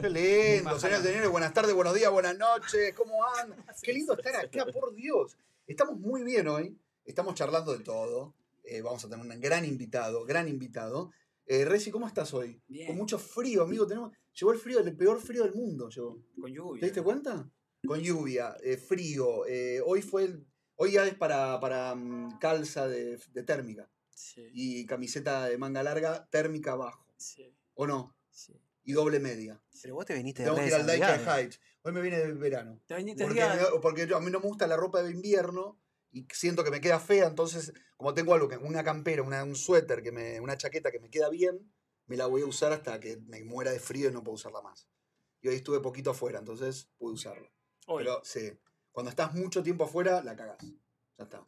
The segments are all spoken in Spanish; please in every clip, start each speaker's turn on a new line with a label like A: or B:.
A: Qué lindo, señores señores. Buenas tardes, buenos días, buenas noches. ¿Cómo andan? Qué lindo estar acá, por Dios. Estamos muy bien hoy. Estamos charlando de todo. Eh, vamos a tener un gran invitado, gran invitado. Eh, Reci, ¿cómo estás hoy?
B: Bien.
A: Con mucho frío, amigo. Tenemos, llegó el frío, el peor frío del mundo. Llegó.
B: Con lluvia.
A: ¿Te diste cuenta? Con lluvia, eh, frío. eh, hoy fue el- hoy ya es para, para mm, calza de, de térmica
B: Sí,
A: y camiseta de manga larga, térmica abajo.
B: sí,
A: ¿O no?
B: sí.
A: Y doble media.
C: Pero vos te viniste de
A: Tengo que ir
C: redes
A: al Dyke
C: amigables.
A: Heights. Hoy me viene del verano.
B: Te viniste
A: Porque,
B: ligado.
A: me- porque yo- a mí no me gusta la ropa de invierno y siento que me queda fea, entonces como tengo algo, que una campera, una- un suéter, que me, una chaqueta que me queda bien, me la voy a usar hasta que me muera de frío y no puedo usarla más. Y hoy estuve poquito afuera, entonces pude usarlo.
B: Hoy.
A: Pero sí, cuando estás mucho tiempo afuera, la cagás. Ya está.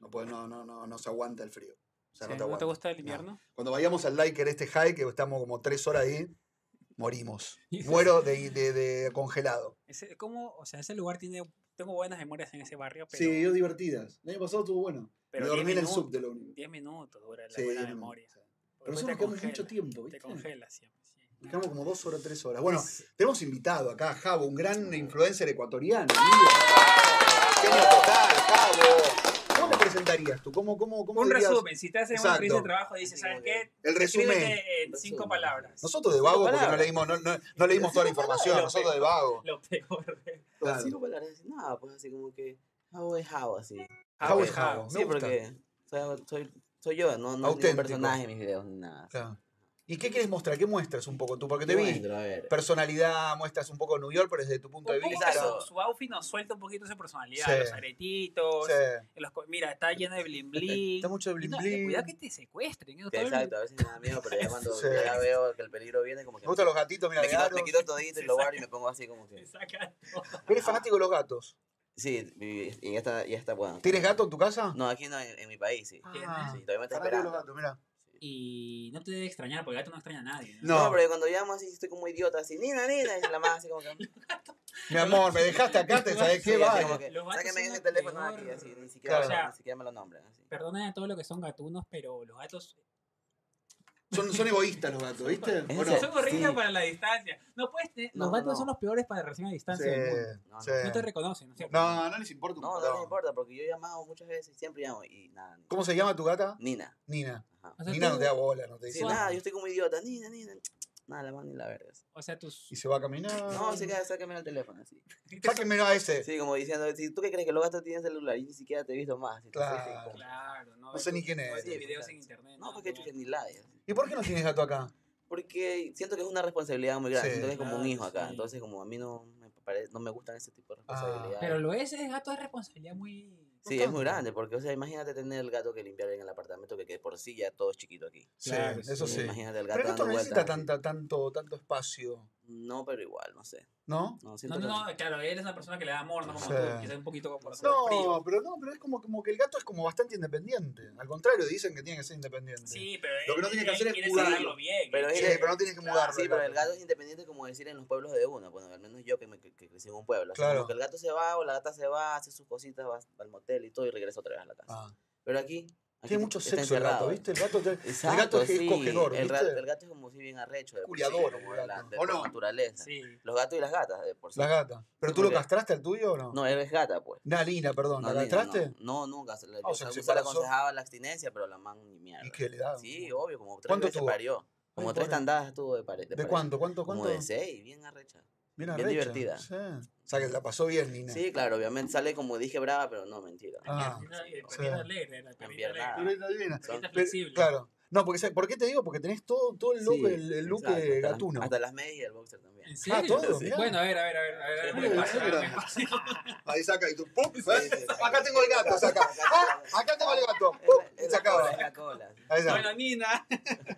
A: No, puede- no, no, no, no se aguanta el frío. O sea,
B: Sí,
A: no te
B: ¿No
A: aguanta.
B: te gusta el
A: No.
B: invierno?
A: Cuando vayamos al Liker este high, que estamos como tres horas ahí, morimos. Muero de, de- de congelado.
B: Ese, ¿cómo? O sea, ese lugar tiene. Tengo buenas memorias en ese barrio, pero.
A: Sí, yo divertidas. El año pasado estuvo bueno.
B: pero
A: me
B: 10
A: dormí en el
B: minutos-
A: subte, lo único.
B: 10 minutos dura la
A: Sí,
B: buena
A: diez
B: memoria.
A: minutos, sí.
B: Porque
A: Pero
B: después
A: nosotros
B: te
A: nos quedamos mucho
B: congela,
A: tiempo,
B: Te
A: ¿viste?
B: congela siempre. sí.
A: Nos quedamos como dos horas, tres horas. Bueno, tenemos invitado acá a Javo, un gran influencer ecuatoriano. Genio total, Javo. ¿Cómo te presentarías tú? ¿Cómo, cómo, cómo
B: Un
A: dirías?
B: resumen, si te haces
A: Exacto.
B: una entrevista de trabajo, dices, ¿sabes qué?
A: El resumen.
B: Escríbete en cinco
C: Resumen.
B: palabras.
A: Nosotros de vago, porque no
C: palabras.
A: leímos, no, no- no leímos toda la información,
B: Lo
A: nosotros de
B: peor.
A: vago.
B: Lo peor. de-
A: Claro.
C: Cinco palabras, así, nada, pues así como que how es how, así.
A: Javo es
B: Ah,
A: Javo. Me
C: sí,
A: gusta.
C: porque soy, soy, soy yo, no, no es
A: Auténtico.
C: ningún personaje en mis videos ni nada.
A: Claro. ¿Y qué quieres mostrar? ¿Qué muestras un poco tú? Porque te
C: Yo
A: vi
C: entro, a ver.
A: personalidad, muestras un poco New York, pero desde tu punto de
B: Un poco
A: vista.
B: que su, su outfit nos suelta un poquito su personalidad,
A: Sí.
B: los aretitos,
A: Sí. Eh,
B: los co- mira, está lleno de blin blin.
A: Está mucho de
B: Y
A: bling
B: no, eh,
C: eh,
A: bling.
B: Cuidado que te secuestren. ¿eh? ¿no?
C: Que
B: Todo el-
C: exacto, a veces me da miedo, pero ya cuando
A: Sí.
C: ya veo que el peligro viene, como que.
A: Me gustan los gatitos, mira,
C: me
A: de
C: quito,
A: Aro.
C: me quito todito y lo guardo y me pongo así como
B: Te
C: que.
B: sacan todo.
A: Eres fanático de los gatos.
C: Sí, y y ya está, ya está bueno.
A: ¿Tienes gato en tu casa?
C: No, aquí no, en, en mi país, sí.
A: Ah,
C: Sí, todavía me
A: fanático
C: está
A: de los
C: esperando.
A: gatos, mira.
B: Y no te debe extrañar, porque el gato no extraña a nadie.
A: No.
C: No. pero cuando llamo así, estoy como idiota, así, nina, nina, y la más así como que.
A: Mi amor, me dejaste acá, te sabes qué
C: Sí, así
A: vale.
C: como que,
B: Los vatos
C: Sáquenme
B: son
C: ese
B: lo
C: teléfono
B: peor.
C: aquí, así, ni siquiera,
A: Claro.
C: me lo-
B: O sea,
C: ni siquiera me lo nombran. Así.
B: Perdonen a todos los que son gatunos, pero los gatos
A: Son, son egoístas los gatos, ¿viste?
C: ¿En
A: ¿O no?
C: serio?
B: son horribles
C: sí.
B: para la distancia. No puedes tener- los
C: No,
B: gatos
C: no.
B: son los peores para la relación a distancia del mundo.
A: Sí,
C: No,
A: sí.
B: No te reconocen, ¿no es cierto?
A: No, no les importa un
C: No, no, les
A: carajo.
C: importa, porque yo he llamado muchas veces, siempre llamo y nada. ni-
A: ¿Cómo se llama tu gata?
C: Nina.
A: Nina.
C: Ajá.
B: O sea,
A: Nina
B: tú-
A: no te da bola, no te
C: Sí,
A: dice
B: Suave.
A: nada.
C: nada, yo estoy como idiota, Nina, Nina. Nada, la mano ni la verga. así.
B: O sea, tus.
A: Y se va a caminar.
C: No, se queda, sáquenme el teléfono así.
A: Sáquenme a ese.
C: Sí, como diciendo, si tú qué crees que los gatos tienen celular y ni siquiera te he visto más. así,
A: Claro.
C: sí, sí, como-
B: Claro, no.
A: No sé ni quién
B: no
A: es.
B: ves tus videos
C: Sí,
B: en internet.
C: No,
B: nada,
C: porque
B: nada.
C: chucha ni la hay, así.
A: ¿Y por qué no tienes gato acá?
C: Porque siento que es una responsabilidad muy grande,
A: Sí.
C: siento que es como un
B: Claro,
C: hijo acá.
B: sí.
C: Entonces, como a mí no me, parece, no me gustan ese tipo de
A: Ah.
C: responsabilidades.
B: Pero lo es, es gato es responsabilidad muy.
C: Sí, es muy
A: Bastante.
C: grande, porque, o sea, imagínate tener el gato que limpiar en el apartamento, que, que por sí ya todo es chiquito aquí.
A: Sí,
B: Claro,
A: eso
B: sí.
A: sí.
C: Imagínate el gato
A: Pero el gato no
C: dando
A: necesita
C: vueltas.
A: tanta, tanto, tanto espacio,
C: No, pero igual, no sé.
A: ¿no?
C: No,
B: No,
C: siento
B: no,
C: que-
B: no, claro, él es una persona que le da amor, no como
A: Sí.
B: tú, quizás un poquito por ser frío.
A: No, pero no, pero es como, como que el gato es como bastante independiente. Al contrario, dicen que tiene que ser independiente.
B: Sí, pero
A: Lo que no
B: él-
A: tiene que
B: él
A: hacer es
B: quiere
A: mudarlo.
B: sacarlo bien.
C: Pero
B: él
A: Sí,
C: es-
B: quiere-
A: pero no tienes que
B: Claro,
A: mudarlo.
C: Sí, pero el gato es independiente, como decir, en los pueblos de uno. Bueno, al menos yo que, me, que, que crecí en un pueblo. Así
A: Claro.
C: Como que el gato se va o la gata se va, hace sus cositas, va al motel y todo y regresa otra vez a la casa.
A: Ah.
C: Pero aquí... aquí
A: Tiene mucho
C: está
A: sexo el gato,
C: encerrado.
A: ¿viste? El gato, te- el
C: Exacto,
A: gato es, es
C: sí.
A: cogedor,
C: el,
A: ¿viste?
C: ra- el gato es como si bien arrecho. de por sí,
A: Culiador,
C: como
A: el
C: de la-
A: gato.
C: de
A: ¿O
C: por
A: no?
C: naturaleza.
B: Sí.
C: Los gatos y las gatas, de por sí.
A: La gata. ¿Pero
C: Sí,
A: tú lo
C: porque-
A: castraste al tuyo o no?
C: No, eres gata, pues.
A: Nah, Lina, perdón. ¿La
C: nena,
A: castraste?
C: No, no, nunca. Se le,
A: Ah, o
C: yo
A: sea, que se
C: se le
A: embarazó.
C: aconsejaba la abstinencia, pero la man ni mierda.
A: ¿Y qué le daban?
C: Sí, obvio, como tres
A: ¿Cuánto
C: veces
A: tuvo?
C: parió. Como
A: Ay,
C: tres
A: pobre.
C: tandadas estuvo de pared.
A: ¿De cuánto? ¿Cuánto?
C: Como
A: ¿Cuánto?
C: de seis, bien arrecha.
A: bien
C: divertida.
A: Sí. O sea, que la pasó bien, Lina.
C: Sí, claro, obviamente sale como dije brava, pero no, mentira.
A: Ah,
B: No, el
A: sí.
B: perrito alegre, la perrita
C: Empiernada.
B: alegre.
A: Pero era divina.
C: Son-
B: Perrita
A: Pero-
B: flexible.
A: claro. No, porque, ¿sabes ¿por qué te digo? Porque tenés todo, todo el look,
C: Sí,
A: el, el look
C: exacto,
A: de
C: hasta las-
A: gatuno.
C: Hasta las medias y el boxer también.
B: ¿En serio?
A: todo, mirá.
B: bueno, a ver, a ver, a ver, a ver, a ver,
C: Sí,
B: me
C: sí,
B: pasa,
A: mira.
B: me pasa.
A: Ahí saca y tú, ¡pum!
C: sí, sí.
A: Acá tengo el gato, saca. ¡Ah! Acá tengo el gato.
C: Es
A: ¡Pum!
C: la-
A: Y se
C: es la cola,
A: acaba.
C: es la cola.
A: Ahí está.
B: Bueno, Nina,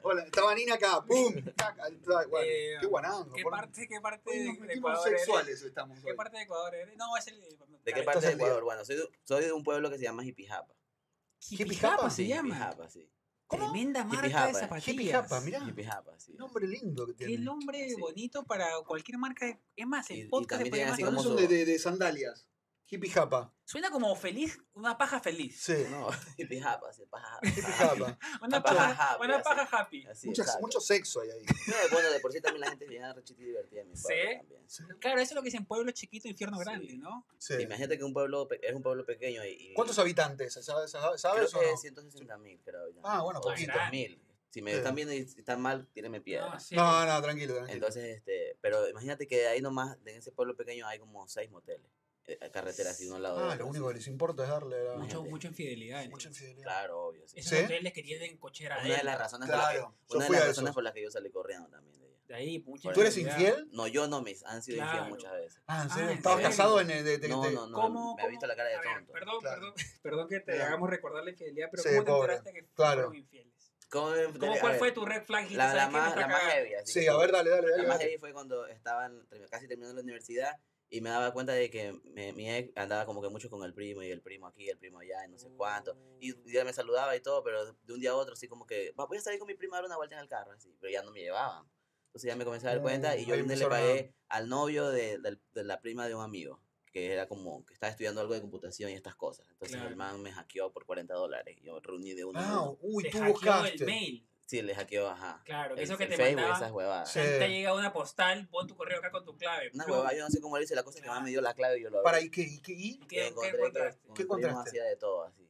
A: Hola, estaba Nina acá, ¡pum! Taca, el tra- bueno,
B: Eh,
A: qué guanango.
B: ¿qué
A: por-
B: parte, qué parte
A: Hoy nos
B: de
A: metimos
B: Ecuador eres?
A: sexuales estamos
B: ¿Qué
A: hoy.
B: parte de Ecuador eres? No, es el...
C: ¿De qué
B: Claro,
C: parte
A: Estás
C: de
A: al día.
C: Ecuador? Bueno, soy de, soy de un pueblo que se llama Jipijapa.
A: ¿Ah,
B: Jipijapa se
C: Sí,
B: llama.
C: Jipijapa, sí.
A: ¿Cómo?
B: Tremenda marca
C: Jipijapa,
B: de
C: eh.
B: zapatillas.
A: Jipijapa, mirá.
C: Jipijapa, sí.
A: Nombre lindo que
B: Qué
A: tiene.
B: nombre
C: Sí.
B: bonito para cualquier marca. de- Es más,
C: Y-
B: el
C: y
B: podcast se
C: también
B: puede
C: tienen así
B: llamar
C: como
A: son de,
C: su-
A: de- de sandalias. Hippie japa.
B: Suena como feliz, una paja feliz.
A: Sí.
C: No, y pijapa, sí, paja.
A: Hippie japa.
B: Una
C: paja
B: paja,
C: happy,
B: una
C: así.
B: paja happy.
C: Así,
A: Muchas-
C: exacto.
A: mucho sexo hay ahí.
C: No, bueno, de por sí también la gente es bien arrechita y divertida en mi
B: Sí.
C: pueblo también.
A: Sí.
B: Claro, eso es lo que dicen pueblo chiquito, infierno
C: Sí.
B: grande, ¿no?
A: Sí.
C: Imagínate que un pueblo pe- es un pueblo pequeño y... y
A: ¿Cuántos habitantes? ¿Sabes, sabes,
C: Creo
A: sabes o
C: que
A: no?
C: 160 mil, creo yo.
A: Ah, bueno,
C: O
A: poquito.
C: 200.000. Si me
A: Sí.
C: están viendo y están mal, tírenme piedra.
B: No, sí.
A: No, no, tranquilo, tranquilo.
C: Entonces, este, pero imagínate que ahí nomás, en ese pueblo pequeño, hay como seis moteles. eh, Carreteras así de un lado de
A: Ah,
C: otro,
A: lo
C: así.
A: único que les importa es darle la...
B: Mucho,
C: Imagínate.
B: mucha infidelidad. ¿no?
A: mucha infidelidad.
C: Claro, obvio. Sí.
B: Esos
A: ¿Sí?
B: hoteles que tienen cochera
C: Una de
B: adentro.
C: las razones, por, la
A: Claro,
C: que,
A: yo
C: una de
A: fui
C: las
A: a
C: razones
A: eso.
C: por las que yo salí corriendo también. de ella.
B: De ahí, mucha
A: ¿Tú eres
B: infidelidad.
A: infiel?
C: No, yo no, mis han sido
B: Claro.
C: infiel muchas veces.
A: Ah, ¿en
B: Ah,
A: serio?
B: ¿en
A: ¿Estabas
B: serio?
A: casado en el de, de-
C: No,
A: de-
C: no, no.
B: ¿Cómo,
C: me ha visto
B: cómo?
C: la cara de
B: A ver,
C: tonto.
B: perdón,
A: Claro.
B: perdón, perdón que te
A: Claro.
B: hagamos recordar la infidelidad, pero
A: Sí,
B: ¿cómo
A: pobre.
B: te enteraste que
A: Claro.
B: fueron infieles?
C: ¿Cómo,
B: ¿Cómo,
C: a
B: ¿Cuál
C: ver,
B: fue tu red flag?
C: la, la, más, la más
B: heavy.
C: heavy? así
A: Sí,
C: que
A: a
C: tú-
A: ver, dale, dale, dale.
C: La más
A: dale.
C: heavy fue cuando estaban termi- casi terminando la universidad y me daba cuenta de que me- mi ex andaba como que mucho con el primo y el primo aquí, el primo allá, y no sé cuánto. Y ya me saludaba y todo, pero de un día a otro así como que, "Va, voy a salir con mi prima a dar una vuelta en el carro, así, pero ya no me llevaban. Entonces ya me comencé a dar cuenta y yo
A: Ahí
C: vine y le
A: empezaron a-
C: pagué al novio de, del- de la prima de un amigo, que era como que estaba estudiando algo de computación y estas cosas. Entonces
B: Claro.
C: el man me hackeó por 40 dólares. Yo reuní de uno. a
A: Ah,
C: uno.
A: uy,
B: Te
A: tú
B: hackeó el
A: buscaste.
B: mail.
C: Sí, le hackeó, ajá.
B: Claro, que
C: El-
B: eso que
C: el
B: te
C: Facebook,
B: mandaban.
C: esas huevadas.
A: Sí.
B: Te llega una postal, pon tu correo acá con tu clave.
C: Una
B: Plum.
C: huevada, yo no sé cómo le hice la cosa que más me dio la clave y yo lo abrí.
A: Para, ¿y qué? ¿Y qué? ¿Y?
B: ¿Y
C: Yo
B: ¿Qué, qué
C: encontré que
B: encontraste?
C: con
A: ¿Qué
C: el primo
A: encontraste?
C: hacía de todo, así.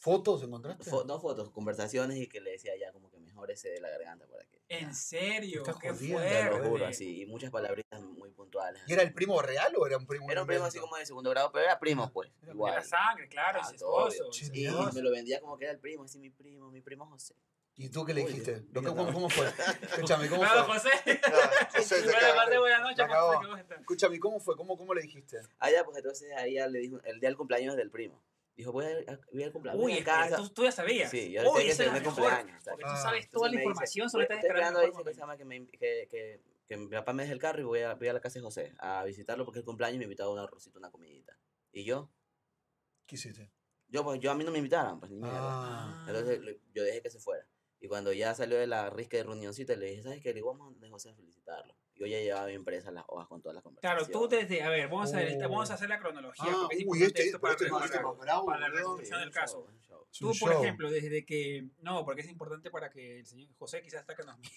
A: ¿Fotos encontraste?
C: Fo- no fotos, conversaciones y que le decía ya como que mejor ese de la garganta para que.
B: En serio,
A: Estás
B: qué
A: jodiendo,
C: Te
B: fuerte.
C: lo juro, así. Y muchas palabritas muy puntuales.
A: ¿Y
C: así,
A: era el
C: como-
A: primo real o era un primo?
C: Era un primo así
A: invento?
C: como de segundo grado, pero era primo,
A: Ah,
C: pues.
A: era
B: De
C: Igual.
B: la sangre, claro, es
C: Ah, todo,
B: esposo.
A: obvio.
B: es
A: Sí,
C: Y
B: esposo.
C: me lo vendía como que era el primo, así mi primo, mi primo José.
A: ¿Y tú qué le
C: Uy,
A: dijiste?
C: Dios
A: ¿Lo que-
C: mío,
A: cómo,
C: no.
A: cómo fue? Escúchame, ¿cómo
B: Claro,
A: fue?
B: José.
A: Ah, José, te
B: Buenas
A: cagaste.
B: tardes, buenas noches.
A: Te acabó.
B: José, ¿qué vos estás?
A: Escúchame, ¿cómo fue? ¿Cómo, cómo le dijiste?
C: Ah, ya, pues entonces ahí ya le dijo, el día del cumpleaños del primo. Dijo, voy a- a- voy al cumpleaños.
B: Uy,
C: voy a
B: espera,
C: casa.
B: tú, tú ya sabías.
C: Sí, yo le
B: Uy,
C: tenía que
B: esa es la
C: tener
B: mejor,
C: cumpleaños.
B: Porque
A: Ah.
B: tú sabes toda la
C: Entonces me dice,
B: información, solo
C: "Voy-
B: estás
C: estoy
B: esperando.
C: esperando
B: el
C: ahí,
B: mejor
C: que,
B: momento".
C: se llama, que, me inv- que, que, que mi papá me deje el carro y voy a, voy a la casa de José a visitarlo porque el cumpleaños y me invitaba a un arrocito, una comidita. ¿Y yo?
A: ¿Qué hiciste?
C: Yo, pues, yo a mí no me invitaron, pues ni mierda.
A: Ah,
C: Entonces le- yo dejé que se fuera. Y cuando ya salió de la risca de reunioncita, le dije, ¿sabes qué? Le digo, vamos donde José a felicitarlo. Yo ya llevaba bien presas las hojas con todas las
B: Claro,
C: conversaciones.
B: tú desde. A ver, vamos a, ver, este,
A: Oh.
B: vamos a hacer la cronología.
A: Ah,
B: porque es
A: uy,
B: importante
A: este,
B: esto para
A: este más, este
B: recordar.
A: más bravo.
B: para la
A: boludo.
B: reconstrucción del
C: Un show,
B: caso.
C: un show.
A: Es un
B: Tú, por
A: show.
B: ejemplo, desde que. No, porque es importante para que el señor José quizás hasta que nos mire.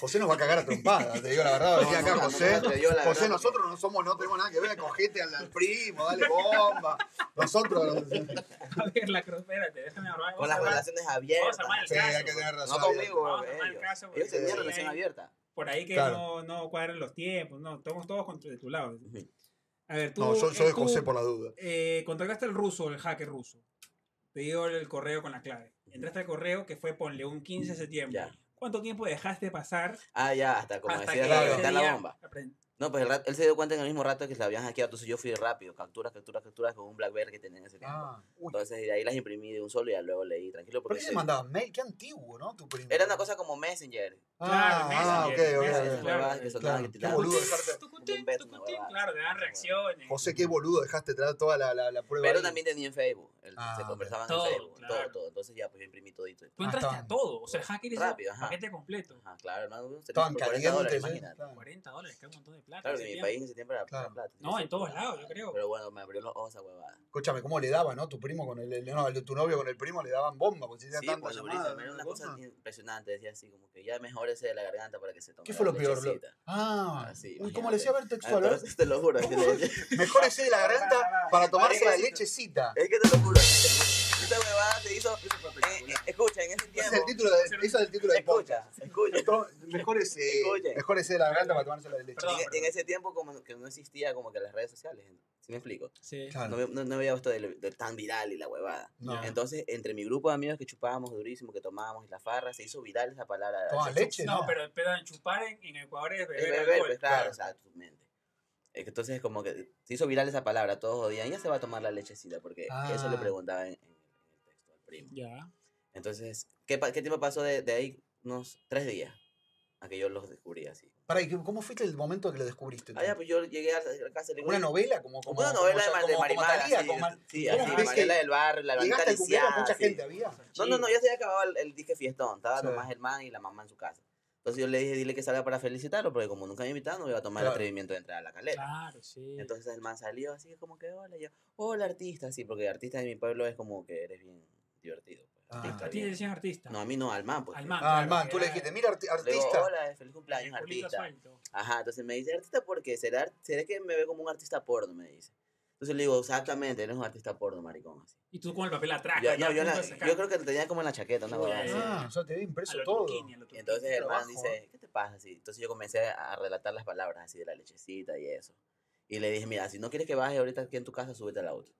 A: José nos va a cagar a trompadas, te digo la verdad. Venía
C: No, no,
A: acá,
C: no,
A: José.
C: no, te digo la
A: José,
C: verdad,
A: nosotros no somos, no tenemos nada que ver, cogete al, al primo, dale bomba. Nosotros. Sí,
B: A ver, la cro- espérate, déjame hablar. vamos
C: Con las
B: a hablar.
C: relaciones abiertas.
B: armar el
C: así.
B: caso, pues.
A: hay que tener
C: No
A: razón.
C: conmigo,
B: Vamos a
C: ellos.
B: armar el caso, pues.
C: Ellos
A: porque-
C: tenían relación abierta.
B: Por ahí que
A: Claro.
B: no, no cuadran los tiempos, no, estamos todos contra de tu lado.
C: Ujú.
B: A ver, tú.
A: No, yo, yo
B: eh,
A: de
B: tú,
A: José por la duda.
B: eh, contactaste al ruso, el hacker ruso. Te dio el correo con la clave. Entraste al correo que fue ponle un 15 de septiembre.
C: Mm, Ya.
B: ¿Cuánto tiempo dejaste pasar
C: Ah, ya, hasta como
B: hasta
C: decía,
B: que
A: claro.
B: ese
C: reventar la
B: día
C: bomba.
B: aprend-
C: No, pues el rat- él se dio cuenta en el mismo rato que se la habían hackeado, entonces yo fui rápido, capturas, capturas, capturas con un Blackberry que tenía en ese tiempo.
A: Ah, uy.
C: Entonces de ahí las imprimí de un solo y ya luego leí tranquilo
A: ¿Por
C: porque
A: qué se
C: sí,
A: mandaban mail? Qué antiguo, ¿no? Tu primo.
C: era una cosa como Messenger.
A: Ah, ah, ok,
B: Messenger,
A: ok,
C: esas
B: Messenger,
A: ok.
B: claro,
C: huevadas que
B: claro.
C: sonaban que
A: Qué
C: tiraban.
A: boludo.
B: Tucutín, tucutín, Claro, te dan reacciones.
A: José, qué boludo, dejaste traer toda la, la, la prueba.
C: Pero
A: ahí.
C: también tenía en Facebook, el-
A: Ah,
C: se
A: ok.
C: conversaban
B: Todo,
C: en Facebook, todo,
B: claro.
C: todo. Entonces ya pues yo imprimí todito.
B: Tú
A: Ah,
B: entraste
A: estaban-
B: a todo. O sea, el hacker hizo
C: Rápido, ajá.
B: paquete completo.
C: Ajá, claro, no, un servicio
A: Estaban
C: por 40 dólares,
A: calientes. ¿eh?
C: imagínate.
A: Claro.
B: 40 dólares, que es un montón de plata.
C: Claro,
B: ese
C: en mi
B: tiempo.
C: país en ese tiempo era
A: Claro.
C: plata.
B: No, en todos lados, yo creo.
C: Pero bueno, me abrió los ojos a huevada.
A: Escúchame, ¿cómo le daba, no? Tu primo con el, el- no, el de tu novio con el primo le daban bomba, porque si hacía
C: Sí,
A: tanta
C: pues, durísimo,
A: llamada,
C: era
A: tanta
C: una cosa
A: cosa.
C: impresionante, decía así como que ya mejor ese de la garganta para que se tome
A: ¿Qué fue
C: la
A: lo peor? Lo-
C: lechecita.
A: Ah,
C: Así,
A: uy,
C: imagínate.
A: ¿cómo le decía a ver textual? a ver.
C: Entonces, te lo juro, así le decía.
A: Mejor ese de la
B: Para,
A: garganta
B: para,
A: para tomarse la
C: para,
A: lechecita.
C: es que te lo juro. Esta huevada se hizo, eh, eh, escucha, en ese
A: Ese es el
C: tiempo,
A: título de, ese es el título del podcast.
C: escucha, escucha.
A: To- Mejor ese,
C: Escuche.
A: mejor ese de la garganta para tomarse la leche.
B: Perdón,
C: En, en
B: perdón.
C: ese tiempo como que no existía como que las redes sociales, ¿sí me explico?
B: Sí.
C: No,
A: Claro.
C: ve- no, no había esto del- del tan viral y la huevada.
A: No.
C: Entonces, entre mi grupo de amigos que chupábamos durísimo, que tomábamos y la farra, se hizo viral esa palabra.
A: Toma
C: Esa-
A: leche.
B: No,
A: nada.
B: pero espera, chupar en, en Ecuador es
C: Es
B: beber
C: beber,
B: alcohol.
C: pues, claro,
A: claro.
C: exactamente. Es que Entonces, como que se hizo viral esa palabra, todos odian, ya se va a tomar la lechecita, porque eso le
A: Ah.
C: preguntaba en, en el texto al primo.
B: Ya.
C: Entonces, ¿qué, pa- qué tiempo pasó de, de ahí? Unos tres días a que yo los descubrí así.
A: Pará, ¿y qué- ¿cómo fuiste el momento que lo descubriste? tú?
C: Ah, ya, pues yo llegué a la casa de
A: ¿Una novela? Como, como,
C: Una novela
A: como-
C: de, Mar- de
A: como- como
C: Marimar,
A: Talía,
C: así,
A: con Mar-
C: sí,
B: ¿Cómo
C: así,
B: ves que
C: Marcela del Barrio, la
A: Llegaste
C: Garganta
A: al cumpleaños,
C: Lisiada,
A: mucha
C: así.
A: gente había.
C: No, no, no, ya se había acabado el, el disque fiestón, estaba
A: Sí.
C: nomás el man y la mamá en su casa. Entonces yo le dije, dile que salga para felicitarlo, porque como nunca me invitaron, no iba a tomar
A: Claro.
C: el atrevimiento de entrar a la calera.
D: Claro, sí.
C: Entonces el man salió así como que, hola, y yo, hola artista, sí, porque artista de mi pueblo es como que eres bien divertido. pues,
A: Ah.
C: artista,
B: A ti te
C: bien.
B: decían artista.
C: No, a mí no, al man, pues.
B: Al
C: que-
B: man.
A: Ah,
B: claro,
A: man, tú
B: que
A: le
B: era-
A: dijiste, mira, arti-
C: Le digo,
A: artista.
C: hola, feliz cumpleaños,
B: que Julito
C: artista.
B: Asfalto.
C: Ajá, entonces me dice, artista, ¿por qué? ¿Será, ¿Será que me ve como un artista porno? Me dice. Entonces le digo, exactamente, eres un artista porno, maricón. así.
B: Y tú con el papel atrás.
C: Yo,
B: Ah, ya
C: no, yo,
B: a punto
C: la-
B: de sacar
C: yo creo que lo tenía como en la chaqueta, una
B: Uy,
C: huevada
B: ay,
C: así.
B: ay.
A: Ah, o sea, te ve
B: a
A: impreso
B: lo
A: todo.
B: Turquini, a lo
C: Y
B: Turquini.
C: entonces el man
A: trabajo,
C: dice, ¿qué te pasa? Así? Entonces yo comencé a relatar las palabras así de la lechecita y eso. Y le dije, mira, si no quieres que baje ahorita aquí en tu casa, súbete al auto.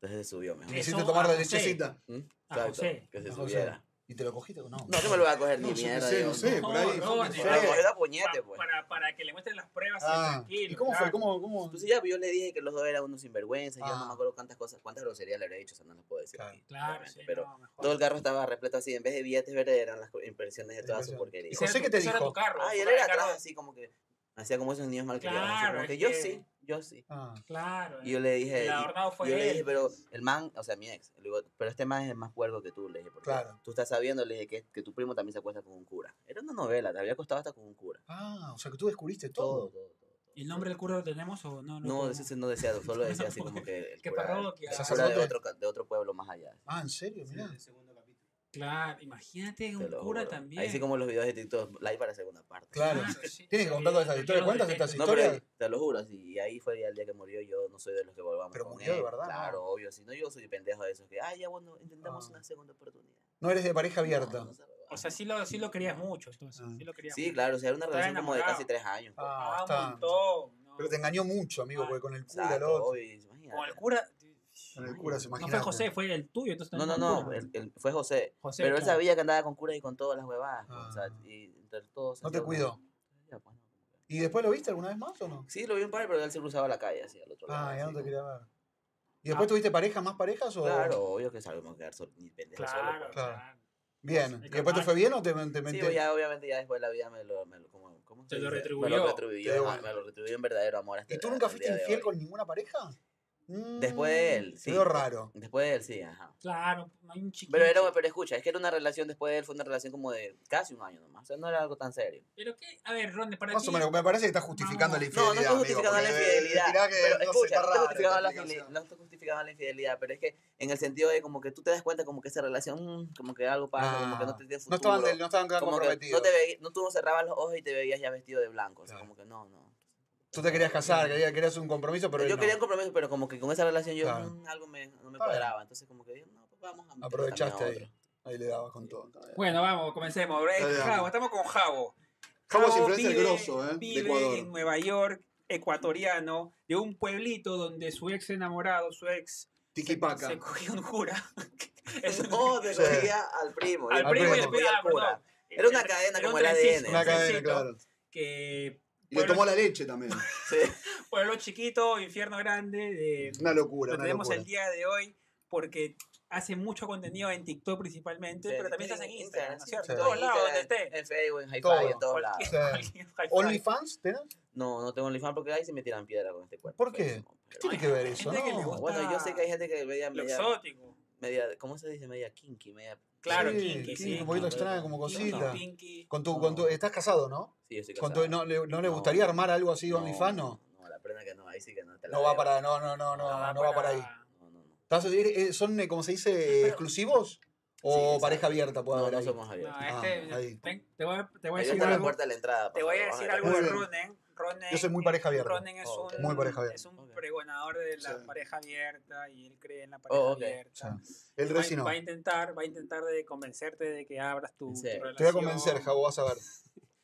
C: Entonces se subió mejor.
A: Me
B: Eso
A: hiciste tomar
B: a
A: la
B: José.
A: lechecita.
C: ¿Mm?
B: a
C: Exacto,
B: José,
C: que se
A: a José.
C: subiera.
A: ¿Y te lo cogiste o no?
C: No, yo me lo voy a coger
A: No,
C: ni
A: yo qué
C: mierda.
A: sé,
C: yo,
A: no sé, por ahí.
B: No,
A: fucking
B: no,
C: Me lo
A: sé.
C: cogí de
B: Pa-
C: puñete, pues.
B: para, para que le muestren las pruebas. así,
A: Ah,
B: tranquilo,
A: ¿y cómo fue?
B: claro.
A: ¿Cómo? cómo?
C: Entonces ya, pues, yo le dije que los dos eran unos sinvergüenzas. Yo
A: Ah.
C: no me acuerdo cuántas cosas, cuántas groserías le habría dicho, o sea, no las puedo decir.
A: Claro.
C: aquí,
B: Claro,
C: obviamente,
B: sí,
C: pero
B: no, mejor.
C: todo el carro estaba repleto así. En vez de billetes verdes, eran las co- impresiones de toda su
A: Impresiones.
C: porquería.
A: Y
B: Ese era
A: José,
B: tu-
A: ¿qué te
B: ese era tu
A: dijo?
B: carro,
C: Ah, y él
B: tu
C: era
B: carro.
C: atrás, así como que. Hacía como esos niños malcriados. así
B: Claro,
C: como que
B: es
C: yo
B: que-
C: sí, yo sí.
A: Ah,
B: Claro.
C: Y yo le dije.
B: El
C: y-
B: adornado fue
C: y yo le
B: él.
C: dije, pero el man, o sea, mi ex. Le digo, pero este man es el más puerco que tú, le dije. Porque
A: Claro.
C: Tú estás sabiendo, le dije, que, que tu primo también se acuesta con un cura. Era una novela, te había acostado hasta con un cura.
A: ah, o sea que tú descubriste todo.
C: todo, todo. todo.
B: ¿Y el nombre del cura lo tenemos o no?
C: No,
B: podemos?
C: ese sí no decía, solo decía así como que el
B: Qué
C: cura,
B: parroquia.
C: el cura
A: Sacerdote.
C: de, otro, ca- de otro pueblo más allá.
A: Ah, ¿en serio? Mirá.
B: Claro, imagínate
C: te
B: un
C: lo
B: cura
C: juro.
B: también.
C: Así como los videos de TikTok, live para segunda parte.
A: Claro.
B: sí,
A: Tienes que contar todas esas
B: sí,
A: historias.
B: yo
A: ¿Cuántas
B: lo
A: estas
B: detesto.
C: No, pero
A: historias?
C: te lo juro, sí, y ahí fue ya el día que murió, yo no soy de los que volvamos
A: Pero
C: con
A: murió de
C: él,
A: verdad, ¿no?
C: Claro, obvio, si no yo soy pendejo de esos que, ah, ya bueno, intentamos
A: Ah.
C: una segunda oportunidad.
A: No eres de pareja
C: No,
A: abierta.
C: no se va.
B: O sea, sí lo, sí lo querías mucho, entonces.
A: Ah.
B: Sí lo querías
C: sí,
B: mucho.
C: claro, o sea, era una
B: Estaba
C: relación como de casi
B: enamorado.
C: tres años. pues.
A: Ah,
B: Ah, un
A: está.
B: montón. no.
A: Pero te engañó mucho, amigo,
B: Ah,
A: porque con el cura, el
C: Exacto,
A: otro.
C: obvio, y imagínate.
B: Con el cura.
A: Con el cura, se
B: No
A: imagina.
B: fue José, fue el tuyo. Entonces
C: No, no,
B: también
C: no,
B: fue el
C: el- el- fue José.
B: José,
C: Pero él
B: claro.
C: sabía que andaba con curas y con todas las huevadas. pues, o sea,
A: Ah.
C: y entre todos.
A: No te
C: hacía una-
A: cuidó.
C: Ya, pues, no, como que-
A: ¿Y después lo viste alguna vez más o no?
C: Sí, lo vi un par, pero él se cruzaba la calle, así al otro lado.
A: Ah, ya
C: así
A: no te
C: como-
A: quería ver. ¿Y
B: Ah.
A: después tuviste parejas, más parejas o...?
C: Claro, obvio que sabemos quedar sol, ni pendejo solo.
B: Claro,
C: pues.
B: claro.
A: Bien. ¿Y después te fue bien o te, te
C: Sí,
A: mente-
C: pues, ya obviamente ya después la vida me lo, me lo- ¿cómo, cómo
B: Te lo
C: dice? Me
B: retribuyó.
C: lo
A: Te
C: retribuyó,
A: dio
C: ajá,
A: bueno.
C: me lo retribuyó en verdadero amor. hasta
A: ¿Y tú
C: el-
A: nunca
C: hasta el
A: fuiste
C: día de
A: infiel
C: hoy.
A: con ninguna pareja? Mm,
C: Después de él, sí.
A: Te veo raro.
C: Después de él, sí, ajá.
B: Claro, pues, no hay un chiquito.
C: Pero, era, pero escucha, es que era una relación después de él, fue una relación como de casi un año nomás. O sea, no era algo tan serio.
B: Pero qué, a ver, Ronde, para
A: Más
B: ti.
A: o menos, me parece que estás justificando
B: No,
A: la
B: no
C: No,
A: infidelidad.
C: no está justificando la
A: amigo, porque
C: infidelidad.
A: dirá que,
C: Pero
A: no sé,
C: escucha,
A: está
C: no
A: raro
C: está
A: esta
C: justificando la
A: explicación.
C: infideli- no está justificando la infidelidad, pero es que en el sentido de como que tú te das cuenta como que esa relación, mm, como que algo pasa, como que no
A: Ah,
C: te tiene
A: No
C: futuro.
A: estaban, del- no estaban
C: como que no
A: comprometidos.
C: te veías, no tú cerrabas los ojos y te veías ya vestido de blanco, o sea,
A: Claro.
C: como que no, no.
A: Tú te querías casar, querías, querías un compromiso, pero él
C: yo
A: no.
C: quería un compromiso, pero como que con esa relación yo
A: Claro.
C: mm, algo me, no me
A: Está bien.
C: cuadraba, entonces como que dije, no, pues vamos a meterle
A: Aprovechaste
C: también a
A: ahí. Ahí le dabas con todo.
B: Bueno, vamos, comencemos. Eh,
A: Dale, dale.
B: Javo, estamos con Javo.
A: Javo es
B: Javo
A: influencer
B: vive-
A: grosso, ¿eh? De
B: Vive
A: Ecuador.
B: en Nueva York, ecuatoriano, de un pueblito donde su ex enamorado, su ex,
A: Tiki Paca.
B: se cogió un cura. Eso
C: otro. No, te
A: Sí.
C: cogía al Oh, primo.
B: Al
A: al
B: primo y
A: primo.
B: al primo,
C: al
B: ah, perdón.
C: cura. Era una
B: era
C: cadena
B: un
C: como el ADN.
B: trencito,
A: Una
B: un
A: cadena,
B: trencito
A: claro.
B: Que
E: Y le
B: Bueno,
E: tomó la leche también.
C: Sí.
B: pueblo chiquito, infierno grande, de,
A: Una locura,
B: lo
A: una
B: tenemos
A: locura.
B: el día de hoy porque hace mucho contenido en TikTok principalmente, pero también estás en Instagram, ¿no es ¿cierto?
A: sí.
B: En todos lados donde
C: Instagram,
B: estés.
C: En Facebook, en
A: Todo.
C: Hi-Fi, en todos lados.
A: lados.
B: cualquier- cualquier-
A: ¿OnlyFans tenés?
C: No, no tengo OnlyFans porque ahí se me tiran piedra con este cuerpo.
A: ¿Por qué?
C: Pero- Ah,
A: ¿Qué tiene que ver eso?
B: Gente que le
A: No.
B: gusta.
C: Bueno, yo sé que hay gente que media,
B: lo
C: media,
B: exótico.
C: media, ¿cómo se dice? Media kinky, media...
B: Claro,
A: Sí,
B: kinky, sí.
A: Un poquito
C: no,
A: extraña como
B: Kinky,
A: cosita.
B: kinky.
A: Con tu, con tu, estás casado, ¿no?
C: Sí, yo estoy
A: Con
C: casado.
A: tu- no, le, ¿No le
C: No.
A: gustaría armar algo así, OnlyFans? No,
C: No, la prenda que no, ahí sí que no te la
A: no va
C: debo.
A: para, no, no, no, no, no,
B: Ah,
A: va para ahí.
C: No, no, no.
A: ¿Estás- eh, ¿Son, eh, como se dice, eh, exclusivos?
C: Sí,
A: ¿O
C: exacto.
A: pareja abierta puede
C: No,
A: haber
C: no
A: ahí?
C: somos abiertos.
B: No,
A: Ah,
B: este,
A: ahí.
B: ten- te voy a, te voy a
C: Ahí
B: decir
C: está la
B: algo.
C: puerta de la entrada.
B: Te
C: por
B: voy a
C: favor,
B: decir
C: baja
B: algo
C: la
B: de
A: Muy bien.
B: Ronen. Ronen
A: Yo soy muy pareja abierta.
B: Ronen es
C: Ok.
B: un,
A: Muy pareja abierta.
B: es un
C: Ok. Oh,
B: pregonador de la
E: Sí.
B: pareja abierta y él cree en la pareja
C: ok.
B: abierta.
A: El
B: Va,
A: reci no.
B: va a
A: Te
B: intentar, va a intentar de convencerte de que abras tu,
C: En
B: tu
C: serio.
B: relación.
A: voy a convencer, Javo, vas a ver.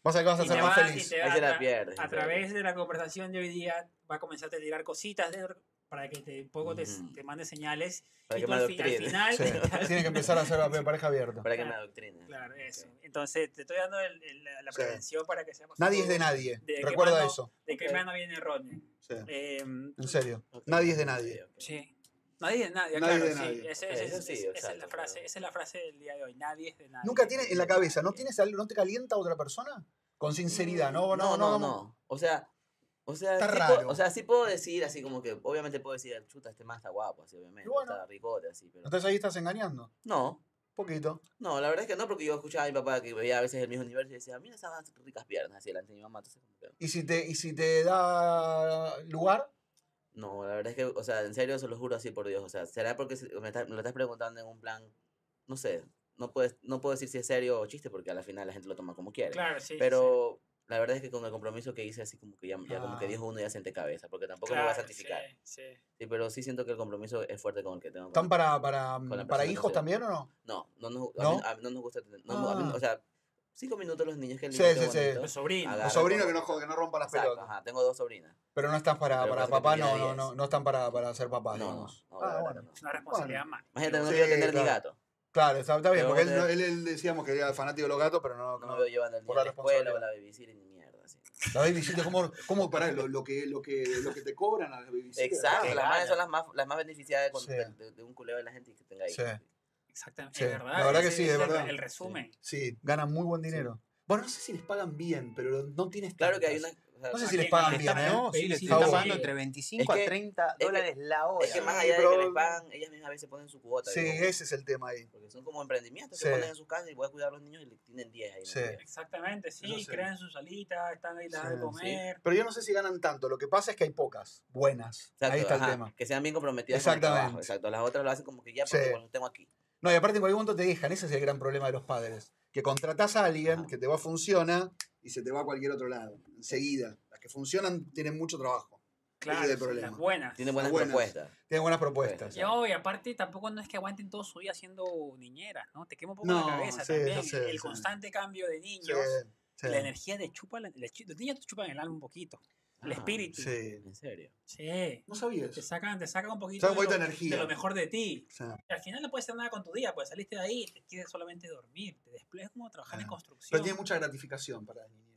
A: Vas a ver que vas a
B: Y
A: ser
B: te
A: más
B: va- y
A: feliz.
B: te va
C: Ahí se
B: a
C: la
B: tra-
C: pierdes.
B: A través de la conversación de hoy día va a comenzar a tirar cositas de- para que te, un poco te,
C: Ujú.
B: te mande señales.
C: Para
B: y
C: que
B: tú
C: me
B: al, fi- al
C: adoctrine.
B: final...
A: Sí, Tiene que empezar a ser pareja abierta.
C: Para que me
B: Claro.
C: adoctrine.
B: Claro, eso.
C: Ok.
B: Entonces, te estoy dando el- el- la la
A: Sí.
B: prevención para que seamos...
A: Nadie es de
B: seguros
A: nadie.
B: ¿De qué
A: Recuerda
B: mano?
A: eso.
B: ¿De qué
C: Ok.
B: mano viene Rodney?
A: Sí,
B: Em,
A: En serio.
C: Ok,
A: Nadie es de
C: ok,
A: nadie.
C: ok.
B: sí. Nadie es nadie,
E: Nadie
B: claro,
E: de
B: sí.
E: nadie.
B: Ese-
C: Ok,
B: ese-
C: eso
B: ese-
C: sí,
B: esa, es la
C: exacto,
B: frase,
C: claro.
B: esa es la frase del día de hoy. Nadie es de nadie.
A: Nunca tienes en la cabeza, ¿no tienes algo, no te calienta otra persona? Con sinceridad, no, no, no.
C: no. O sea, o sea,
A: Está
C: sí puedo-
A: raro.
C: o sea, sí puedo decir así como que, obviamente puedo decir, chuta, este man está guapo, así obviamente,
A: Y bueno.
C: está ricote, así, pero
A: Entonces ahí estás engañando.
C: no,
A: Poquito.
C: No, la verdad es que no, porque yo escuchaba a mi papá que veía a veces el mismo universo y decía, mira esas ricas piernas, así delante de mi mamá. Entonces, como que,
A: ¿Y si te, y si te da lugar?
C: no, la verdad es que, o sea, en serio, se lo juro así por Dios. O sea, ¿será porque se- me, está- me lo estás preguntando en un plan, no sé, no, puedes, no puedo decir si es serio o chiste, porque a la final la gente lo toma como quiere.
B: Claro, sí. sí,
C: Pero la verdad es que con el compromiso que hice, así como que ya, ya como que
A: Ah.
C: dijo uno ya senté cabeza, porque
B: sí.
C: tampoco me voy a
B: Claro,
C: santificar. Sí.
B: Sí, sí.
C: pero sí siento que el compromiso es fuerte con el que tengo. con
A: ¿Están
C: la-
A: para, para,
C: la
A: para
C: persona que
A: hijos
C: sea.
A: también o no?
C: No, no nos, a mí-
A: ¿No?
C: a mí no nos gusta tener. no, a mí no-
A: Ah.
C: o sea, cinco minutos los niños que
A: Sí,
C: lindo, qué
A: sí, sí.
C: bonito.
B: Los sobrinos.
C: Agarra.
A: Los
C: Claro,
A: sobrinos
C: todo.
A: que no, jo- que no rompan las
C: Exacto,
A: pelotas.
C: ajá, tengo dos sobrinas.
A: Pero no están para,
C: Pero
A: para
C: parece que
A: papá,
C: tenía
A: no, no,
C: 10.
A: no, no están para, para ser papás,
C: No, no,
A: digamos.
C: no,
A: Ah,
C: la verdad
A: bueno.
C: no.
B: Es una responsabilidad más.
C: Imagínate, no
A: Sí,
C: quiero tener ni
A: claro.
C: gato.
A: Claro, está, está bien,
C: Pero
A: porque él,
C: bueno,
A: no- él, él decíamos que era fanático de los gatos, pero no.
C: No,
A: no.
C: me veo llevando el
A: por
C: niño
A: la
C: a la escuela o
A: responsabilidad.
C: la babysitter ni mierda. Así.
A: La babysitter, ¿cómo, cómo pará, lo, lo que, lo, que, lo que te cobran a la babysitter?
C: Exacto,
B: qué
C: las madres
B: gana.
C: son las más, las más beneficiadas con-
A: Sí.
C: de, de- de un culeo de la gente que tenga ahí.
A: Sí.
B: Exactamente.
A: Sí,
B: Es verdad.
A: la verdad que
B: ese
A: sí, es
B: es el-
A: verdad.
B: El resumen.
A: Sí, ganan muy buen dinero. Bueno, no sé si les pagan bien, pero no tienes
C: Claro que hay
A: tantas.
C: unas. o sea,
A: No sé
C: más
A: si les
F: Aquí
A: pagan
F: en
A: bien,
F: Argentina,
A: ¿eh?
F: ¿no?
G: No, sí, le
F: Sí,
G: están
A: sí,
G: pagando
A: sí.
G: entre 25
C: Es
G: a
C: que-
G: 30
C: que-
G: dólares la hora.
C: Es que más
A: Sí,
C: allá de
A: pero-
C: que les pagan, ellas mismas a veces ponen su cuota.
A: Sí,
C: digo,
A: ese es el tema ahí.
C: Porque son como emprendimientos
A: Sí.
C: que ponen en sus casas y voy a cuidar a los niños y le tienen 10 ahí. ¿me
A: Sí.
C: entiendes?
B: Exactamente, sí.
A: Eso sí.
B: Crean sus alitas, están ahí, las
A: Sí,
B: dan
A: sí.
B: de comer.
A: Pero yo no sé si ganan tanto. Lo que pasa es que hay pocas buenas.
C: Exacto,
A: ahí está
C: ajá,
A: el tema.
C: Que sean bien comprometidas con el trabajo,
A: Exactamente.
C: Exacto, las otras lo hacen como que ya
A: Sí.
C: porque bueno, tengo aquí.
A: No, y aparte en algún momento te dejan. Ese es el gran problema de los padres. Que contratás a alguien
C: Ajá.
A: que te va a funcionar y se te va a cualquier otro lado. Enseguida. Las que funcionan tienen mucho trabajo.
B: Claro,
A: es el
B: sí,
A: problema.
B: las buenas.
C: Tienen buenas,
A: buenas.
C: propuestas.
A: Tienen buenas propuestas.
C: Sí.
B: No, y aparte tampoco no es que aguanten todo su día siendo niñeras, ¿no? Te quema un poco
A: No,
B: la cabeza
A: sí,
B: también.
A: ya sé,
B: el
A: sí.
B: constante cambio
A: Sí,
B: de niños.
A: sí,
B: La energía te chupa, la- le chu- los niños te chupan el alma un poquito. El
C: Ah,
B: espíritu. Sí.
A: sí.
C: En serio.
A: No sabía eso.
B: Te sacan, te sacan un poquito
A: Saca
B: de,
A: un poquito
B: lo,
A: de energía.
B: de lo mejor de ti.
A: Sí.
B: Y al final no puedes hacer nada con tu día, pues saliste de ahí y te quieres solamente dormir. Te despliegas como trabajar en
A: Ah,
B: construcción.
A: Pero tiene mucha gratificación para las niñeras.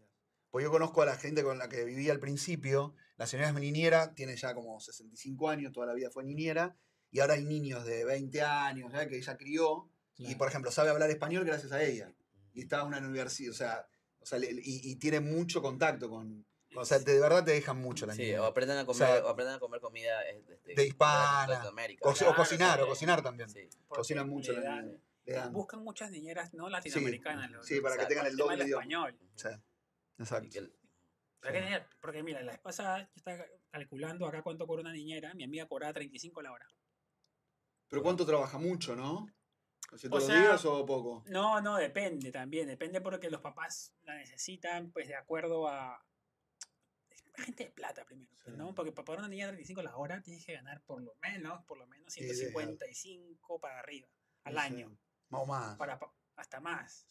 A: Porque yo conozco a la gente con la que vivía al principio. La señora es niñera, tiene ya como 65 años, toda la vida fue niñera. Y ahora hay niños de 20 años ya que ella crió. Y, por ejemplo, sabe hablar español gracias a ella. Y está en una universidad, o sea, o sea le- y, y tiene mucho contacto con... O sea, te- de verdad te dejan mucho las
C: Sí,
A: niñeras.
C: o aprendan a comer,
A: sea,
C: o aprendan a comer comida este,
A: de hispana,
C: de Latinoamérica.
A: O, o
B: claro,
A: cocinar, o
B: también.
A: cocinar también.
C: Sí.
B: Porque
A: cocinan
B: le
A: mucho las
B: dan-
A: niñeras. Le dan.
B: Buscan muchas niñeras no latinoamericanas. lo-
A: Sí, para que
C: Exacto.
A: tengan
B: por
A: el
B: tema
A: doble
B: del
A: idioma.
B: español.
A: Sí,
C: Y
A: exacto.
C: que el-
B: Pero hay que tener- porque mira, la vez pasada yo estaba calculando acá cuánto cobra una niñera, mi amiga cobraba 35 la hora.
A: Pero ¿cuánto trabaja mucho, no? O sea,
B: O
A: ¿Todos los
B: sea,
A: días o poco?
B: No, no, depende también, depende porque los papás la necesitan, pues de acuerdo a... es Gente de plata primero, pues,
A: Sí.
B: ¿no? Porque para una niña de 35 la hora tienes que ganar por lo menos, por lo menos
A: Sí, sí,
B: 155 para arriba al
A: No sé,
B: año,
A: Más o más.
B: para, pa- hasta más.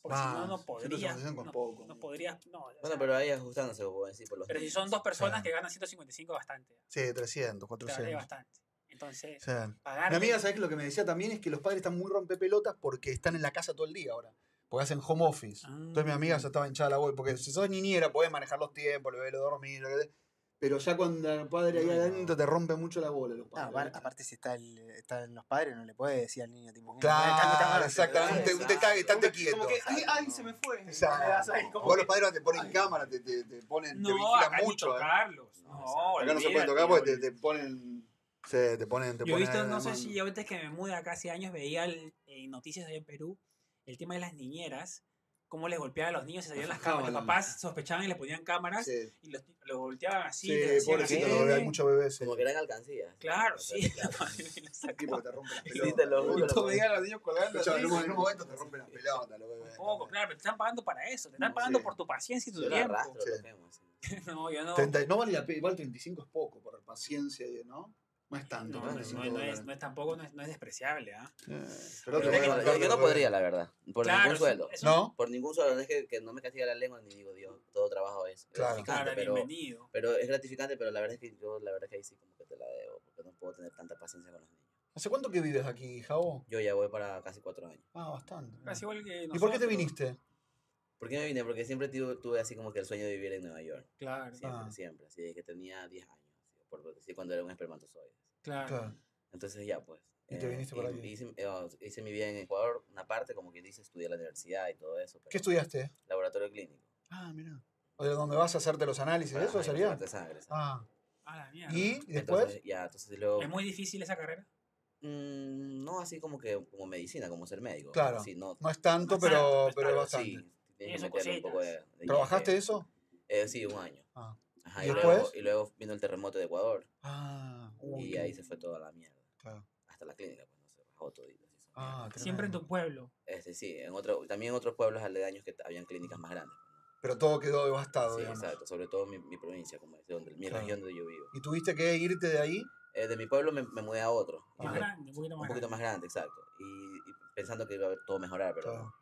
B: Porque si no,
A: Más.
B: no podrías.
A: 155 con
B: no-
A: poco.
B: no podrías, no, o sea,
C: Bueno, pero ahí ajustándose, puedo decir, por los
B: pero si
C: niños.
B: son dos personas
A: Sí.
B: que ganan 155 bastante,
A: Sí, 300,
B: te vale
A: 400.
B: bastante. Entonces,
A: Sí.
B: pagar.
A: Mi amiga, ¿sabes lo que me decía también? Es que los padres están muy rompepelotas porque están en la casa todo el día ahora. Porque hacen home office.
B: Ah.
A: Entonces mi amiga ya estaba hinchada la boca. Porque si sos niñera podés manejar los tiempos, el bebé lo dormir. lo que- Pero ya cuando el padre ahí
G: No.
A: adentro te rompe mucho la bola los
G: Ah,
A: padres.
G: apar- aparte si está el- están los padres, no le puede decir al niño tipo... "Mira, calma,
A: Claro,
G: calma".
A: exactamente. Usted está, estate quieto.
G: Como que, ay, ay,
C: Exacto.
G: se me fue.
A: Exacto.
G: Ay, como
A: Vos
G: que-
A: los padres te ponen cámara, te, te, te ponen, te
B: No,
A: vigilan
B: acá mucho,
A: mucho. ¿eh?
B: tocarlos.
C: No,
B: No,
C: exacto.
A: Acá no se pueden
B: olvídate,
A: tocar porque te,
B: olvídate.
A: te ponen. Se, te ponen. Te
B: Yo he
A: ponen
B: visto,
A: a-
B: no sé
A: a-
B: si yo antes que me mudé acá hace años veía el- en noticias allá en Perú el tema de las niñeras, cómo les golpeaban a los niños, se salían las cámaras. Los
A: Cámara.
B: papás sospechaban y les ponían cámaras
A: Sí.
B: y los, los volteaban así.
A: Sí,
B: les hacían
A: pobrecito,
B: así.
A: los bebés, hay muchos bebés. sí.
C: Como que eran alcancías.
B: Claro,
C: O sea,
B: sí.
C: claro.
B: Los sacaban.
A: Tipo que te rompen las
C: Sí,
A: pelotas.
C: te lo
A: Uy,
C: juro. pues.
A: los
G: Todo
A: bebés.
G: veía a los niños colgando.
A: Escuchá, en,
G: así.
A: un, en un momento te rompen las pelotas los bebés.
B: Un poco, claro, pero te están pagando para eso, te están
A: Sí.
B: pagando por tu paciencia y tu
C: Yo lo
B: tiempo.
C: arrastro, lo
A: Sí.
C: quemo, así.
B: No, yo no.
A: 30 no vale la pena, igual 35 es poco por paciencia, y- ¿no? No es tanto.
B: No, no,
A: 35
B: no, no es,
A: dólares.
B: no es tampoco, no es, no es despreciable, ¿ah?
A: Eh, pero
C: Pero
A: otro
C: yo-
A: bebé,
C: yo-
A: otro
C: Yo no
A: bebé.
C: podría, la verdad. Por ningún
B: es-
C: sueldo.
B: es un-
A: ¿No?
C: Por ningún sueldo. No es que, que no me castiga la lengua ni digo, Dios, todo trabajo es
A: Claro.
C: gratificante.
B: Claro,
C: pero,
B: bienvenido.
C: pero es gratificante, pero la verdad es que yo, la verdad es que ahí sí como que te la debo, porque no puedo tener tanta paciencia con los niños.
A: ¿Hace cuánto que vives aquí, Javo?
C: Yo ya voy para casi cuatro años.
A: Ah, bastante.
B: Casi igual que
A: ¿Y por qué te
B: nosotros.
A: viniste?
C: ¿Por qué me vine? Porque siempre tuve, tuve así como que el sueño de vivir en Nueva York.
B: Claro,
C: Siempre,
A: Ah.
C: siempre. Así desde que tenía 10 años. así, por lo que sí, cuando era un espermatozoide.
B: claro.
A: Claro.
C: Entonces ya pues.
A: Y te viniste para
C: y-
A: aquí.
C: Hice, eh, o- hice mi vida en Ecuador, una parte, como que dice, estudié en la universidad y todo eso.
A: ¿Qué
C: pero-
A: estudiaste?
C: Laboratorio clínico.
A: Ah, mira. ¿O de dónde vas a hacerte los análisis?
C: Para
A: ¿Eso
C: análisis
A: sería?
C: de sangre, exacto.
A: Ah.
B: A la mierda.
A: ¿Y después?
C: Entonces, ya, entonces luego...
B: ¿Es muy difícil esa carrera?
C: mm, no así como que como medicina, como ser médico.
A: Claro.
C: Sí, no,
A: No es tanto,
B: Bastante,
A: pero,
C: es
A: pero
C: tarde,
A: bastante.
C: Sí, tienes que
B: Tiene sus
C: meterle un poco de,
B: cositas.
C: de
A: ¿Trabajaste
C: yeque.
A: eso?
C: Eh, sí, un año.
A: Ah.
C: Ajá,
B: ¿Y
C: y, luego,
A: después?
C: y luego vino el terremoto de Ecuador.
A: Ah, uy,
C: y
A: qué-
C: ahí se fue toda la mierda.
A: claro.
C: Hasta la clínica, pues no se rajó todito. así, esa mierda.
A: Ah,
B: Siempre en
A: tremendo.
B: tu pueblo.
C: Este, sí, en otro, también en otros pueblos aledaños que t- habían clínicas más grandes. pues.
A: Pero todo quedó devastado,
C: Sí,
A: digamos.
C: exacto, sobre todo mi, mi provincia, como es de donde, mi
A: Claro.
C: región donde yo vivo.
A: ¿Y tuviste que irte de ahí?
C: Eh, de mi pueblo me, me mudé a otro, y
B: Más
A: Ajá.
C: fue
B: grande, un poquito
C: Ah, un
B: más
C: poquito
B: grande.
C: más grande, exacto. Y, y pensando que iba a haber- todo mejorar, pero
A: Claro.
C: no,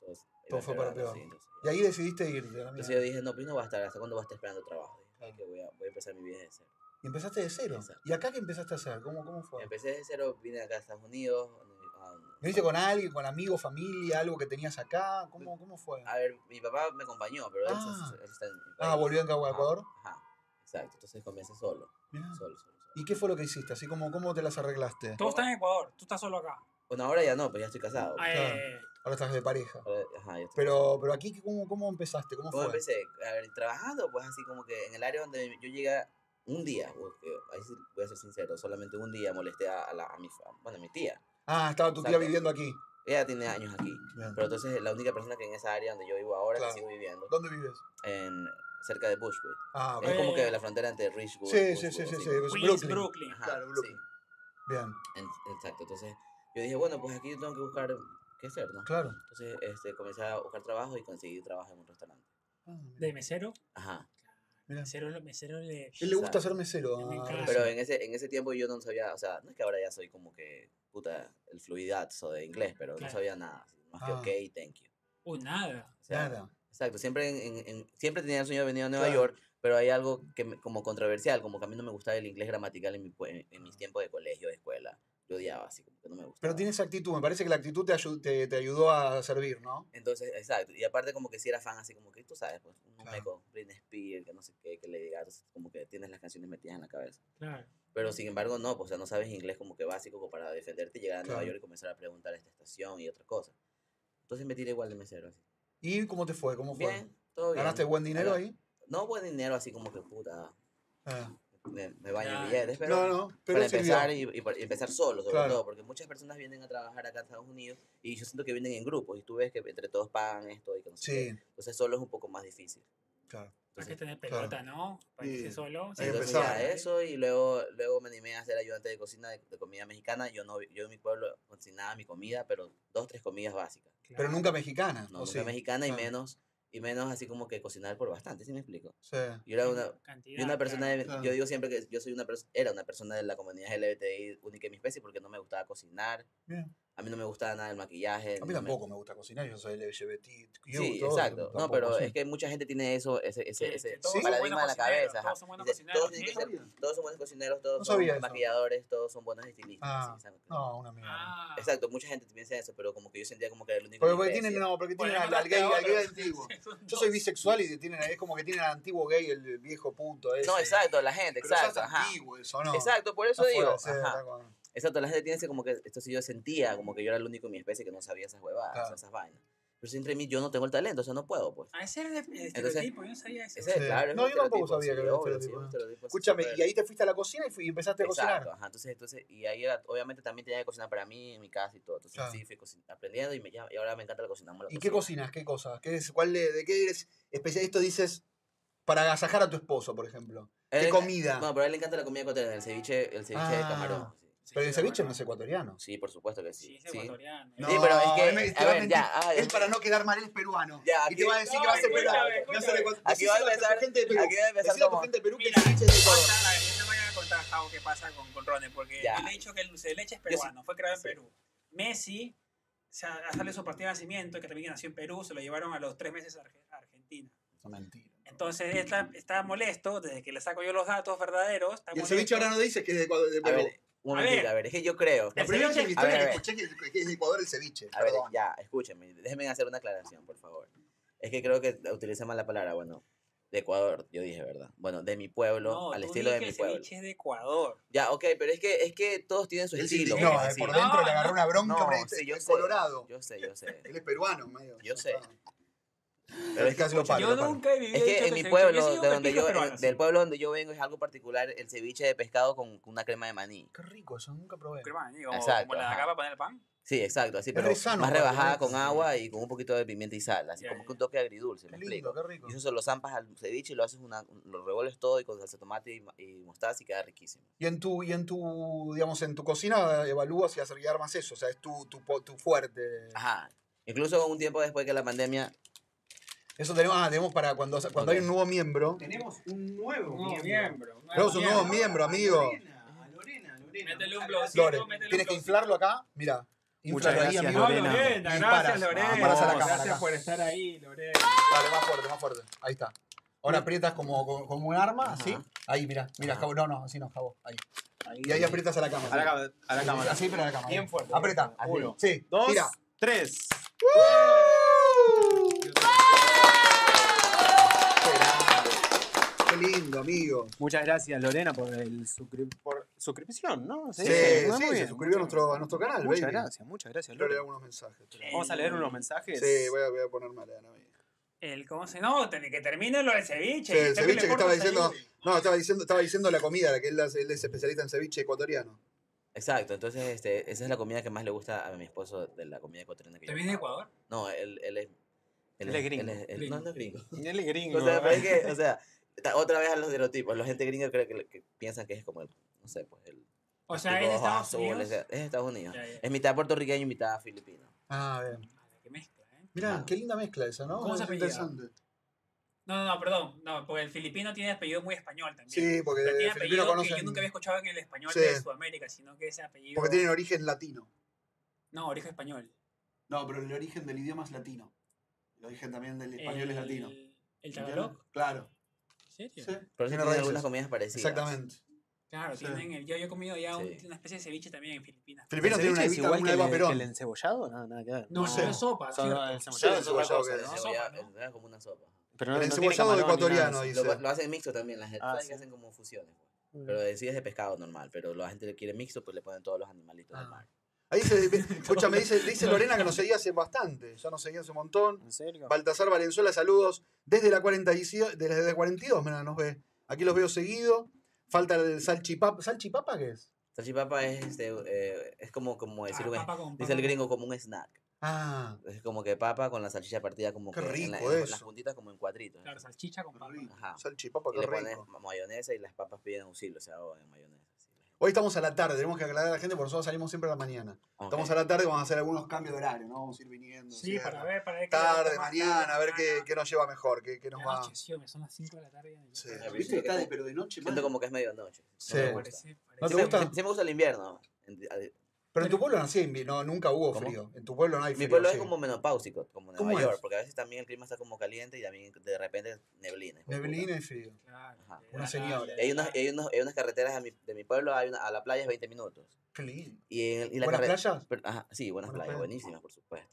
C: todo, se- iba
A: Todo fue para
C: empeorando,
A: peor.
C: sí, entonces
A: Y
C: ya.
A: ahí decidiste irte. ah, a la
C: Entonces yo
A: mierda.
C: dije, no, pues no va a estar, ¿hasta cuándo va a estar esperando trabajo? Dije, "Ay,
A: Claro.
C: que voy, a, voy a empezar mi vida desde cero.
A: Y empezaste de cero.
C: Exacto.
A: ¿Y acá qué empezaste a hacer? ¿Cómo, cómo fue?
C: Empecé desde cero, vine acá a Estados Unidos. um, a un-
A: ¿Viniste con alguien, con amigos, familia, algo que tenías acá? ¿Cómo, cómo fue?
C: A ver, mi papá me acompañó, pero él, se-
A: Ah.
C: él está en mi
A: Ah,
C: país.
A: volvió acá a
C: Ajá,
A: Ecuador.
C: Ajá, exacto. Entonces comencé solo,
A: Mirá.
C: solo, solo. solo.
A: ¿Y qué fue lo que hiciste? Así como, ¿cómo te las arreglaste?
B: Todos están en Ecuador, tú estás solo acá.
C: Bueno, ahora ya no, pues ya estoy casado.
B: Ah,
A: claro.
B: eh,
A: Ahora estás de pareja.
C: Ahora- ajá, ya estoy
A: Pero,
C: casado.
A: pero aquí, ¿cómo, cómo empezaste? ¿Cómo
C: ¿Cómo
A: fue?
C: empecé? A ver, trabajando, pues así como que en el área donde yo llegué un día, porque ahí sí voy a ser sincero, solamente un día molesté a, a la, a mi, fa- bueno, a mi tía.
A: Ah, estaba tu tía
C: Exacto.
A: viviendo aquí.
C: Ella tiene años aquí,
A: Bien.
C: pero entonces eh, la única persona que en esa área donde yo vivo ahora,
A: Claro.
C: que sigo viviendo,
A: ¿Dónde vives?
C: en, cerca de Bushwood.
A: Ah,
C: Es
A: bien.
C: como que
B: Eh.
C: la frontera entre Richwood
A: Sí, sí, sí,
C: Bushwood,
A: sí, sí.
C: así.
A: es
B: Queens,
A: Brooklyn.
B: Brooklyn.
C: Ajá,
A: Claro,
C: sí.
A: Brooklyn. Bien,
C: En- exacto, entonces yo dije, bueno, pues aquí yo tengo que buscar qué hacer, ¿no?
A: claro.
C: Entonces este, comencé a buscar trabajo y conseguí trabajo en un restaurante.
A: Ah, mirá,
B: De mesero.
C: Ajá.
A: mirá.
B: Mesero, mesero le.
A: Él le gusta
C: Exacto.
A: ser mesero.
B: Me
A: a
B: encanta.
C: Pero en ese, en ese tiempo yo no sabía, o sea, no es que ahora ya soy como que, puta, el fluidazo de inglés, pero no
B: Claro.
C: sabía nada, así, más
A: Ah.
C: que ok, thank you.
B: Uy, nada.
C: O sea,
A: Nada.
C: Exacto, siempre, en, en- en- siempre tenía el sueño de venir a Nueva
A: Claro.
C: York, pero hay algo que me- como controversial, como que a mí no me gustaba el inglés gramatical en, mi pue- en, en mis tiempos de colegio, de escuela. Yo odiaba, así como que no me gustaba.
A: Ah. Pero tienes actitud. Me parece que la actitud te, ayu- te, te ayudó a servir, ¿no?
C: Entonces, exacto. Y aparte como que si era fan así como que tú sabes, pues un
A: Claro.
C: meco, Britney Spears, que no sé qué, que le diga, como que tienes las canciones metidas en la cabeza.
B: Claro.
C: Pero sin embargo no, pues o sea, no sabes inglés como que básico como para defenderte y llegar a Nueva
A: Claro.
C: York y comenzar a preguntar esta estación y otras cosas. Entonces me tiré igual de mesero así.
A: ¿Y cómo te fue? ¿Cómo fue?
C: Bien, todo bien.
A: ¿Ganaste buen dinero
C: Ahora,
A: ahí?
C: No buen dinero así como que puta,
A: Ah.
C: me, me baño en
B: Ay,
C: billetes, pero...
A: No, no, pero
C: para
A: sirvió.
C: empezar y, y para- y empezar solo, sobre
A: Claro.
C: todo, porque muchas personas vienen a trabajar acá a Estados Unidos y yo siento que vienen en grupos y tú ves que entre todos pagan esto y que no sé qué.
A: Sí,
C: Entonces solo es un poco más difícil.
A: claro.
B: Hay que
C: Entonces,
B: tener pelota, ¿no? Para
A: Sí.
B: irse solo.
A: Hay que
C: entonces
A: empezar.
C: ya eso y luego, luego me animé a ser ayudante de cocina de, de comida mexicana. Yo no yo en mi pueblo cocinaba mi comida, pero dos, tres comidas básicas.
A: Pero nunca mexicana.
C: No
A: ¿o
C: nunca
A: Oh, sí?
C: mexicana y
A: Claro.
C: menos y menos así como que cocinar por bastante, ¿sí me explico?
A: Sí.
C: Yo era una,
B: Cantidad,
C: yo una persona,
B: claro.
C: de-
A: claro.
C: yo digo siempre que yo soy una pers- era una persona de la comunidad LGBTI única en mi especie porque no me gustaba cocinar.
A: Bien.
C: A mí no me gustaba nada el maquillaje.
A: A
C: no
A: mí
C: me-
A: tampoco me gusta cocinar, yo soy LGBTQ.
C: Sí,
A: todo,
C: exacto. No,
A: tampoco,
C: pero
A: sí.
C: es que mucha gente tiene eso, ese, ese,
B: Que-
C: ese
B: que todos
A: son
C: paradigma en
B: buenos
C: la cabeza.
B: cocineros,
C: ajá.
B: todos son buenos
C: Dice,
B: cocineros,
C: todos tienen que
B: ¿sí?
C: ser- todos son buenos cocineros, todos
A: No
C: son
A: sabía
C: buenos
A: eso.
C: maquilladores, todos son buenos estilistas.
A: Ah,
C: sí, exacto.
A: No, una mierda.
B: Ah,
C: Exacto, mucha gente piensa eso, pero como que yo sentía como que era el único.
A: Porque,
C: en
A: porque
C: mi
A: tienen,
C: especie.
A: no, porque
B: Bueno,
A: tienen al, al
B: mandaste
A: gay,
B: a
A: al gay
B: otro.
A: antiguo.
B: Son
A: Yo soy
B: dos.
A: bisexual y tienen, es como que tienen al antiguo gay, el, el viejo punto. Ese.
C: No, exacto, la gente,
A: Pero ya es
C: exacto. ajá.
A: antiguo eso, ¿no?
C: Exacto, por eso
A: Está fuera,
C: digo.
A: sí,
C: ajá.
A: está con-
C: Exacto, la gente tiene ese como que, esto sí yo sentía, como que yo era el único en mi especie que no sabía esas huevadas, o sea,
A: Claro.
C: esas vainas. Pero si entre mí yo no tengo el talento, o sea, no puedo, pues.
B: Ah, ese era el estereotipo, yo no sabía eso.
C: Ese es
A: Sí.
C: claro. es
A: No,
C: un
A: yo tampoco
C: estereotipo,
A: sabía que era
C: obvio,
A: estereotipo,
C: sí, un
A: ¿no?
C: estereotipo
A: Escúchame,
C: súper-
A: y ahí te fuiste a la cocina y, fui- y empezaste a cocinar.
C: Exacto, ajá, entonces, entonces, y ahí era- obviamente también tenía que cocinar para mí en mi casa y todo. Entonces,
A: Claro.
C: sí, fui cocin- aprendiendo y, me, llama- y ahora me encanta la cocina. amo la
A: ¿Y qué cocinas? ¿Qué cosas? ¿Qué es, cuál de, ¿De qué eres especialista? Dices, para agasajar a tu esposo, por ejemplo.
C: A
A: ¿Qué
C: él le enca-
A: comida?
C: No, pero a él le encanta la comida ecuatoriana, el ceviche, el ceviche de
A: Ah.
C: camarón. Sí.
A: Pero el ceviche
B: bueno.
A: no es ecuatoriano.
C: Sí, por supuesto que
B: Sí,
C: sí.
B: es
C: sí.
B: ecuatoriano. eh.
C: Sí, pero es que-
A: él me- te
C: a
A: va
C: ver,
A: mentir.
C: ya, ah,
A: él
C: ya.
A: para no quedar mal es peruano.
C: Ya,
A: y te va a decir que vas a ser peruano.
B: escúchame,
A: No se le
B: escúchame.
A: cuenta-
C: Aquí va a
A: decíselo
C: empezar-
A: tu gente de Perú.
C: aquí va a empezar
A: Decíselo a tu
C: como-
A: gente de Perú que el
B: Mira,
A: ceviche es de Ecuador.
B: Pasa, eh, no me voy a contar, Jao, qué pasa con, con Ronnie, porque
C: Ya.
B: él ha dicho que el dulce de leche es
C: sí-
B: peruano, fue creado en
C: sí.
B: Perú. Messi, o sea, sale su partido de nacimiento, que también nació en Perú, se lo llevaron a los tres meses a Arge- a Argentina. Entonces él está, está molesto, desde que le saco yo los datos verdaderos. Está
A: Y el
B: molesto.
A: ceviche ahora no dice que es de Ecuador. de
C: A
A: Perú.
C: ver, un
B: A
C: momentito,
B: ver.
C: a ver, es que yo creo.
A: La
B: el
A: primera vez en mi
B: ceviche-
A: historia
C: a
A: que
C: ver, a
A: escuché que que es de Ecuador el ceviche.
C: A ver,
A: Perdón.
C: ya, escúchame, déjenme hacer una aclaración, por favor. Es que creo que utilicé mal la palabra, bueno, de Ecuador, yo dije, ¿verdad? Bueno, de mi pueblo,
B: No,
C: al
B: tú
C: estilo
B: di
C: de
B: que
C: mi
B: el
C: pueblo.
B: ceviche es de Ecuador.
C: Ya, ok, pero es que, es que todos tienen su
A: Él se
C: estilo.
A: indignó,
C: pues,
A: eh,
C: así.
A: por dentro le agarró una bronca
C: No,
A: por el
C: sí, yo sé,
A: Colorado.
C: Yo sé, yo sé.
A: Él es peruano, medio.
C: Yo sé.
A: Pero es casi lo paro.
B: yo
A: lo paro.
B: nunca he vivido
C: Es que en mi pueblo, de donde yo, en- del
B: pueblo.
C: pueblo donde yo vengo, es algo particular el ceviche de pescado con, con una crema de maní.
A: Qué rico, eso nunca probé.
C: Exacto,
B: Como la
C: ajá.
B: acaba para poner el pan.
C: Sí, exacto, así,
A: Es
C: pero
A: re sano,
C: más
A: aparte,
C: rebajada
A: ¿no?
C: con agua y con un poquito de pimienta y sal, así
B: Ya,
C: como
B: ya.
C: que un toque agridulce,
A: Qué
C: me
A: lindo,
C: explico.
A: qué rico.
C: Y eso se lo zampas al ceviche y lo haces una, lo revuelves todo y con salsa de tomate y, ma- y mostaza y queda riquísimo.
A: Y en tu, y en tu, digamos, en tu cocina eh, evalúas y haces y armas eso. O sea, es tu, tu, po- tu fuerte.
B: Ah.
C: Ajá. Incluso un tiempo después que la pandemia,
A: Eso tenemos, ah, tenemos para cuando, cuando
C: Ok.
A: hay un nuevo miembro.
H: Tenemos un nuevo
B: Un
H: miembro.
B: miembro.
A: Tenemos un
B: Ah,
A: nuevo
H: Ahora,
A: miembro,
H: a
A: amigo.
H: Lorena, a Lorena, a Lorena.
B: Métele un
H: Ojalá-
B: blowcito.
A: Lore,
B: métele un
A: tienes que
B: trocito.
A: inflarlo acá. Mira,
G: Muchas
A: inflalo ahí,
G: gracias,
A: amigo.
G: Lorena.
A: Y
B: gracias,
A: paras.
B: Lorena.
A: Paras a la cámara
B: gracias
A: acá.
B: por estar ahí, Lorena.
A: Dale, más fuerte, más fuerte. Ahí está. Ahora aprietas como, como, como un arma,
C: Ajá.
A: así. Ahí, mira, mira,
C: Ajá.
A: Jabo. No, no, así no, Jabo. Ahí. Y ahí aprietas a la cámara.
G: A la, cama- a la
A: Sí,
G: cámara.
A: Así, pero a la cámara.
H: Bien fuerte.
A: Aprieta.
C: Así.
H: Uno.
A: Sí,
G: Dos,
A: mira.
G: tres.
A: Qué lindo, amigo.
G: Muchas gracias, Lorena, por, el suscri- por suscripción, ¿no?
A: Sí, sí,
G: dice? Muy bien,
A: se suscribió a
G: muchas-
A: nuestro, a nuestro canal,
G: Muchas
A: baby.
G: gracias, muchas gracias,
A: Yo le
G: Lorena.
A: hago unos mensajes. espera.
B: Eh,
G: Vamos a leer unos mensajes.
A: Sí, voy a, voy a ponerme a leer. amigo.
B: El, ¿Cómo se No, ten- que termine lo del ceviche.
A: Sí, el
B: está
A: ceviche
B: le
A: que estaba
B: cortas ahí.
A: diciendo. No, estaba diciendo, estaba diciendo la comida, la que él, hace- él es especialista en ceviche ecuatoriano.
C: exacto, entonces este, esa es la comida que más le gusta a mi esposo de la comida ecuatoriana que yo
B: ¿También es de
C: como.
B: Ecuador?
C: No, él, él es...
G: Él es gringo.
C: él-
B: Gringo.
C: no, no es gringo.
G: Él es gringo. ¿eh?
C: O sea, pero es que, o sea, ta- otra vez a los estereotipos. La gente gringa cree que, le- que piensan que es como el, no sé, pues el...
B: O
C: los
B: sea, es de
C: tipos
B: Estados
C: azules,
B: Unidos.
C: Es de Estados Unidos.
B: Ya, ya.
C: Es mitad puertorriqueño y mitad filipino.
A: Ah, bien.
B: Vale, qué mezcla, ¿eh?
A: Mirá,
C: Ah.
A: qué linda mezcla esa, ¿no?
B: ¿Cómo se
A: Es
B: apellida?
A: interesante.
B: No, no, no, perdón. No, porque el filipino tiene apellido muy español también.
A: Sí, porque
B: Pero
A: el filipino
B: tiene apellido que
A: conocen.
B: yo nunca había escuchado en el español
A: Sí.
B: de Sudamérica, sino que ese apellido.
A: Porque tienen origen latino.
B: No, origen español.
A: No, pero el origen del idioma es latino. El origen también del
B: El- ¿El tagalog?
A: Claro.
B: ¿En serio?
C: Pero
A: Tiene
C: sí tiene
A: raíces.
C: algunas comidas parecidas.
A: Exactamente.
B: Claro,
A: Sí.
B: tienen el. Yo, yo he comido ya un-
C: Sí.
B: una especie de ceviche también en Filipinas.
A: Filipino
G: ¿El
A: tiene una
G: ceviche es
A: evita,
G: igual
A: una
G: que el,
A: Eva
G: que el
A: Perón.
G: encebollado? No, nada que ver.
B: No,
A: sé.
B: es sopa,
G: Son-
B: ¿cierto?
G: el
A: Sí,
G: encebollado
A: el
G: es otra
A: cebollado
G: cosa,
A: que
C: El
A: es.
B: ¿no?
C: cebollado-
B: Sopa,
C: el- es como una sopa.
G: Pero no,
A: El
G: no tiene
A: encebollado
G: camarón ni nada de
A: ecuatoriano,
G: eso.
A: dice.
C: Lo, lo hacen mixto también. Las
G: Ah,
C: saben
G: sí.
C: que hacen como fusiones. pues.
A: Mm.
C: Pero sí es de pescado normal. Pero la gente le quiere mixto, pues le ponen todos los animalitos del
A: Ah.
C: mar.
A: Ahí se, escucha, me dice, dice Lorena que nos seguía hace bastante. Ya nos seguía hace un montón.
G: ¿En serio?
A: Baltasar Valenzuela, saludos. Desde la 42, desde la 42, mira, nos ve. Aquí los veo seguido. Falta el salchipapa. ¿Salchipapa qué es?
C: Salchipapa es, este, eh, es como, como decir, un-
B: Ah, papa con
C: dice el
B: papa.
C: gringo, como un snack.
A: Ah,
C: Es como que papa con la salchicha partida como
A: Qué
C: que en, la-
A: rico
C: en las
A: eso.
C: puntitas como en cuadritos.
B: Claro, salchicha con papa.
A: rico.
C: Ajá.
A: salchipapa,
C: Y
A: qué
C: Ah, le pones
A: rico.
C: ma- mayonesa y las papas piden auxilio, o sea, en mayonesa. sí.
A: Hoy estamos a la tarde, tenemos que aclarar a la gente, por nosotros salimos siempre a la mañana.
C: Ok.
A: Estamos a la tarde, vamos a hacer algunos cambios de horario, ¿no? Vamos a ir viniendo.
B: Sí, para ver, para ver. qué
A: Tarde,
B: le gusta más,
A: mañana, a ver qué,
B: mañana.
A: qué nos lleva mejor, qué, qué nos
B: Ya
A: va.
B: anocheció, me son las 5 de la tarde. ya-
A: Sí.
B: Ya-
C: Viste
A: Viste
C: que
A: tarde,
C: como-
A: pero de noche.
C: Siento
A: man.
C: como que es medianoche.
A: Sí.
C: me gusta.
B: Parece, parece.
A: ¿No te
C: Sí me-
A: gusta?
C: sí- sí me gusta el invierno. En- a-
A: Pero en tu pueblo no, sí, en mi- no, nunca hubo
C: ¿Cómo?
A: frío. En tu pueblo no hay frío.
C: Mi pueblo
A: sí.
C: es como menopáusico, como
A: ¿Cómo
C: Nueva
A: es?
C: York, porque a veces también el clima está como caliente y también de repente neblina. hijo de puta.
A: Neblina y frío.
B: Claro,
C: Ajá.
A: Una señora.
C: Y Hay unas, hay unos- hay unas carreteras a mi- de mi pueblo, hay una- a la playa es 20 minutos.
A: Qué lindo.
C: Y, en, y la
A: ¿Buenas
C: carre-
A: playas?
C: pero- ajá, sí, buenas,
A: Buenas playas.
C: playas, buenísimas, por supuesto.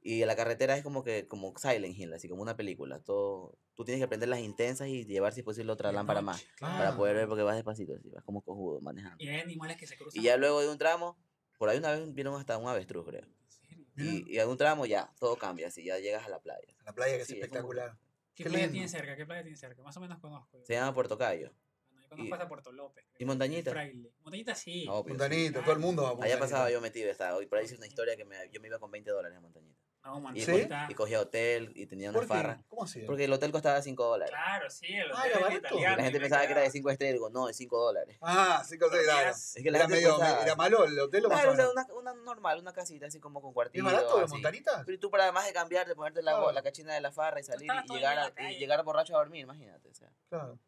C: Y la carretera es como que como Silent Hill, así como una película. Todo, tú tienes que prender las intensas y llevar, si es posible, otra
B: De
C: lámpara
B: noche,
C: más.
B: claro.
A: Ah.
C: Para poder ver, porque vas despacito, así, vas como cojudo manejando.
B: Y hay animales que se cruzan.
C: Y ya luego de un tramo, por ahí una vez vieron hasta un avestruz, creo.
B: ¿En serio?
A: Mirá.
C: Y, y en un tramo ya, todo cambia, así ya llegas a la playa.
A: La playa que es
C: Sí, es como-
A: espectacular.
B: ¿Qué,
A: Qué
B: playa
A: lindo.
B: tiene cerca? ¿Qué playa tiene cerca? Más o menos conozco.
C: Se llama Puerto Cayo.
B: Bueno, yo conozco
C: y-
B: hasta Puerto López.
C: ¿Y Montañita?
B: Fraile. Montañita sí.
C: No, obvio, sí.
A: Montanito, todo el mundo va a
C: Allá
A: Montanito.
C: pasaba yo metido, estaba. Y por ahí hice una historia que me, yo me iba con 20 dólares a Montañita.
B: No,
C: Y,
A: Ah, ¿Sí?
B: Montañita.
C: y cogía hotel y tenía una
A: ¿Por
C: farra.
A: qué? ¿Cómo hacía?
C: Porque el hotel costaba 5 dólares.
B: Claro, sí. Los
A: Ah, era
B: hoteles
A: barato.
B: italianos,
C: La
B: y
C: gente
B: me
C: pensaba que era
B: cagaba.
C: de 5 estrellas, y digo, no, de 5 dólares.
A: Ah, sí, cosa claro.
B: Dormías-
C: Es que la
A: Era,
C: gente
A: medio,
C: pensaba-
A: era malo el hotel o más
C: Claro,
A: o
C: o sea,
A: menos.
C: una, una normal, una casita así como con cuartito.
A: ¿Es barato las
C: así.
A: montanitas?
C: Pero tú para además de cambiarte, ponerte la,
A: Claro.
C: la cachina de la farra y salir
B: estabas
C: y
B: todo el
C: llegar,
B: día en
C: a,
B: la
C: y
B: calle.
C: llegar borracho a dormir, imagínate. O sea.
A: Claro.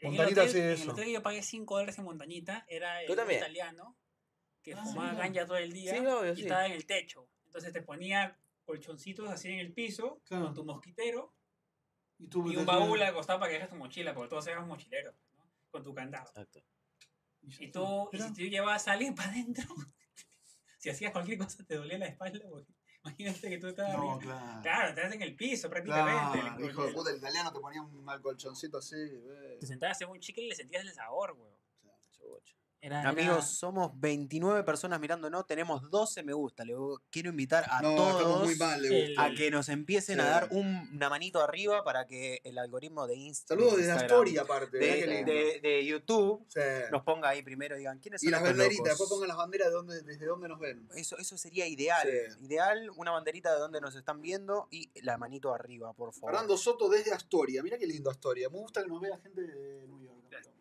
B: En el
A: Montañita
B: hotel-
A: sí,
B: En el
A: eso.
B: hotel que yo pagué 5 dólares en Montañita era el
C: Tú también.
B: italiano que
A: Ah,
B: fumaba
A: mira.
B: ganja todo el día
C: Sí, obvio,
B: y
C: sí.
B: estaba en el techo. Entonces te ponía colchoncitos así en el piso
A: Claro.
B: con tu mosquitero
A: Y, tú,
B: y un baúl acostado para que dejes tu mochila, porque todos éramos mochileros, ¿no? Con tu candado.
C: Exacto.
B: Y tú, y si tú llevabas a alguien para adentro, si hacías cualquier cosa te dolía la espalda, porque imagínate que tú estabas...
A: No,
B: arriba.
A: claro.
B: Claro, estás en el piso prácticamente.
A: Claro,
B: el-
A: hijo de
B: el-
A: puta, el italiano te ponía un mal colchoncito así. ve.
B: Te sentabas en un chicle y le sentías el sabor, güey.
C: Chucha.
B: Era, era-
G: Amigos, somos 29 personas mirándonos, tenemos 12 me gusta. Le digo, quiero invitar a
A: no, estamos
G: todos
A: muy mal. Leo.
F: el-
G: a que nos empiecen a
A: Sí.
G: dar un- una manito arriba para que el algoritmo de Inst-
A: Saludos de la
G: Instagram,
A: historia, aparte.
G: de,
A: ¿verdad que lindo?
G: de- de YouTube,
A: Sí.
G: nos ponga ahí primero y digan quiénes son
A: Y las
G: estos
A: banderitas,
G: locos?
A: después pongan las banderas de dónde, desde dónde nos ven.
G: Eso, eso sería ideal.
A: Sí.
G: Ideal, una banderita de donde nos están viendo y la manito arriba, por favor.
A: Fernando Soto desde Astoria. Mira qué lindo Astoria. Me gusta que nos vea gente de New York.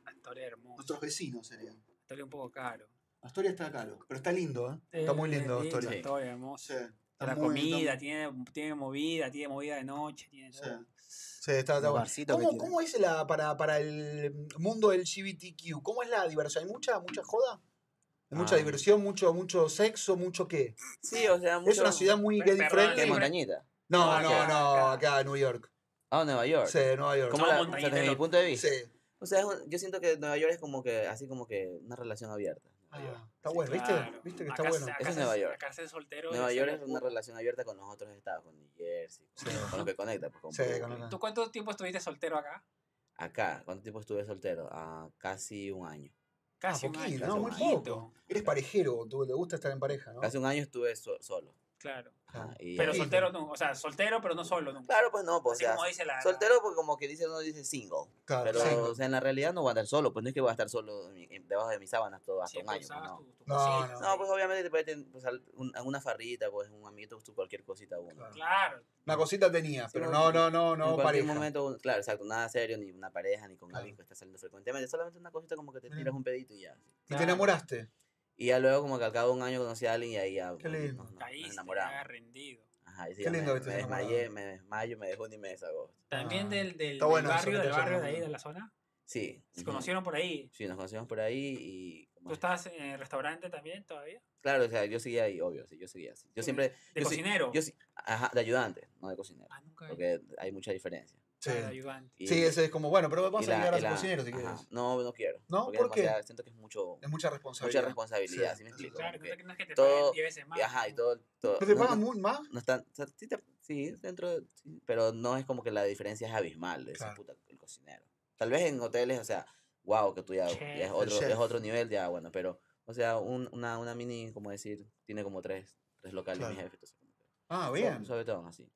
B: Astoria hermoso.
A: Nuestros vecinos serían.
B: Astoria un poco caro.
A: Astoria está caro, pero está lindo, ¿eh? Está muy lindo
B: Eh,
A: Astoria.
C: sí.
B: Astoria
A: Sí,
B: hermoso.
A: está
B: la
A: muy-
B: comida,
A: está-
B: tiene, tiene movida, tiene movida de noche, tiene
A: Sí.
B: todo.
A: Sí, está, está
G: Los
A: bueno.
G: barcitos que
A: ¿Cómo,
G: tiene.
A: cómo es la para, para el mundo LGBTQ? ¿Cómo es la diversión? ¿Hay mucha, mucha joda? ¿Hay mucha
C: Ah.
A: diversión, mucho, mucho sexo, mucho qué?
C: Sí, o sea, mucho...
A: Es una ciudad muy gay
B: Pero- pero-
C: ¿Qué,
A: friendly.
B: libre.
C: montañita?
A: No,
B: Ah,
A: no,
B: acá,
A: no,
B: acá.
A: acá en New York.
C: Ah, Nueva York.
A: Sí, Nueva York.
C: ¿Cómo
B: No,
C: la, o sea,
B: montañita,
C: desde mi
B: no.
C: punto de vista.
A: Sí.
C: O sea, es un- yo siento que Nueva York es como que, así como que una relación abierta. Nueva York.
A: Ah, está bueno, ¿viste?
B: Claro.
A: ¿Viste que está
B: Acá-
A: bueno?
B: acá
C: Eso es
B: se-
C: Nueva York.
B: Acá se soltero.
C: Nueva
B: se-
C: York es una relación abierta con los otros estados, con New Jersey, con, con lo que conecta. Pues, con
A: Sí,
C: Brooklyn.
A: con acá.
B: ¿Tú cuánto tiempo estuviste soltero acá?
C: Acá, ¿cuánto tiempo estuve soltero? Ah, casi un año.
B: Casi un
A: poquito,
B: año.
C: no, muy
A: poco. Eres parejero, tú te gusta estar en pareja, ¿no? Ah,
C: Casi un año estuve so- solo.
B: Claro.
C: Ajá, Ah, y
B: Pero
C: ahí-
A: sí.
B: soltero no. O sea, soltero, pero no solo nunca.
C: Claro, pues no, pues,
B: Así
C: o sea,
B: como dice la.
C: soltero porque como que dice uno dice single.
A: Claro,
C: Pero,
A: sí.
C: o sea, en la realidad no voy a estar solo, pues no es que voy a estar solo en mi- en- debajo de mis sábanas todo
B: la-
C: hasta un
B: siempre
C: año. pues,
B: usabas
C: no.
B: tus- tus
A: No,
B: cositas.
A: no.
C: No, pues obviamente te puede tener pues, al- un- alguna farrita, pues un amiguito, pues, cualquier cosita uno.
A: Claro.
B: Claro.
A: Una cosita tenía,
C: Sí,
A: pero
C: no,
A: no, no, no,
C: en
A: no,
C: cualquier
A: pareja.
C: momento, claro, exacto, nada serio, ni una pareja, ni con
A: Claro.
C: alguien que está saliendo frecuentemente, solamente una cosita como que te
A: Mm.
C: tiras un pedito y ya.
A: Y te enamoraste.
C: Y ya luego como que al cabo de un año conocí a alguien y ahí ya
A: Qué
C: nos-
A: lindo.
C: nos- nos
B: Caíste, te
C: enamoramos.
B: hagas rendido.
C: Ajá, y sí,
A: Qué
C: ya me,
A: lindo que estés
C: me desmayé,
A: enamorado.
C: me desmayo, me dejó ni me desagosto.
B: También
A: Ah,
B: del, del,
A: está
B: del
A: bueno eso que
B: barrio,
A: te
B: del
A: hayas
B: barrio de ahí,
A: enamorado.
B: de la zona.
C: Sí.
B: Se
C: ujú.
B: conocieron por ahí.
C: Sí, nos conocimos por ahí y...
B: ¿Tú estabas en el restaurante también todavía?
C: Claro, o sea, yo seguía ahí, obvio, sí, yo seguía así. Yo siempre...
B: ¿De
C: yo sí-
B: cocinero?
C: Yo sí, ajá, de ayudante, no de cocinero,
B: Ah, nunca.
C: porque hay mucha diferencia.
A: Sí.
B: Sí. De ayudante.
C: Y-
A: Sí, ese es como, bueno, pero
C: y
A: vamos a
C: la-
A: llegar a
C: y
A: ser
C: la-
A: cocinero si
C: ajá,
A: quieres.
C: No, no quiero.
A: ¿No?
C: porque es
A: ¿Por qué?
C: demasiado- Siento que es mucho,
A: Es mucha
C: mucha
A: responsabilidad.
C: responsabilidad,
A: Sí,
C: ¿sí me
A: eso
C: explico?
B: Claro,
C: Como que-
B: no te- no es que te
C: todo-
B: paguen 10 veces más.
C: y ajá, y todo...
A: ¿Pero
C: todo
A: te
C: no- no-
A: pagan muy más?
C: no están, o sea, sí, te- sí, dentro, de- sí, pero no es como que la diferencia es abismal de decir,
A: Claro.
C: puta, el cocinero. Tal vez en hoteles, o sea, wow, que tú ya, ya
B: Chef,
C: es,
B: el
C: otro, es
A: chef.
C: otro nivel, ya, bueno, pero, o sea, un- una, una mini, como decir, tiene como tres, tres locales mi
A: Claro.
C: jefe, entonces, como que
A: Ah,
C: suave-
A: bien.
C: suavetón, así.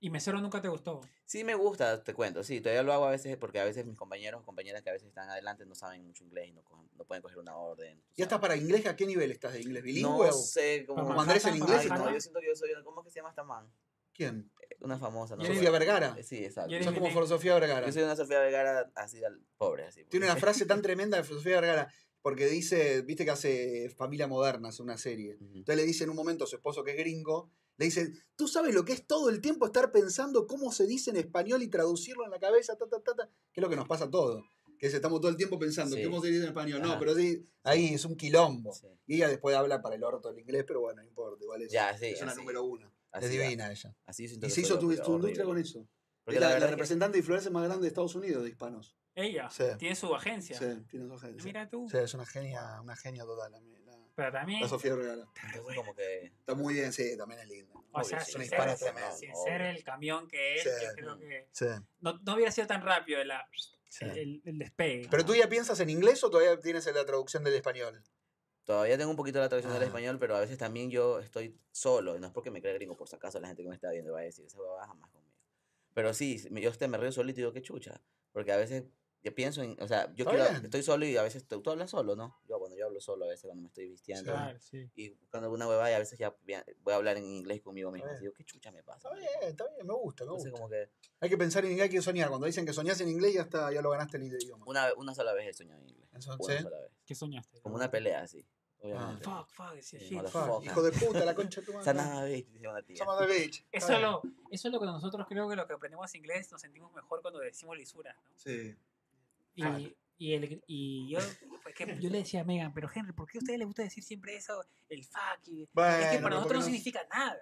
B: ¿Y mesero nunca te gustó?
C: Sí me gusta, te cuento, sí, todavía lo hago a veces porque a veces mis compañeros o compañeras que a veces están adelante no saben mucho inglés y no, cogen- no pueden coger una orden. tú
A: ¿Y estás
C: sabes.
A: para inglés? ¿A qué nivel estás de inglés?
C: No
A: ¿Bilingüe? o-
C: sé, como...
A: Como Andrés en
B: Manhattan,
A: inglés y
C: Ay, no,
A: todo.
C: yo siento que yo soy, una- ¿cómo es que se llama esta man?
A: ¿Quién?
C: Eh, Una famosa, no
A: Sofía
C: recuerdo.
A: Vergara.
C: Eh, Sí, exacto.
B: Jenny
A: Sos como
B: Jiménez.
A: Flor Sofía Vergara.
C: Yo soy una Sofía Vergara así al pobre, así. pues.
A: Tiene una
C: porque-
A: frase tan tremenda de Sofía Vergara, porque dice, viste que hace Familia Moderna, hace una serie.
C: Ujú.
A: Entonces le dice en un momento a su esposo que es gringo, le dice, tú sabes lo que es todo el tiempo estar pensando cómo se dice en español y traducirlo en la cabeza, ta, ta, ta, ta, que es lo que nos pasa a todos. Que es, estamos todo el tiempo pensando
C: Sí.
A: cómo se dice en español. No,
C: Ajá.
A: pero sí, ahí es un quilombo.
C: Sí.
A: Y ella después habla para el orto el inglés, pero bueno, no importa, igual es,
C: Ya, sí.
A: es una
C: así,
A: número uno.
C: así,
A: es divina ella.
C: Así yo siento
A: Y
C: que
A: se
C: fue
A: hizo
C: lo-
A: tu,
C: lo
A: tu industria
C: horrible.
A: con eso.
C: Porque
A: Es
C: la,
A: la, la
C: verdad es que
A: representante de influencer más grande de Estados Unidos de hispanos.
B: Ella.
A: Sí.
B: Tiene su agencia. Ah,
A: Sí, tiene dos agencias.
B: Mira tú.
A: Sí, es una genia, una genia total. La, la-
B: Pero también.
A: la Sofía Vergara.
C: entonces como que...
A: Está muy bien, sí, también es linda.
B: O sea,
C: obvio,
A: es
C: sí,
A: una
B: sin
C: sí,
A: hispana
B: ser,
C: sí, sí,
A: tremenda,
B: sin
C: obvio.
B: ser el camión que es,
A: Sí.
B: yo creo que
A: Sí,
B: no, no hubiera sido tan rápido el,
A: sí.
B: el, el despegue.
A: ¿Pero tú ya piensas en inglés o todavía tienes la traducción del español?
C: Todavía tengo un poquito la traducción del
A: Ah.
C: español, pero a veces también yo estoy solo. y No es porque me crea gringo, por si acaso la gente que me está viendo va a decir, esa huevada jamás conmigo. Pero sí, me- yo hasta me río solito y digo, qué chucha. Porque a veces yo pienso en... O sea, yo
A: Está
C: quiero,
A: bien.
C: estoy solo y a veces... Tú, tú hablas solo, ¿no? Yo, cuando yo hablo solo, a veces cuando me estoy
A: Sí.
C: vistiendo...
B: Claro, sí.
C: Y buscando alguna huevada y a veces ya via- voy a hablar en inglés conmigo mismo.
A: bien.
C: Así digo, qué chucha Eh, me pasa.
A: Está
C: marico?".
A: bien, está bien, me gusta, me
C: Entonces
A: gusta.
C: como que
A: Hay que pensar en inglés, hay que soñar. Cuando dicen que soñás en inglés ya, está, ya lo ganaste en el idioma.
C: una, una sola vez he soñado en inglés. Una
A: Entonces, Ah,
C: sola vez.
B: ¿Qué soñaste?
C: Como una pelea así. Obviamente.
B: Fuck, fuck, decía
C: Sí,
B: shit,
C: motherfucker.
B: fuck.
A: fuck, hijo de puta, la concha de tu madre.
C: Sana, baby, dice una tía.
A: Somos de bitch.
B: Eso es, lo, eso es lo que nosotros creo que lo que aprendemos inglés nos sentimos mejor cuando decimos lisuras, ¿no?
A: Sí.
B: Y,
A: Claro.
B: y, el- y yo, pues, que yo le decía a Megan, pero Henry, ¿por qué a ustedes les gusta decir siempre eso? El fuck. y-?" es que
A: Bueno,
B: para
A: porque
B: nosotros no
A: no-
B: significa nada.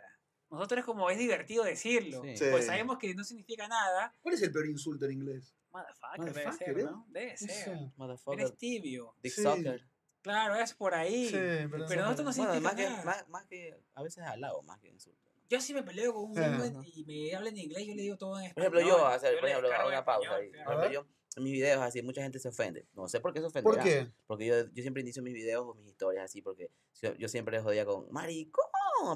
B: Nosotros es como es divertido decirlo.
C: Sí.
A: Sí.
B: Pues sabemos que no significa nada.
A: ¿Cuál es el peor insulto en inglés?
B: Motherfucker, debe
A: Motherfucker,
B: ser,
A: ¿eh?
B: ¿no? Debe
A: No
B: ser.
A: sé.
C: Motherfucker.
B: Eres tibio.
C: Dick
A: Sí.
C: sucker.
B: Claro, es por ahí.
A: Sí, pero-
B: pero nosotros no
C: Bueno,
B: significa
C: más que,
B: nada.
C: más, más que a veces al lado, más que insulto. ¿no?
B: Yo sí me peleo con un
A: Ajá.
B: gringo y me habla en inglés, yo le digo todo en
C: Por
B: español.
C: ejemplo, yo, o sea,
B: le
C: por ejemplo,
B: descargo
C: hago
B: en
C: una pausa
B: español,
C: ahí.
B: claro.
C: Por
A: A
C: ejemplo,
A: ver.
C: yo, en mis videos así, mucha gente se ofende. No sé por qué se ofende.
A: ¿Por qué?
C: Porque yo, yo siempre inicio mis videos o mis historias así, porque yo, yo siempre les jodía con maricón,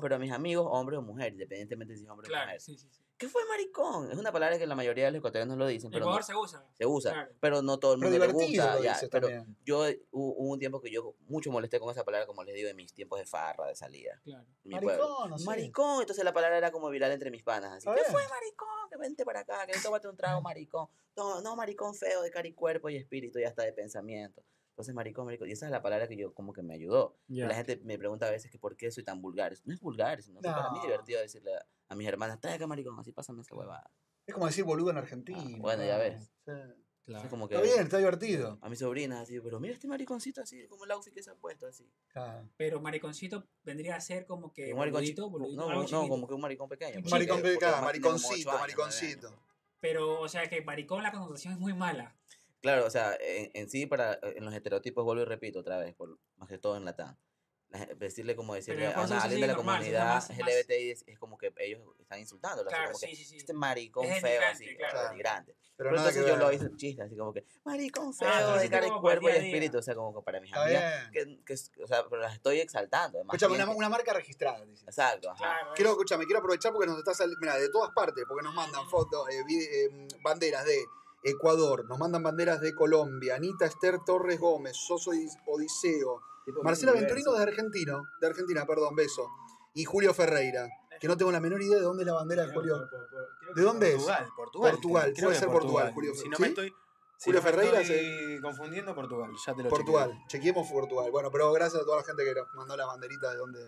C: pero a mis amigos, hombre o mujer, independientemente si es hombre o
B: Claro,
C: mujer.
B: sí, sí, sí.
C: ¿Qué fue maricón? Es una palabra que la mayoría de los ecuatorianos lo dicen,
B: En
C: pero
B: Ecuador
C: no-
B: se usa.
C: se usa,
B: claro.
C: pero no todo el
A: Pero
C: mundo le
A: divertido
C: gusta.
A: lo
C: ya,
A: dices
C: pero
A: también.
C: yo hu- hubo un tiempo que yo mucho molesté con esa palabra, como les digo, en mis tiempos de farra, de salida.
B: Claro.
C: en mi pueblo.
A: Maricón, no sé.
C: Maricón, entonces la palabra era como viral entre mis panas. Así,
A: A
C: ¿Qué
A: ver.
C: fue maricón? Que vente para acá, que tómate un trago, maricón. No, no, maricón feo de cara y cuerpo y espíritu y hasta de pensamiento. Entonces, maricón, maricón. Y esa es la palabra que yo como que me ayudó. La gente me pregunta a veces que por qué soy tan vulgar. No es vulgar, sino que para mí es
A: No.
C: divertido decirle a, a mis hermanas, trae acá, maricón, así pásame esa huevada.
A: Es como decir boludo en Argentina.
C: Ah, bueno, ya ves.
A: Sí.
C: Entonces,
G: Claro.
C: como que
A: Está bien, está divertido.
C: a mis sobrinas así, pero mira este mariconcito así, como el outfit que se ha puesto así.
A: Ah.
B: Pero mariconcito vendría a ser como que.
C: un maricón chi-
B: boludito, boludo,
C: no,
B: algo
C: no,
B: chiquito.
C: como que un maricón pequeño.
B: Un
C: porque-
A: Maricón
C: porque
A: pecado,
C: además tiene como ocho
A: mariconcito,
C: años, nueve años.
A: mariconcito.
B: Pero, o sea, que maricón la connotación es muy mala.
C: Claro, o sea, en, en sí, para, eh, en los estereotipos, vuelvo y repito otra vez, por, más que todo en Latam. la gen- Decirle como decirle
B: en
C: a
B: Japón se usa
C: alguien
B: así
C: de la
B: normal, se usa
C: comunidad
B: más- más-
C: LBTI es, es como que ellos están insultando.
B: Claro,
C: como
B: sí,
C: que,
B: sí, sí.
C: este maricón
B: Es
C: feo,
B: denigrante,
C: así,
B: claro.
C: claro, denigrante.
A: Pero,
C: Pero
A: nada
C: entonces
A: que
C: yo lo
A: ver.
C: hice un chiste, así como que, maricón feo,
B: Ah, pero lo
C: de
B: hiciste
C: cara y
B: como para el
C: cuerpo y
B: día a día.
C: espíritu, o sea, como que para mis
A: Está
C: amigas,
A: bien.
C: que, que, o sea, pero las estoy exaltando. además
A: Escúchame,
C: bien
A: una,
C: que-
A: una marca registrada. dice.
C: Exacto, ajá.
B: Claro.
A: Quiero, escúchame, quiero aprovechar porque nos está saliendo, mira, de todas partes, porque nos mandan fotos, eh, vide- eh, banderas de Ecuador, nos mandan banderas de Colombia, Anita Esther Torres Gómez, Soso Is- Odiseo,
C: Tipo
A: Marcela
C: universo.
A: Venturino de Argentino, de Argentina, perdón, beso, y Julio Ferreira, que no tengo la menor idea de dónde es la bandera de Julio. ¿De dónde es?
H: Portugal.
G: Portugal.
A: Portugal,
G: creo.
A: puede
H: Creo que
A: ser Portugal, Julio
H: Si
A: Fer-
H: no
A: ¿Sí?
H: me estoy. si
A: Julio
H: no me
A: Ferreira
H: estoy confundiendo Portugal, ya te lo
A: Portugal, chequeemos Portugal. Bueno, pero gracias a toda la gente que nos mandó las banderitas de dónde,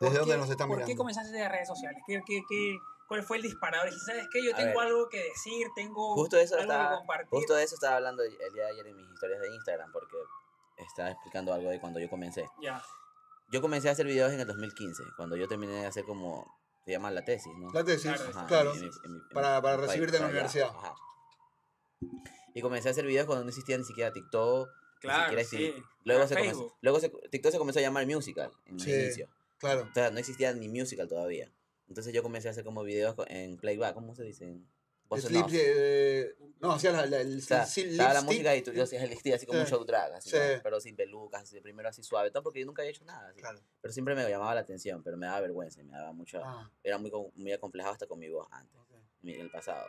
A: desde dónde nos están
B: ¿Por
A: mirando.
B: qué comenzaste de redes sociales? ¿Qué, qué, qué, ¿Cuál fue el disparador? Dijiste, ¿Sabes qué? Yo
C: A
B: tengo
C: ver.
B: algo que decir, tengo
C: Justo eso
B: algo que
C: estaba-
B: compartir.
C: Justo de eso estaba hablando el día de ayer en mis historias de Instagram, porque estaba explicando algo de cuando yo comencé.
B: Ya.
C: Yo comencé a hacer videos en el 2015, cuando yo terminé de hacer como, se llama la tesis, ¿no?
A: La tesis,
B: Claro,
A: claro.
C: en mi- en mi- en mi- en
A: Para-
C: mi
A: para
C: país,
A: recibirte en la
C: para allá,
A: universidad.
C: ajá. Y comencé a hacer videos cuando no existía ni siquiera TikTok.
B: Claro,
C: ni siquiera
B: sí.
C: Insti- Luego,
B: Era
C: se comenzó-
B: Facebook.
C: luego se- TikTok se comenzó a llamar musical en
A: Sí.
C: el inicio.
A: claro.
C: O sea, no existía ni musical todavía. Entonces yo comencé a hacer como videos co- en playback, ¿cómo se dice? En voz en
A: Slip,
C: off.
A: eh, no, hacía la, la- el
C: O sea,
A: sil-
C: estaba la
A: lipstick.
C: música y tú yo hacías el estilo así como un
A: Sí.
C: show drag, así,
A: Sí.
C: ¿no? pero sin pelucas, así, primero así suave, todo porque yo nunca había hecho nada. así.
A: Claro.
C: Pero siempre me llamaba la atención, pero me daba vergüenza y me daba mucho.
A: Ah,
C: Era muy, com- muy acomplejado hasta con mi voz antes,
A: ok.
C: mi- en el pasado.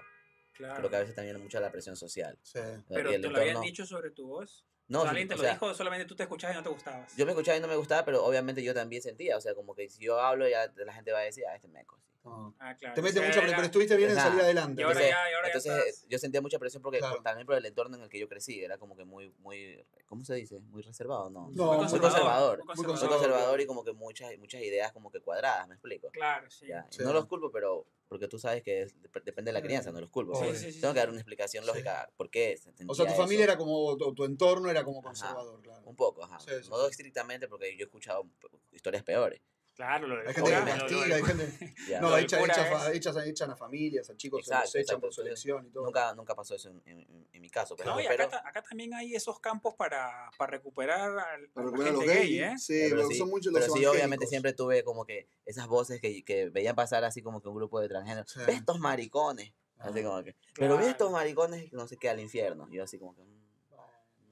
B: Claro.
C: Creo que a veces también era mucha la presión social.
A: Sí.
B: Pero
C: y el
B: te lo habían
C: entorno-
B: dicho sobre tu voz.
C: No,
B: O sea,
C: sí,
B: alguien te
C: o
B: lo
C: sea,
B: dijo, o solamente tú te escuchabas y no te gustabas.
C: Yo me escuchaba y no me gustaba, pero obviamente yo también sentía, o sea, como que si yo hablo ya la gente va a decir, ah, este meco. sí".
A: no.
B: Ah, claro.
A: Te mete
B: O sea,
A: mucho,
B: era-
A: pero estuviste bien en
C: Ajá.
A: salir adelante.
B: Y ahora
C: Entonces,
B: ya- y ahora ya
C: entonces,
B: estás-
C: eh, yo sentía mucha presión porque por-
A: Claro.
C: también por el entorno en el que yo crecí, era como que muy, muy, ¿cómo se dice? Muy reservado, ¿no?
A: No,
C: muy
A: muy
C: conservador.
B: muy
A: Muy
C: Soy
A: conservador.
C: conservador y como que muchas, muchas ideas como que cuadradas, ¿me explico?
B: Claro, sí.
C: Ya, y
A: Sí.
C: No los culpo, pero porque tú sabes que es- dep- depende de la crianza, no los culpo.
A: Sí,
C: pero
B: sí, sí,
C: Tengo
B: sí.
C: que dar una explicación
A: Sí.
C: lógica. ¿Por qué? se
A: o sea,
C: sentía
A: tu
C: eso?
A: familia era como, tu, tu entorno era como
C: Ajá.
A: conservador, claro.
C: Un poco, ajá.
A: Sí, sí,
C: no
A: sí.
C: estrictamente porque yo he escuchado historias peores.
B: Claro, lo del
A: Hay gente que
B: cura,
A: te
C: Obviamente.
B: lo- lo del
A: castiga, hay gente.
C: ya.
A: No,
B: Lo del
A: echa,
B: cura
A: echa fa-
B: es-
A: echas- echan a familias, a chicos,
C: Exacto,
A: se los echan
C: exacto.
A: por su
C: Entonces,
A: elección y todo.
C: Nunca, nunca pasó eso en, en- en mi caso. Pero,
B: No, y
C: pero-
B: acá, ta- acá también hay esos campos para, para recuperar al,
A: Para
B: a la
A: recuperar a los
B: gente
A: gays,
B: gay, ¿eh?
A: sí,
C: Ya, pero
A: pero
C: sí,
A: son muchos los
C: pero sí, obviamente
A: evangélicos.
C: siempre tuve como que esas voces que, que veían pasar así como que un grupo de transgénero.
A: Sí.
C: Ve estos maricones. Así
A: Ah,
C: como que. Pero ve
B: Claro.
C: estos maricones que no sé qué al infierno. Yo así como que. mm.
A: bueno,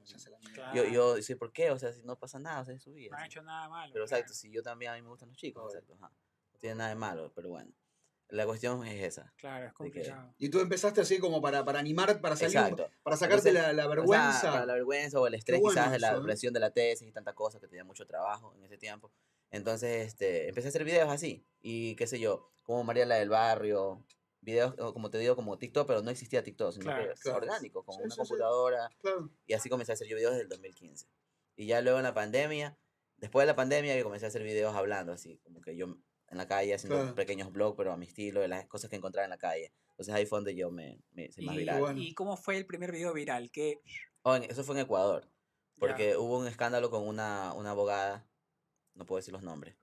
A: ya se la-
C: Yo,
B: Claro.
C: yo, sí, ¿por qué? O sea, si no pasa nada, o sea, es su vida.
B: No han
C: así.
B: hecho nada malo.
C: Pero
B: Ah. claro.
C: exacto, si yo también a mí me gustan los chicos,
A: Obvio.
C: exacto. ajá. No tiene nada de malo, pero bueno. La cuestión es esa.
B: Claro, es
C: que-
B: complicado.
A: Y tú empezaste así como para, para animar, para salir,
C: Exacto.
A: para sacarte
C: Entonces,
A: la, la
C: O sea,
A: vergüenza.
C: para la vergüenza o el estrés
A: bueno
C: quizás de la
A: eso, ¿eh?
C: presión de la tesis y tantas cosas que tenía mucho trabajo en ese tiempo. Entonces, este, empecé a hacer videos así y qué sé yo, como María la del barrio, videos o como te digo como TikTok, pero no existía TikTok, sino
B: Claro,
C: que
A: claro.
C: orgánico, con
A: Sí,
C: una
A: sí, sí.
C: computadora
A: Claro.
C: y así comencé a hacer yo videos desde el 2015. Y ya luego en la pandemia, después de la pandemia yo comencé a hacer videos hablando así, como que yo en la calle haciendo
A: Claro.
C: pequeños blogs, pero a mi estilo, de las cosas que encontraba en la calle. Entonces ahí fue donde yo me, me hice más
B: Y,
C: viral.
A: Bueno.
B: ¿Y cómo fue el primer video viral? Que
C: Oh, en- eso fue en Ecuador. Porque
B: Ya.
C: hubo un escándalo con una, una abogada. No puedo decir los nombres,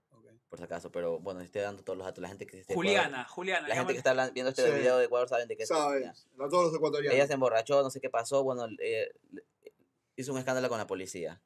C: por si acaso. Pero bueno, estoy dando todos los datos. La gente que esté de Ecuador-
B: Juliana, Juliana.
C: la gente
B: llámale-
C: que está hablan- viendo este
A: Sí.
C: video de Ecuador saben de qué se trata.
A: Sabes, a todos los ecuatorianos.
C: Ella se emborrachó, no sé qué pasó. Bueno, eh, le- hizo un escándalo con la policía.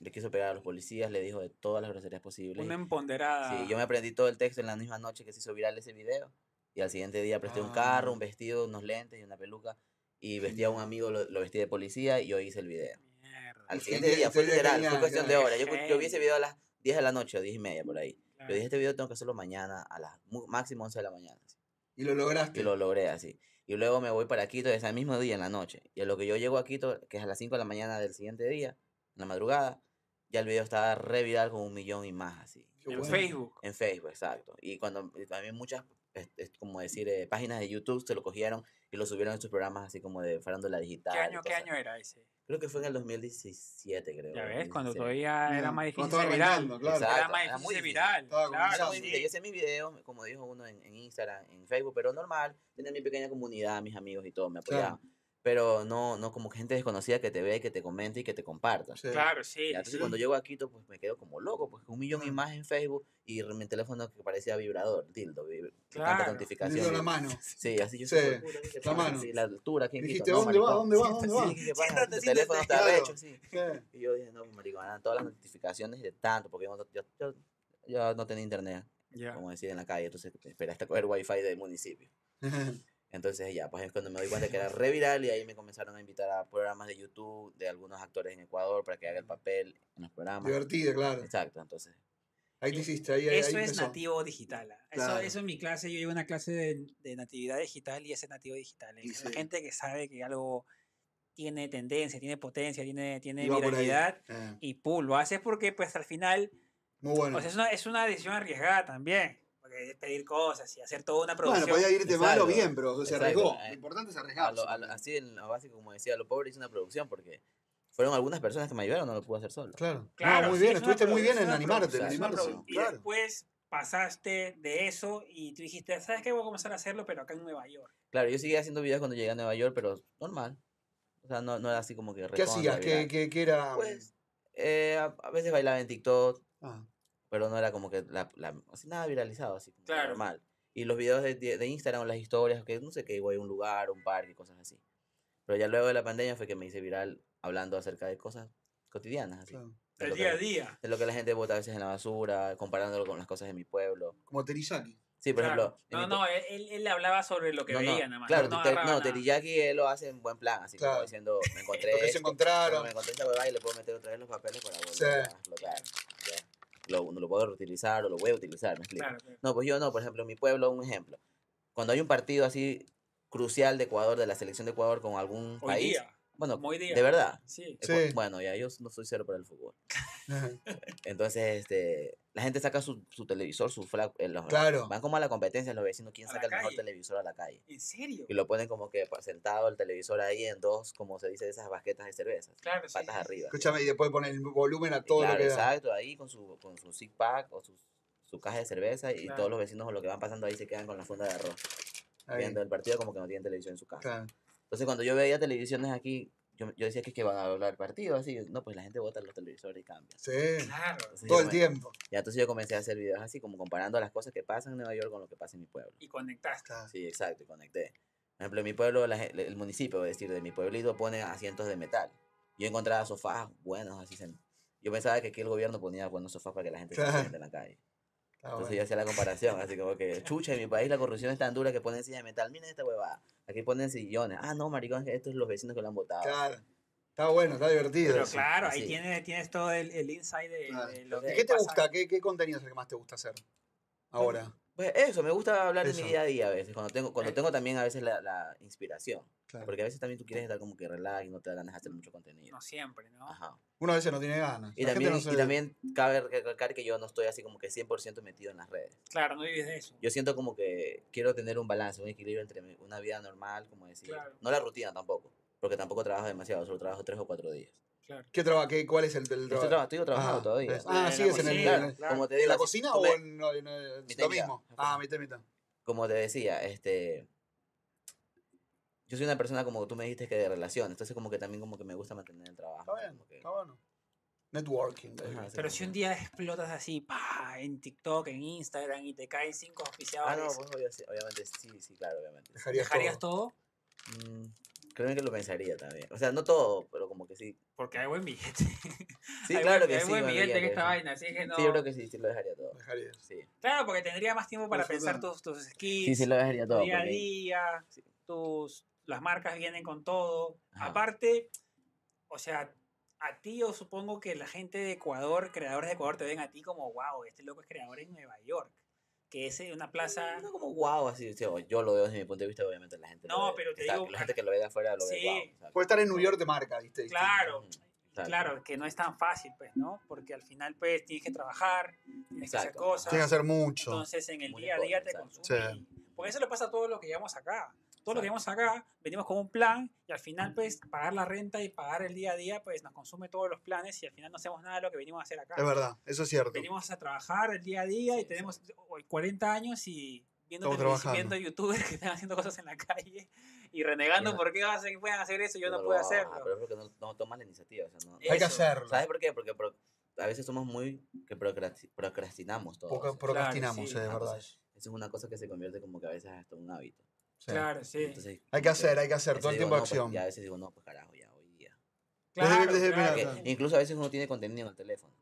C: le quiso pegar a los policías, le dijo de todas las groserías posibles.
B: Una emponderada.
C: Sí, yo me aprendí todo el texto en la misma noche que se hizo viral ese video. Y al siguiente día presté un
B: Ah.
C: carro, un vestido, unos lentes y una peluca. Y vestí a un amigo, lo, lo vestí de policía y yo hice el video.
B: Mierda.
C: Al
A: Qué
C: siguiente día,
A: genial,
C: fue
A: sería
C: literal,
A: genial,
C: fue cuestión de
A: claro.
C: horas. Yo, cu- yo vi ese
B: Genio.
C: video a las 10 de la noche o 10 y media por ahí. Yo
B: Claro.
C: dije, este video tengo que hacerlo mañana a las mu- máximo 11 de la mañana. así.
A: Y lo lograste.
C: Y lo logré así. Y luego me voy para Quito ese mismo día en la noche. Y a lo que yo llego a Quito, que es a las 5 de la mañana del siguiente día, en la madrugada, ya el video estaba re viral con un millón y más así.
A: Qué
B: En
A: bueno.
B: Facebook.
C: En Facebook, exacto. Y cuando y también muchas, es, es como decir, eh, páginas de YouTube se lo cogieron y lo subieron en sus programas así como de farándula digital.
B: ¿Qué
C: y
B: año, qué
C: cosas.
B: año era ese?
C: Creo que fue en el 2017, creo.
B: Ya ves, cuando
C: 2016.
B: todavía era
A: Mm,
B: más
A: cuando
B: difícil
A: estaba
B: ser viral.
A: arrancando, claro.
C: Exacto.
B: Era más
C: Era
B: difícil
C: muy
B: ser
C: difícil.
B: viral.
A: Estaba
C: Era
B: Claro,
C: muy
A: comenzando.
C: difícil. Yo
B: sí.
C: hacía mis videos, como dijo uno en, en Instagram, en Facebook, pero normal. Tenía mi pequeña comunidad, mis amigos y todo, me
A: Claro.
C: apoyaban. Pero no, no como gente desconocida que te ve, que te comente y que te comparta.
A: Sí.
B: Claro, sí.
C: Ya, Entonces cuando llego a Quito, pues me quedo como loco, pues un millón y
A: Claro.
C: más en Facebook y re- mi teléfono que parecía vibrador, dildo, vib- que tanta
B: Claro.
A: Le
C: notificación.
A: dio la
C: vib-
A: mano.
C: Sí, así yo
A: Sí,
C: soy pura, ¿qué pasa?
A: mano.
C: Sí, la altura aquí en Quito,
A: Dijiste,
C: no,
A: ¿dónde va?
C: maricón.
A: ¿Dónde va? ¿Dónde va?
C: Sí, ¿qué pasa?
G: Siéntate,
C: Tu teléfono está
A: siéntate.
C: recho, sí.
A: Sí.
C: Y yo dije, no, pues, maricón, eran todas las notificaciones de tanto, porque yo no, yo- yo- yo no tenía internet,
B: Ya.
C: como decía, en la calle, entonces esperaste a coger wifi del municipio. Entonces ya, pues es cuando me doy cuenta que era re viral y ahí me comenzaron a invitar a programas de YouTube de algunos actores en Ecuador para que haga el papel en los programas.
A: Divertido, claro.
C: Exacto, entonces
A: Ahí te hiciste, ahí, ahí-
B: Eso
A: ahí
B: es
A: empezó.
B: nativo digital. ah. Eso,
A: Claro.
B: eso en mi clase, yo llevo una clase de, de natividad digital y ese es nativo digital.
A: Y
B: Es
A: sí.
B: gente que sabe que algo tiene tendencia, tiene potencia, tiene, tiene
A: Y va por ahí.
B: viralidad
A: Eh,
B: y pum, lo haces porque pues al final,
A: muy bueno.
B: o sea, es una, es una decisión arriesgada también. Porque es pedir cosas y hacer toda una
A: bueno, pues,
B: producción.
A: podía irte mal o
C: Exacto.
A: bien, pero se
C: Exacto.
A: arriesgó.
C: Eh,
A: Lo importante es
C: a
A: arriesgar.
C: lo- a lo- así en lo básico, como decía, lo pobre hice una producción porque fueron algunas personas que me ayudaron, no lo pude hacer solo.
A: Claro.
B: Claro,
A: No, muy
B: sí,
A: bien,
B: es una
A: estuviste muy bien en
B: producción,
A: animarte, en
C: producción,
B: Es una
A: animarse.
B: produ- Y
A: Claro.
B: después pasaste de eso y tú dijiste, ¿sabes qué? Voy a comenzar a hacerlo, pero acá en Nueva York.
C: Claro, yo seguía haciendo videos cuando llegué a Nueva York, pero normal. O sea, no, no era así como que
A: ¿Qué
C: recontra
A: hacías? ¿Qué,
C: viral.
A: qué, qué era?
C: Pues, eh, a, a veces bailaba en TikTok,
A: Ah,
C: pero no era como que la, la- así nada viralizado, así como que
B: Claro.
C: normal. Y los videos de, de- de Instagram, las historias, que no sé qué, voy a un lugar, un parque, cosas así. Pero ya luego de la pandemia fue que me hice viral hablando acerca de cosas cotidianas, así.
A: claro.
C: de
B: El
C: lo que
B: día
C: la-
B: a día.
C: de lo que la gente vota a veces en la basura, comparándolo con las cosas de mi pueblo.
A: Como Teriyaki.
C: Sí, por
B: Claro.
C: ejemplo. en mi
B: No, no, él- él, él hablaba sobre lo que
C: No, no,
B: veía nada más.
C: Claro,
B: no
C: te-
B: agarraba
C: no,
B: nada.
C: Teriyaki él lo hace en buen plan, así
A: Claro.
C: como diciendo, me encontré
A: Lo que se
C: esto, bueno,
A: encontraron.
C: me encontré esta huevada y le puedo meter otra vez los papeles para volver
A: Sí.
C: a explotar. ya. Lo, lo puedo reutilizar o lo voy a utilizar, me explico.
B: Claro, claro.
C: No, pues yo no, por ejemplo, en mi pueblo, un ejemplo. Cuando hay un partido así crucial de Ecuador, de la selección de Ecuador con algún
B: Hoy
C: país,
B: día.
C: bueno,
B: como hoy día.
C: de verdad.
B: Sí.
C: Ecu-
A: Sí.
C: Bueno, ya yo no soy cero para el fútbol. Entonces, este, la gente saca su, su televisor, su flag, eh, los-
A: Claro.
C: van como a la competencia los vecinos, quién
B: A la
C: saca el mejor
B: calle.
C: televisor a la calle
B: ¿En serio?
C: y lo ponen como que pa- sentado el televisor ahí en dos, como se dice, de esas basquetas de cervezas,
B: Claro, sí.
C: patas
B: sí, sí.
C: arriba.
A: Escúchame, y después poner el volumen a
C: Y
A: todo
C: claro,
A: lo que da.
C: exacto, ahí con su, con su zip pack o su, su caja de cerveza y
B: Claro.
C: todos los vecinos o lo que van pasando ahí se quedan con la funda de arroz,
A: Ahí,
C: viendo el partido como que no tienen televisión en su casa.
A: claro.
C: Entonces cuando yo veía televisiones aquí, yo, yo decía que es que van a hablar partido, así, no, pues la gente vota los televisores y cambia.
A: Sí,
B: Claro.
C: Entonces,
A: todo
C: yo
A: el
C: me-
A: tiempo.
C: Ya entonces yo comencé a hacer videos así, como comparando las cosas que pasan en Nueva York con lo que pasa en mi pueblo.
B: Y conectaste.
A: Claro.
C: Sí, exacto, y conecté. Por ejemplo, en mi pueblo, la gen- el municipio, es decir, de mi pueblito pone asientos de metal. Yo encontraba sofás buenos, así se... Yo pensaba que aquí el gobierno ponía buenos sofás para que la gente se
A: Claro.
C: siente en la calle.
A: Ah,
C: Entonces yo
A: bueno.
C: hacía la comparación, así como que, chucha, en mi país la corrupción es tan dura que ponen sillas de metal. Miren esta huevada. Aquí ponen sillones. Ah, no, maricón, que estos son los vecinos que lo han votado.
A: Claro. Está bueno, está divertido.
B: Pero
A: eso.
B: claro, ahí
C: así.
B: tienes, tienes todo el, el insight de,
A: Claro.
B: de lo
C: ¿Y
B: que
A: ¿Y qué te
B: pasa.
A: gusta? ¿Qué, ¿Qué contenido es el que más te gusta hacer? Ahora.
C: Pues eso, me gusta hablar de
A: Eso.
C: mi día a día a veces, cuando tengo, cuando
B: Eh.
C: tengo también a veces la, la inspiración.
A: Claro.
C: Porque a veces también tú quieres estar como que relax y no te dan ganas de hacer mucho contenido.
B: No siempre, ¿no?
C: Ajá.
A: Uno a veces no tiene ganas.
C: Y
A: La gente
C: también,
A: no
C: y
A: se-
C: también cabe recalcar que yo no estoy así como que 100% metido en las redes.
B: Claro, no vives de eso.
C: Yo siento como que quiero tener un balance, un equilibrio entre mi- una vida normal, como decir,
B: Claro.
C: no la rutina tampoco, porque tampoco trabajo demasiado, solo trabajo tres o cuatro días.
B: Claro.
A: ¿Qué traba- qué- ¿Cuál es el, el
C: Estoy, traba-
A: trabajo?
C: estoy trabajando
A: Ah,
C: todavía.
A: es- ah,
C: la
A: sigues en el-
C: cocina,
A: en el-
C: Como te
A: ¿En
C: digo,
A: la
C: así,
A: cocina o
C: come-
A: en, en- en-
C: Mitad
A: lo
C: y mitad.
A: mismo? Ah, mitad, y mitad.
C: como te decía, este, yo soy una persona como tú me dijiste que de relación, entonces como que también como que me gusta mantener el trabajo.
A: Está
C: ¿no?
A: bien,
C: Como que-
A: está bueno. Networking. eh, baby.
C: Ajá, así
B: Pero
C: como
B: si un
C: que-
B: día explotas así, pa, en TikTok, en Instagram y te caen cinco auspiciados,
C: Ah, no, pues obvio- obviamente sí, sí, claro, obviamente.
A: Dejarías,
B: ¿dejarías
A: todo.
B: todo?
C: Mm, Créeme que lo pensaría también. O sea, no todo, pero como que sí.
B: Porque hay buen billete.
C: Sí,
B: hay
C: claro
B: buen,
C: que
B: hay
C: sí.
B: buen
C: me
B: billete
C: vería
B: en
C: que
B: esta
C: sí.
B: vaina, así que no.
C: Sí, yo creo que sí, sí lo dejaría todo.
A: Dejaría.
C: Sí,
B: Claro, porque tendría más tiempo para
A: Por eso
B: pensar
A: no.
B: tus, tus skills,
C: sí, sí lo dejaría
B: tu
C: todo.
B: día a
C: porque-
B: día, tus, las marcas vienen con todo.
C: Ajá.
B: Aparte, o sea, a ti yo supongo que la gente de Ecuador, creadores de Ecuador, te ven a ti como, wow, este loco es creador en Nueva York, que es eh, una plaza...
C: No como guau, así, o sea, yo lo veo desde mi punto de vista, obviamente la gente. lo
B: No,
C: ve-
B: pero te
C: está-
B: digo,
C: La gente que lo ve de afuera lo ve
B: sí.
C: guau. ¿sabes?
A: Puede estar en New York de marca, ¿viste? Distinto.
B: Claro,
C: Ujú, exacto.
B: claro, que no es tan fácil, pues, ¿no? Porque al final, pues, tienes que trabajar, tienes que hacer
C: Exacto.
B: cosas.
A: Tiene que hacer mucho.
B: Entonces en el
C: Muy
B: día a día te
C: esfuerzo,
B: consume.
A: exacto.
B: Porque eso le pasa a todos los que llevamos acá. Todos los que
C: Exacto.
B: llevamos acá, venimos con un plan y al final pues pagar la renta y pagar el día a día pues nos consume todos los planes y al final no hacemos nada de lo que venimos a hacer acá.
A: es verdad, eso es cierto.
B: Venimos a trabajar el día a día y
C: Sí,
B: tenemos hoy 40 años y viendo,
A: Estamos
B: televisión,
A: trabajando.
B: viendo youtubers que están haciendo cosas en la calle y renegando
C: Ya.
B: por qué hacen- pueden hacer eso y yo no
C: lo
B: puedo
C: hago, ajá,
B: hacerlo.
C: Pero es porque no, no tomas la iniciativa. o sea, no-
A: Hay que
B: eso,
A: hacerlo.
C: ¿Sabes por qué? Porque pro- a veces somos muy que procrasti- procrastinamos todo.
A: Poca-
C: o sea,
A: procrastinamos,
B: sí,
A: eh, de
C: ah,
A: verdad.
C: pues, Eso es una cosa que se convierte como que a veces hasta un hábito.
A: Sí.
B: Claro, sí.
C: Entonces,
A: Hay
C: como
A: que hacer, hay que hacer,
C: veces
A: todo el
C: digo,
A: tiempo
C: no, pues,
A: acción.
C: ya a veces digo, no, pues carajo, ya hoy día.
A: Desde-
B: Claro,
A: desde-
B: claro.
A: mira,
C: Porque incluso a veces uno tiene contenido en el teléfono.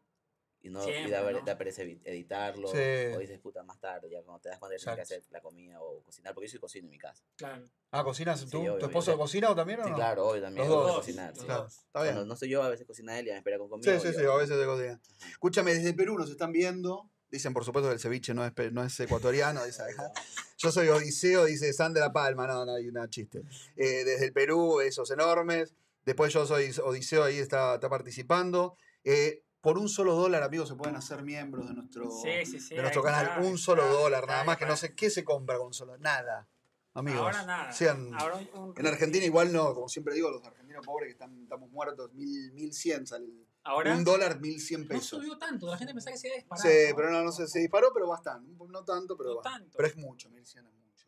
C: Y no y
B: Siempre,
C: da,
B: ¿no?
C: da pereza evi- editarlo.
A: Sí.
C: O dices puta más tarde, ya cuando te das cuenta que tienes que
A: Exacto.
C: hacer la comida o cocinar. Porque yo sí cocino en mi casa.
B: claro.
A: Ah, ¿cocinas
C: Sí,
A: tú?
C: obvio,
A: ¿Tu esposo
C: obvio.
A: cocina o también o
C: Sí,
A: no?
C: claro, hoy también.
A: Los
C: obvio,
A: dos,
C: cocinar,
B: los
C: sí.
A: Claro, está bien.
C: Cuando no soy yo, a veces cocina él y me espera con comida.
A: Sí,
C: o
A: sí,
C: yo-
A: sí, a veces se cocina. Escúchame, desde Perú nos están viendo. Dicen, por supuesto, que el ceviche no es, pe- no es ecuatoriano. Dice, acá. Yo soy Odiseo, dice Sandra Palma. No, no, hay una chiste. Eh, desde el Perú, esos enormes. Después yo soy Odiseo, ahí está, está participando. Eh, por un solo dólar, amigos, se pueden hacer miembros de nuestro,
B: Sí, sí, sí,
A: de nuestro
B: ahí
A: canal.
B: está, ahí
A: un solo
B: está,
A: dólar,
B: está,
A: nada
B: ahí
A: más que no
B: está.
A: sé qué se compra con un solo. Nada, amigos.
B: Ahora nada.
A: Sean,
B: Ahora un- un-
A: en Argentina igual no, como siempre digo, los argentinos pobres que están, estamos muertos, mil, 1100 sale el-
B: ahora
A: un dólar, 1100
B: no
A: pesos.
B: subió tanto, la gente pensaba que se iba a disparar.
A: Sí, pero no, no sé, se disparó, pero bastante. un po- No tanto, pero
B: No
A: bastante.
B: tanto.
A: Pero es mucho, 1100 es mucho.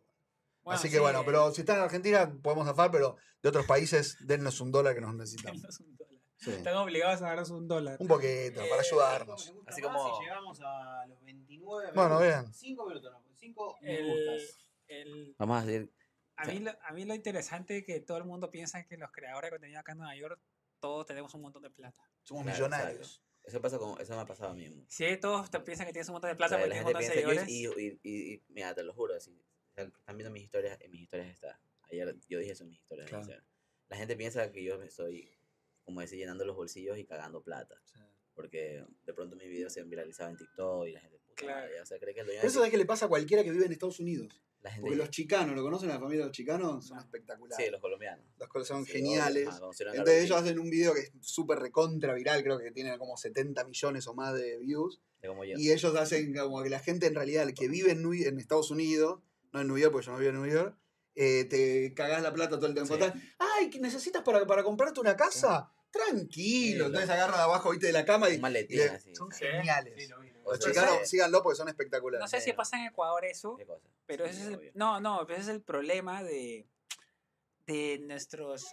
B: Bueno,
A: Así que
B: sí,
A: bueno,
B: eh,
A: pero si están en Argentina podemos zafar, pero de otros países dennos un dólar que nos necesitamos.
B: darnos un dólar.
A: Sí.
B: Están obligados a darnos un dólar.
A: Un poquito, para ayudarnos.
C: Así
H: Así
C: como-
H: como. Si llegamos a los 29.
A: Bueno, bien.
H: 5 minutos, no. 5 me
B: El-
H: gustas.
B: el-
C: Vamos a decir,
B: a,
C: Sí.
B: mí lo, a mí lo interesante es que todo el mundo piensa que los creadores de contenido acá en Nueva York, todos tenemos un montón de plata.
A: Somos
C: Claro,
A: millonarios.
C: eso, pasa con, eso me ha pasado a mí. mucho.
B: Sí, todos te piensan que tienes un montón de
C: O
B: plata
C: sea,
B: porque
C: la
B: tienes un
C: gente
B: montón de
C: piensa,
B: seguidores.
C: yo, y, y- y- y- mira, te lo juro, así, o sea, están viendo mis historias, en mis historias está. Ayer yo dije eso en mis historias.
A: Claro.
C: o sea, la gente piensa que yo me estoy, como decir, llenando los bolsillos y cagando plata.
A: Sí.
C: Porque de pronto mis videos se han viralizado en TikTok y la gente, puta
B: Claro.
C: madre, o sea, cree que el dueño
A: Pero
C: de
A: eso es
C: Tik-
A: que le pasa a cualquiera que vive en Estados Unidos.
C: la gente,
A: Porque los chicanos, ¿lo conocen la familia de los chicanos? Son
B: No.
A: espectaculares.
C: sí, los colombianos.
A: Las cosas son
C: Sí, obvio,
A: geniales.
C: ajá, conocieron a
A: Entonces
C: Karol
A: ellos hacen un video que es súper recontra viral, creo que tiene como 70 millones o más de views.
C: G, de como yo.
A: Y ellos hacen como que la gente en realidad, el que vive en, Nui- en Estados Unidos, no en Nueva York, porque yo no vivo en Nueva York, eh, te cagás la plata todo el tiempo.
C: Sí.
A: tal. Ay, ¿que ¿necesitas para, para comprarte una casa?
C: Sí,
A: Tranquilo.
C: lo-
A: Entonces agarra de abajo, viste, de la cama y.
C: Un
A: y
C: maletín,
A: le-
C: así,
A: son
C: sí.
A: geniales.
B: Sí, lo vi, lo vi.
C: O
A: Los
C: sea,
A: chicanos,
C: sí.
A: síganlo porque son espectaculares.
B: No sé si
C: Bueno.
B: pasa en Ecuador eso,
C: ¿Qué cosa?
B: pero
C: Sí,
B: ese es el,
C: obvio.
B: no, no, pero ese es el problema de, de nuestros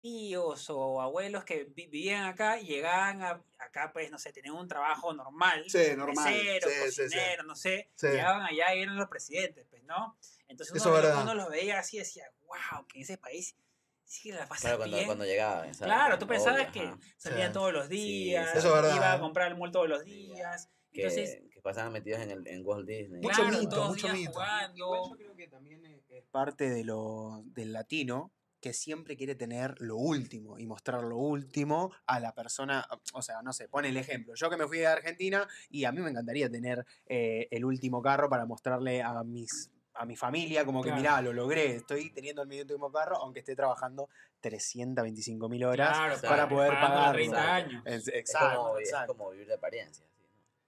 B: tíos o abuelos que vi- vivían acá y llegaban a- acá, pues, no sé, tenían un trabajo normal.
A: Sí, normal.
B: mesero,
A: Sí, sí, sí.
B: cocinero, no sé,
A: Sí.
B: llegaban allá y eran los presidentes, pues, ¿no? Entonces
A: Eso
B: uno,
A: es
B: lo-
A: verdad.
B: uno los veía así y decía, wow, que en ese país sí que la pasa
C: Claro, cuando,
B: bien.
C: cuando llegaba. ¿sabes?
B: claro, tú
C: Obvio,
B: pensabas que
C: ajá.
B: salía
A: Sí.
B: todos los
C: Sí,
B: días,
C: eso es
A: verdad,
B: iba
A: ¿eh?
B: a comprar el mall todos los
C: Sí, ya.
B: días.
C: Que,
B: Entonces,
C: que pasaban metidos en, el, en Walt Disney.
A: Mucho
B: claro,
A: mito,
B: todos los
A: mucho
B: días
A: mito.
H: Igual
B: jugando.
H: yo creo que también es- es
G: parte de lo, del latino que siempre quiere tener lo último y mostrar lo último a la persona, o sea, no sé, pone el ejemplo, yo que me fui de Argentina y a mí me encantaría tener eh, el último carro para mostrarle a mis a mi familia como que
B: Claro.
G: mirá, lo logré, estoy teniendo el mi último carro aunque esté trabajando 325 mil horas.
B: Claro,
C: para poder
B: pagando
G: pagarlo.
B: 30 años.
G: Es-
C: Es
G: exacto,
C: como, es
G: exacto.
C: como vivir de apariencia. ¿sí?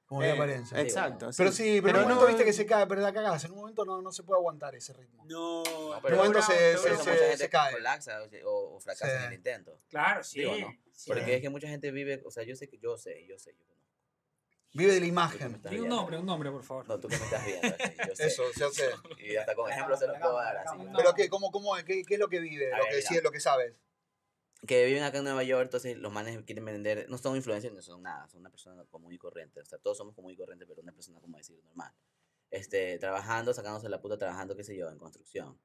A: Como de
G: Eh,
A: apariencia.
C: eh,
G: Exacto,
A: Pero sí, pero,
G: Pero
A: en un momento
G: no-
A: viste que se cae, pero la cagás. En un momento no, no se puede aguantar ese ritmo.
B: No,
C: No,
A: pero
B: te
A: bueno,
B: juro,
A: se-
B: te
A: se-
C: Por
B: juro que-
C: eso
A: se-
C: mucha gente
A: cae.
C: colapsa o se- o, o fracasa
A: Sí.
C: en el intento.
B: Claro, sí.
C: Digo, ¿no?
B: sí.
C: Porque
A: Sí.
C: es que mucha gente vive, o sea, yo sé que yo sé, yo sé, yo conozco.
A: Vive de la
C: Tú que me
A: imagen.
C: estás
B: Di un
C: viendo.
B: nombre, un nombre, por favor.
C: No, tú que me estás viendo, así, yo sé.
A: Eso, ya sé.
C: Y hasta con ejemplo se los puedo dar. así.
H: No.
A: Pero ¿qué, cómo, cómo, qué, qué es lo que vive?
C: A
A: Lo
C: ver,
A: que
C: mira.
A: sí es lo que sabes.
C: Que viven acá en Nueva York, entonces los manes quieren vender, no son influencers, no son nada, son una persona común y corriente. O sea, todos somos común y corriente, pero una persona, como decir, normal. Este, trabajando, sacándose la puta, trabajando, qué sé yo, en construcción,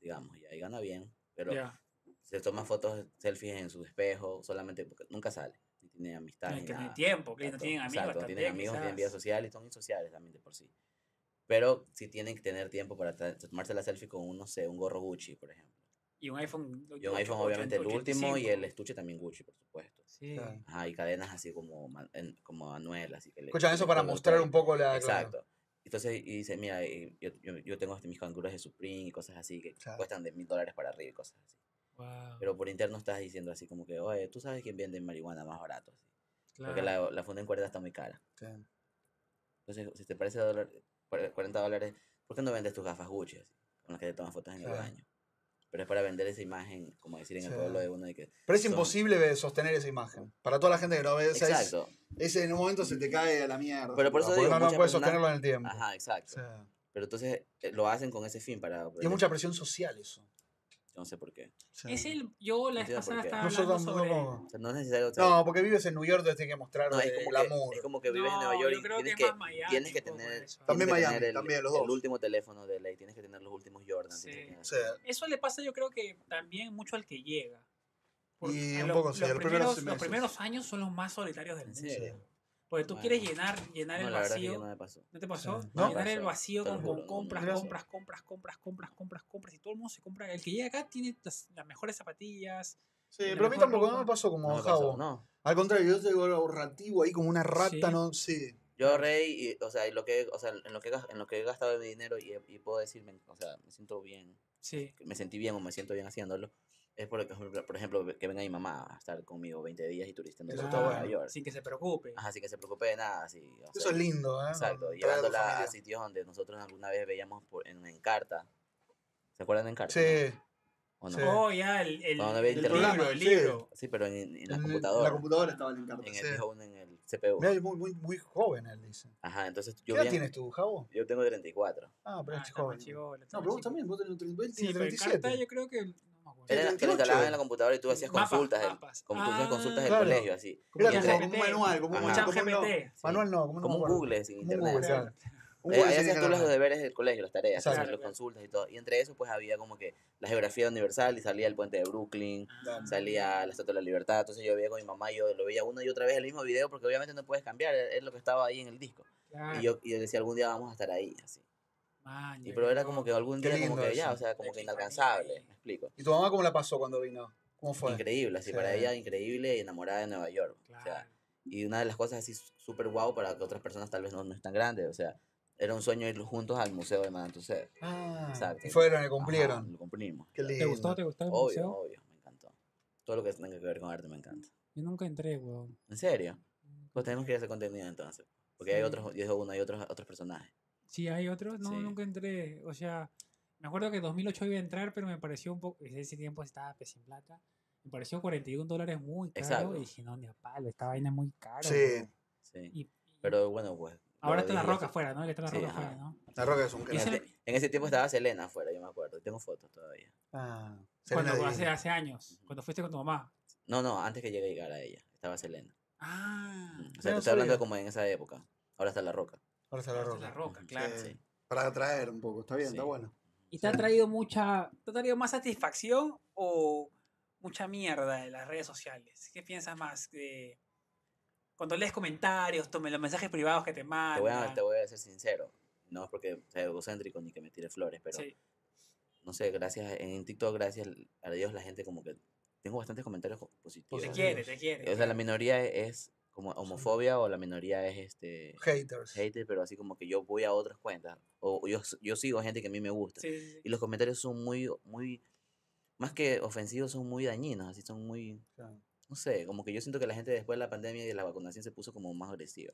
C: digamos, y ahí gana bien. Pero
B: Ya.
C: se se toma fotos, selfies en su espejo, solamente porque nunca sale, ni tiene amistad.
B: No,
C: ni
B: que no hay
C: nada.
B: tiempo, que no
C: Exacto,
B: tienen amigos.
C: exacto, no
B: también,
C: tienen amigos, no tienen vida
B: quizás.
C: social y son insociales también de por sí. Pero sí tienen que tener tiempo para ta- tomarse la selfie con un, no sé, un gorro Gucci, por ejemplo.
B: Y un iPhone.
C: Y un iPhone, obviamente, el último y el estuche también Gucci, por supuesto.
B: Sí.
A: Claro.
C: Ajá, y cadenas así como, man- en- como Anuel, así que le-
A: Escucha,
C: que
A: eso
C: le
A: para
C: cuelga
A: mostrar
C: todo.
A: un poco la. claro.
C: Exacto. Entonces, y dice, mira, eh, yo, yo, yo tengo hasta mis canguros de Supreme y cosas así que
A: Claro.
C: cuestan de mil dólares para arriba y cosas así.
B: Wow.
C: Pero por interno estás diciendo así como que, oye, tú sabes quién vende marihuana más barato. así,
B: claro.
C: Porque la, la funda en cuerda está muy cara.
A: Sí.
C: Entonces, si te parece dólar, cuare- 40 dólares, ¿por qué no vendes tus gafas Gucci así, con las que te tomas fotos en
A: Claro.
C: el baño? Pero es para vender esa imagen, como decir en el pueblo de uno, de que.
A: Pero es
C: son-
A: imposible de sostener esa imagen. Para toda la gente que lo ve, o sea, es-
C: Exacto.
A: ese en un momento se te cae a la mierda.
C: Pero por eso
A: porque
C: digo,
A: no, no
C: muchas
A: puedes
C: personas-
A: sostenerlo en el tiempo.
C: Ajá,
A: O
C: exacto.
A: sea,
C: Pero entonces eh, lo hacen con ese fin para.
A: y es mucha presión social eso.
C: No sé por qué.
A: O sea,
B: Es el. Yo la vez
C: Entiendo por
B: pasada
C: qué.
B: estaba hablando
A: Nosotros
B: sobre.
C: O sea, no es necesario. o sea,
A: No, porque vives en New York, entonces tienes que mostrar
C: no, es,
A: el
C: como
A: amor.
C: que, es como que vives en
B: No,
C: Nueva York
B: yo creo
C: y tienes
B: que, es más pues. Miami,
C: tienes que
B: un poco
C: tener-
B: eso.
A: También
C: tienes que
A: Miami,
C: tener el,
A: también los
C: el
A: dos.
C: último teléfono de ley, tienes que tener los últimos Jordan. tienes
B: Sí.
C: que-
A: O sea,
B: Eso le pasa, yo creo que también mucho al que llega.
A: Y
B: a
A: un
B: lo-
A: poco, sí,
B: los,
A: a los primeros
B: primeros, los
A: meses.
B: primeros años son los más solitarios del
C: ¿En
B: mundo.
C: serio?
B: Porque tú
C: Bueno.
B: quieres llenar, llenar
C: No,
B: el
C: la verdad es que
B: vacío.
C: ya no me pasó.
B: ¿No te pasó?
A: Sí. No.
B: Llenar el
C: Pasó,
B: vacío
C: te lo
B: con,
C: juro,
B: con
C: no,
B: compras,
A: no me pasó.
B: compras, compras, compras, compras, compras, compras. Y todo el mundo se compra. El que llega acá tiene las, las mejores zapatillas.
A: Sí,
B: la
A: pero a mí
B: mejor
A: tampoco no
B: ropa.
A: me pasó
C: No
A: como
C: me
A: a
C: pasó,
A: Javo.
C: no.
A: Al contrario, yo soy ahorrativo ahí como una rata,
B: Sí.
A: no sé.
C: Yo ahorré y, o sea, y lo que, o sea, en lo que, he gas- en lo que he gastado mi dinero y, he- y puedo decirme, o sea, me siento bien,
B: Sí.
C: que me sentí bien o me siento bien haciéndolo, es por, ejemplo- por ejemplo que venga mi mamá a estar conmigo 20 días y turista en
A: Eso
C: todo
A: está
C: Nueva
A: bueno.
C: York.
B: Sin que se preocupe.
A: Ah,
C: Ajá, sin que se preocupe de nada, así. o
A: Eso
C: sea,
A: es lindo, ¿eh?
C: Exacto,
A: Traer a tu
C: llevándola a
A: familia.
C: sitios donde nosotros alguna vez veíamos por- en Encarta. ¿Se acuerdan de Encarta? no?
A: Sí,
C: ¿O no?
A: sí.
B: Oh, ya, el, el,
C: No, no había
B: el
C: internet.
B: libro, el
A: Sí.
B: libro.
C: Sí, pero en, en la
A: En
C: computadora.
A: La computadora estaba en carta.
C: en
A: sí.
C: el dijo uno en el CPU.
A: Mirá, es muy, muy, muy joven él, dice.
C: Ajá, entonces
A: ¿Qué
C: yo
A: edad
C: vi en-
A: tienes tú, Javo?
C: Yo tengo 34.
A: Ah, pero
B: Ah,
A: es
B: está más
A: joven.
B: chivola, está
A: No, pero
B: más
A: vos
B: chivola.
A: también, vos tenés 37.
B: Sí, pero en carta yo creo que. No me acuerdo.
C: Era la- que lo
A: 38.
C: instalabas en la computadora y tú hacías
B: Mapas,
C: consultas. del-
B: mapas.
C: como tú hacías consultas del
A: Ah,
C: colegio, así.
A: Era
C: Como
A: como,
C: un
A: un
B: GPT.
A: manual, como un
C: Ajá.
A: como un no-
B: ChatGPT.
C: Sí.
A: Manual no, como, no
C: Como
A: me
C: un
A: acuerdo.
C: Google sin
A: Como un
C: internet.
A: Google,
C: así.
A: claro.
B: Claro.
A: Un
C: Eh,
A: Google
C: ahí
A: se
C: hacías
A: tiene
C: tú
A: que
C: las
A: armar.
C: deberes del colegio, las tareas,
A: Exacto.
C: hacías las consultas y todo. Y entre eso, pues había como que la geografía universal y salía el puente de Brooklyn,
A: Dale.
C: salía la Estatua de la Libertad. Entonces yo veía con mi mamá, y yo lo veía una y otra vez el mismo video porque obviamente no puedes cambiar, e-, es es lo que estaba ahí en el disco.
A: Ah.
B: Claro.
C: Y yo, y yo decía, algún día vamos a estar ahí, así.
B: Man,
C: Y
B: yo
C: pero era
B: creo-
C: como que algún
A: Qué
C: día como
A: lindo
C: que ya,
A: eso.
C: o sea, como que
B: Aquí, aquí,
C: inalcanzable,
B: ahí.
C: me explico.
A: ¿Y tu mamá cómo la pasó cuando vino? ¿Cómo fue?
C: Increíble, así para
A: Sí.
C: ella increíble y enamorada de Nueva York. O sea,
B: Claro.
C: y una de las cosas así súper guau para que otras personas tal vez no, no es tan grande, o sea, era un sueño ir juntos al museo de Mantucé.
A: Ah,
C: Exacto.
A: y fueron y cumplieron.
C: lo cumplimos.
A: Qué lindo.
B: ¿Te gustó? ¿Te gustó el
C: Obvio,
B: museo?
C: obvio, me encantó. Todo lo que tenga que ver con arte me encanta.
B: Yo nunca entré, weón.
C: ¿En serio? Pues tenemos que ir a ese contenido entonces. Porque hay
B: Sí.
C: otros, yo digo uno, hay otros, otros personajes.
B: Sí, hay otros. No,
C: Sí.
B: nunca entré. O sea, me acuerdo que en 2008 iba a entrar, pero me pareció un poco. Desde ese tiempo estaba pues, sin plata. Me pareció 41 dólares muy caro.
C: Exacto.
B: Y dije, no, ni a palo, esta vaina es muy cara.
A: Sí,
C: Sí.
B: Y,
C: Pero bueno, pues.
B: ahora
C: lo
B: está la
C: dije,
B: roca afuera, ¿no? Que está la
C: Sí,
B: roca
C: ajá.
B: afuera, ¿no?
A: la roca es un
C: En
B: Y ese-
A: crack.
C: ese, en ese tiempo estaba Selena afuera, yo me acuerdo. Tengo fotos todavía.
A: Ah, Selena
B: Cuando,
A: Di-
B: hace, hace años, cuando fuiste con tu mamá.
C: No, no, antes que llegue a llegar a ella. Estaba Selena.
B: Ah,
A: Ah,
C: Mm, O sea,
A: no
C: te estoy hablando
A: sabía.
C: de como en esa época. Ahora está la roca.
A: Ahora está la
B: ahora está
A: roca.
B: la roca,
C: Ujú.
B: claro.
A: Sí.
C: Sí.
A: Para atraer un poco, está bien, está
C: Sí.
A: bueno.
B: ¿Y te ha traído mucha, te ha traído más satisfacción o mucha mierda de las redes sociales? ¿Qué piensas más? De, cuando lees comentarios, tome los mensajes privados que te
C: Te voy, a,
B: mandan.
C: te voy a ser sincero. No es porque sea egocéntrico ni que me tire flores, pero
B: Sí.
C: no sé, gracias. En TikTok, gracias a Dios, la gente como que. Tengo bastantes comentarios co- positivos.
B: Te
A: Dios.
B: quiere, te quiere.
C: O sea, la minoría es como homofobia o la minoría es este.
A: Haters.
C: Hater, pero así como que yo voy a otras cuentas. O o yo, s- yo sigo a gente que a mí me gusta.
B: Sí, sí, sí.
C: Y los comentarios son muy, muy. Más que ofensivos, son muy dañinos. Así son muy.
A: Claro.
C: No sé, como que yo siento que la gente después de la pandemia y de la vacunación se puso como más agresiva.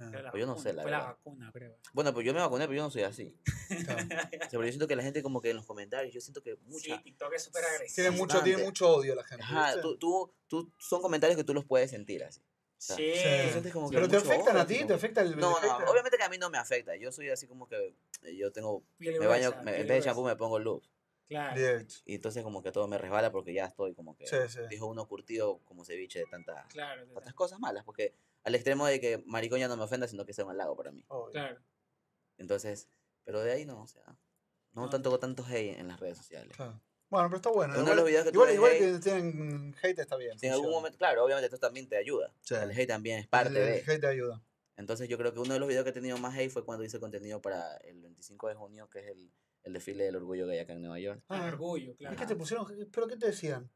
A: Ah,
B: Pero la
C: yo no sé,
B: vacuna,
C: la
B: Fue la
C: verdad.
B: vacuna, creo.
C: Bueno, pues yo me vacuné, pero yo no soy así.
A: claro.
C: O sea, pero yo siento que la gente como que en los comentarios, yo siento que mucha...
B: Sí, TikTok es súper
A: Tiene
B: agresivo.
C: mu-
A: mucho, tiene
C: Bastante.
A: mucho odio la gente.
C: Ajá,
A: ¿viste?
C: tú, tú, tú, son comentarios que tú los puedes sentir así.
B: Sí.
A: Sí.
C: Tú sientes como que
A: Pero te
C: mucho
A: afectan a
C: odio,
A: ti,
C: como
A: te
C: que-
A: afecta el.
C: No,
A: el
C: no,
A: hater?
C: obviamente que a mí no me afecta. Yo soy así como que... eh, Yo tengo...
B: Piel
C: Me baño,
B: gruesa,
C: me-
B: piel
C: en vez de
B: gruesa.
C: shampoo me pongo loop.
B: Claro.
A: Bien.
C: Y entonces como que todo me resbala porque ya estoy como que...
A: Sí, sí.
C: Dijo uno curtido como ceviche de tanta-
B: Claro, de-
C: tantas cosas malas. Porque al extremo de que maricón ya no me ofenda, sino que sea un halago para mí.
A: obvio.
B: claro.
C: Entonces, pero de ahí no, o sea, no,
B: No,
C: tanto tanto hate en las redes sociales.
A: Claro. Bueno, pero está bueno.
C: Uno de
A: Igual,
C: los videos que
A: igual,
C: tuve
A: igual
C: de
A: que tienen hate está bien.
C: Si en algún
A: funciona.
C: momento, claro, obviamente esto también te ayuda.
A: Sí.
C: El hate también es
A: El-
C: parte
A: el
C: de.
A: hate ayuda.
C: Entonces yo creo que uno de los videos que he tenido más hate fue cuando hice contenido para el 25 de junio, que es el, el desfile del orgullo gay acá en Nueva York.
A: Ah,
B: orgullo,
A: ¿Y
B: claro.
A: qué te pusieron? ¿Pero qué te decían?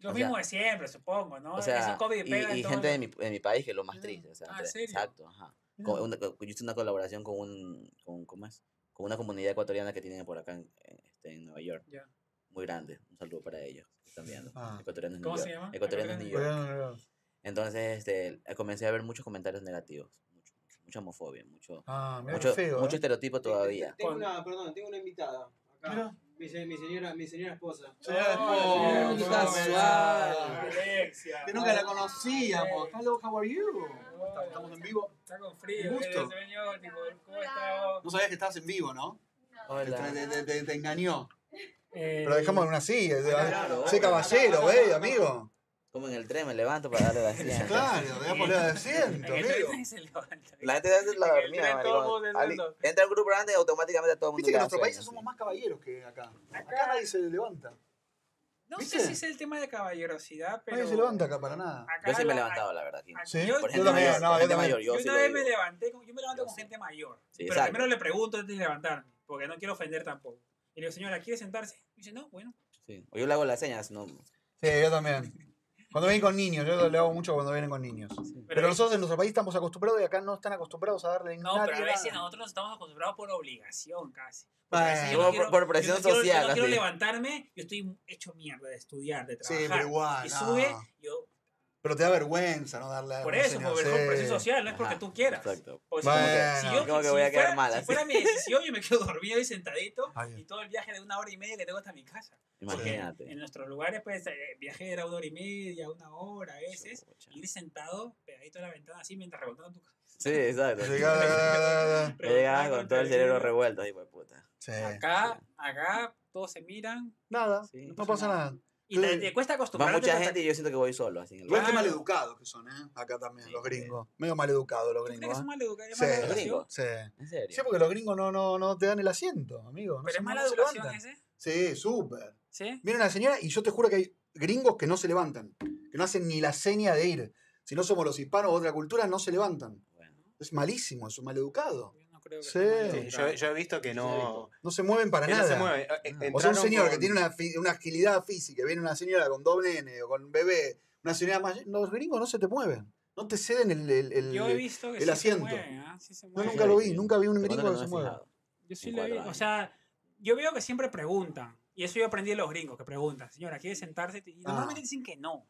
B: Lo
C: o
B: mismo
C: sea-
B: de siempre, supongo, ¿no?
C: O sea,
B: Eso copia y
C: y,
B: pega
C: y
B: en todos
C: gente de mi,
B: lados.
C: de mi país que es lo más
A: Ah,
C: triste. O sea,
B: ah,
C: entre-
B: ¿serio?
C: Exacto, ajá. Con una- con- yo hice una colaboración con un, con, ¿cómo es? Con una comunidad ecuatoriana que tienen por acá en, en- este, en Nueva York.
B: Ya.
C: Muy grande. Un saludo para ellos. que Están viendo.
A: Ah.
C: Ecuatorianos New
B: ¿Cómo se
C: York.
B: llama?
C: Ecuatorianos New
B: Ecuatorianos.
C: York.
A: Bueno, no, no.
C: Entonces, este, comencé a ver muchos comentarios negativos. Mucho, mucha homofobia, mucho,
A: Ah, mira
C: mucho,
A: feo.
C: mucho
A: ¿eh?
C: estereotipo todavía.
H: Tengo
B: Con-
H: una, perdón, tengo una invitada. Acá.
A: Mira.
H: Mi, se- mi señora, mi señora esposa.
A: Señora
B: Oh,
A: esposa.
B: señora esposa.
H: casual.
B: Alexia.
H: Que nunca la conocíamos. Hello, how are you?
B: Hola.
H: Estamos- Estamos en vivo.
B: Está con frío.
H: Gusto.
B: eh, señor, tipo, ¿Cómo está?
H: No sabías que estabas en vivo, ¿no? Te, te- te- te- te engañó.
B: Eh,
A: Pero dejamos en una silla. de-
C: Claro,
A: sé
C: obvio.
A: caballero,
H: Acá, acá,
A: eh,
H: acá.
A: amigo.
C: Como en el tren, me levanto para darle la silla.
A: Claro, démosle de
B: en
A: asiento,
B: el
A: amigo.
B: tren se levanta.
C: La gente hace la
B: En el
C: dormida,
B: tren todo
C: maricón.
B: el mundo
C: Ali-
B: haciendo-
C: Entra el grupo grande y automáticamente a todo el mundo
A: Viste que
C: le
A: en
C: da
A: nuestro
C: sueño,
A: país
C: sí.
A: somos más caballeros que acá. Acá nadie se levanta.
B: No
A: ¿Viste?
B: sé si es el tema de caballerosidad, pero.
A: Nadie se levanta acá para nada.
B: acá
C: Yo sí me he
B: la-
C: levantado, la verdad. aquí.
B: acá-
A: Sí,
B: yo-
C: Por
A: yo
C: gente
A: también,
C: mayor,
A: no, yo
C: por gente
A: también.
C: mayor, yo
B: Yo
C: sí
B: una
C: lo
B: vez
C: digo.
B: me levanté, con- yo me levanto
C: Yo
B: con
C: sí.
B: gente mayor.
C: Sí,
B: pero
C: exacto.
B: primero le pregunto antes de levantarme, porque no quiero ofender tampoco. Y le digo, señora, ¿quiere sentarse? Y dice, no, bueno.
C: Sí. O yo le hago las señas, no.
A: Pues, Sí, yo también. Cuando vienen con niños, yo le hago mucho cuando vienen con niños. Pero, nosotros en nuestro país estamos acostumbrados y acá no están acostumbrados a darle
B: No,
A: nadie
B: pero a
A: nada.
B: veces nosotros nos estamos acostumbrados por obligación casi.
A: Bueno,
B: si
C: como por- por presión
B: yo no quiero-
C: social,
B: Yo no quiero
C: así.
B: levantarme, yo estoy hecho mierda de estudiar, de
A: Sí,
B: trabajar.
A: pero igual.
B: y
A: no.
B: sube, yo.
A: Pero te da vergüenza no darle a
B: Por
A: una
B: eso,
A: señora,
B: por, por presión
A: sí.
B: social, no es porque
C: Ajá,
B: tú quieras.
C: Exacto.
B: Porque
A: Bueno,
B: si,
A: no,
B: yo,
C: como que
B: si
C: voy a
B: fuera-
C: quedar mal,
B: si
C: así.
B: fuera mi decisión, yo me quedo dormido y sentadito
A: Ay,
B: y todo el viaje de una hora y media que tengo hasta mi casa. Porque En
C: Imagínate.
B: nuestros lugares, pues, eh, viaje era una hora y media, una hora a veces.
C: Chucha.
B: Ir sentado, pegadito a la ventana así, mientras rebotaban tu casa.
C: Sí, exacto.
A: Llegá, llegá, llegá, llegá.
C: Yo llegaba con todo el cerebro revuelto, hijo de puta.
A: Sí.
B: Acá, acá, todos se miran.
A: Nada,
C: Sí,
A: no pasa nada.
B: Y te,
A: Claro.
B: te cuesta
C: Va
B: acostumbrarte.
C: mucha
B: pues, a-
C: gente y yo siento que voy solo, así en el
A: Igual que
B: Claro.
A: maleducados que son, ¿eh? Acá también,
C: Sí,
A: los
C: sí.
A: gringos. Medio maleducados los
B: ¿Tú crees que
A: gringos.
B: son
A: ¿eh?
B: maleducados? ¿Es
A: Sí.
B: mala
A: ¿Los
B: educación?
C: gringos?
A: Sí.
C: ¿En
A: Sí,
C: serio?
A: porque los gringos no, no, no te dan el asiento, amigo. No
B: Pero
A: se-
B: es mala
A: no se
B: educación
A: levantan.
B: ese.
A: Sí, súper.
B: ¿Sí?
A: Viene una señora y yo te juro que hay gringos que no se levantan, que no hacen ni la seña de ir. Si no somos los hispanos o otra cultura, no se levantan.
C: Bueno.
A: Es malísimo, es un maleducado.
B: Yo no creo que
A: Sí.
B: sea mala
A: Sí,
G: Sí,
B: educación.
G: yo, yo he visto que no,
A: No se mueven para
G: que no
A: nada.
G: se mueve. Eh, eh,
A: O sea, un
G: entraron
A: señor que
G: con-
A: tiene una, fi- una agilidad física, viene una señora con doble N o con bebé, una señora más. Los gringos no se te muven. No te ceden el. el- el-
B: Yo he visto que
A: el
B: sí
A: asiento.
B: se mueven, ¿ah? Sí se
A: Yo
B: mueven.
A: nunca lo vi,
C: Sí.
A: nunca vi un
C: Te cuento
A: gringo que
C: no
A: se
C: me he
A: mueva.
C: fijado.
B: Yo sí
C: en
B: lo
C: cuatro
B: vi. O
C: años.
B: sea, yo veo que siempre preguntan. Y eso yo aprendí de los gringos, que preguntan. Señora, ¿quiere sentarse? Y
A: Ah.
B: normalmente dicen que no.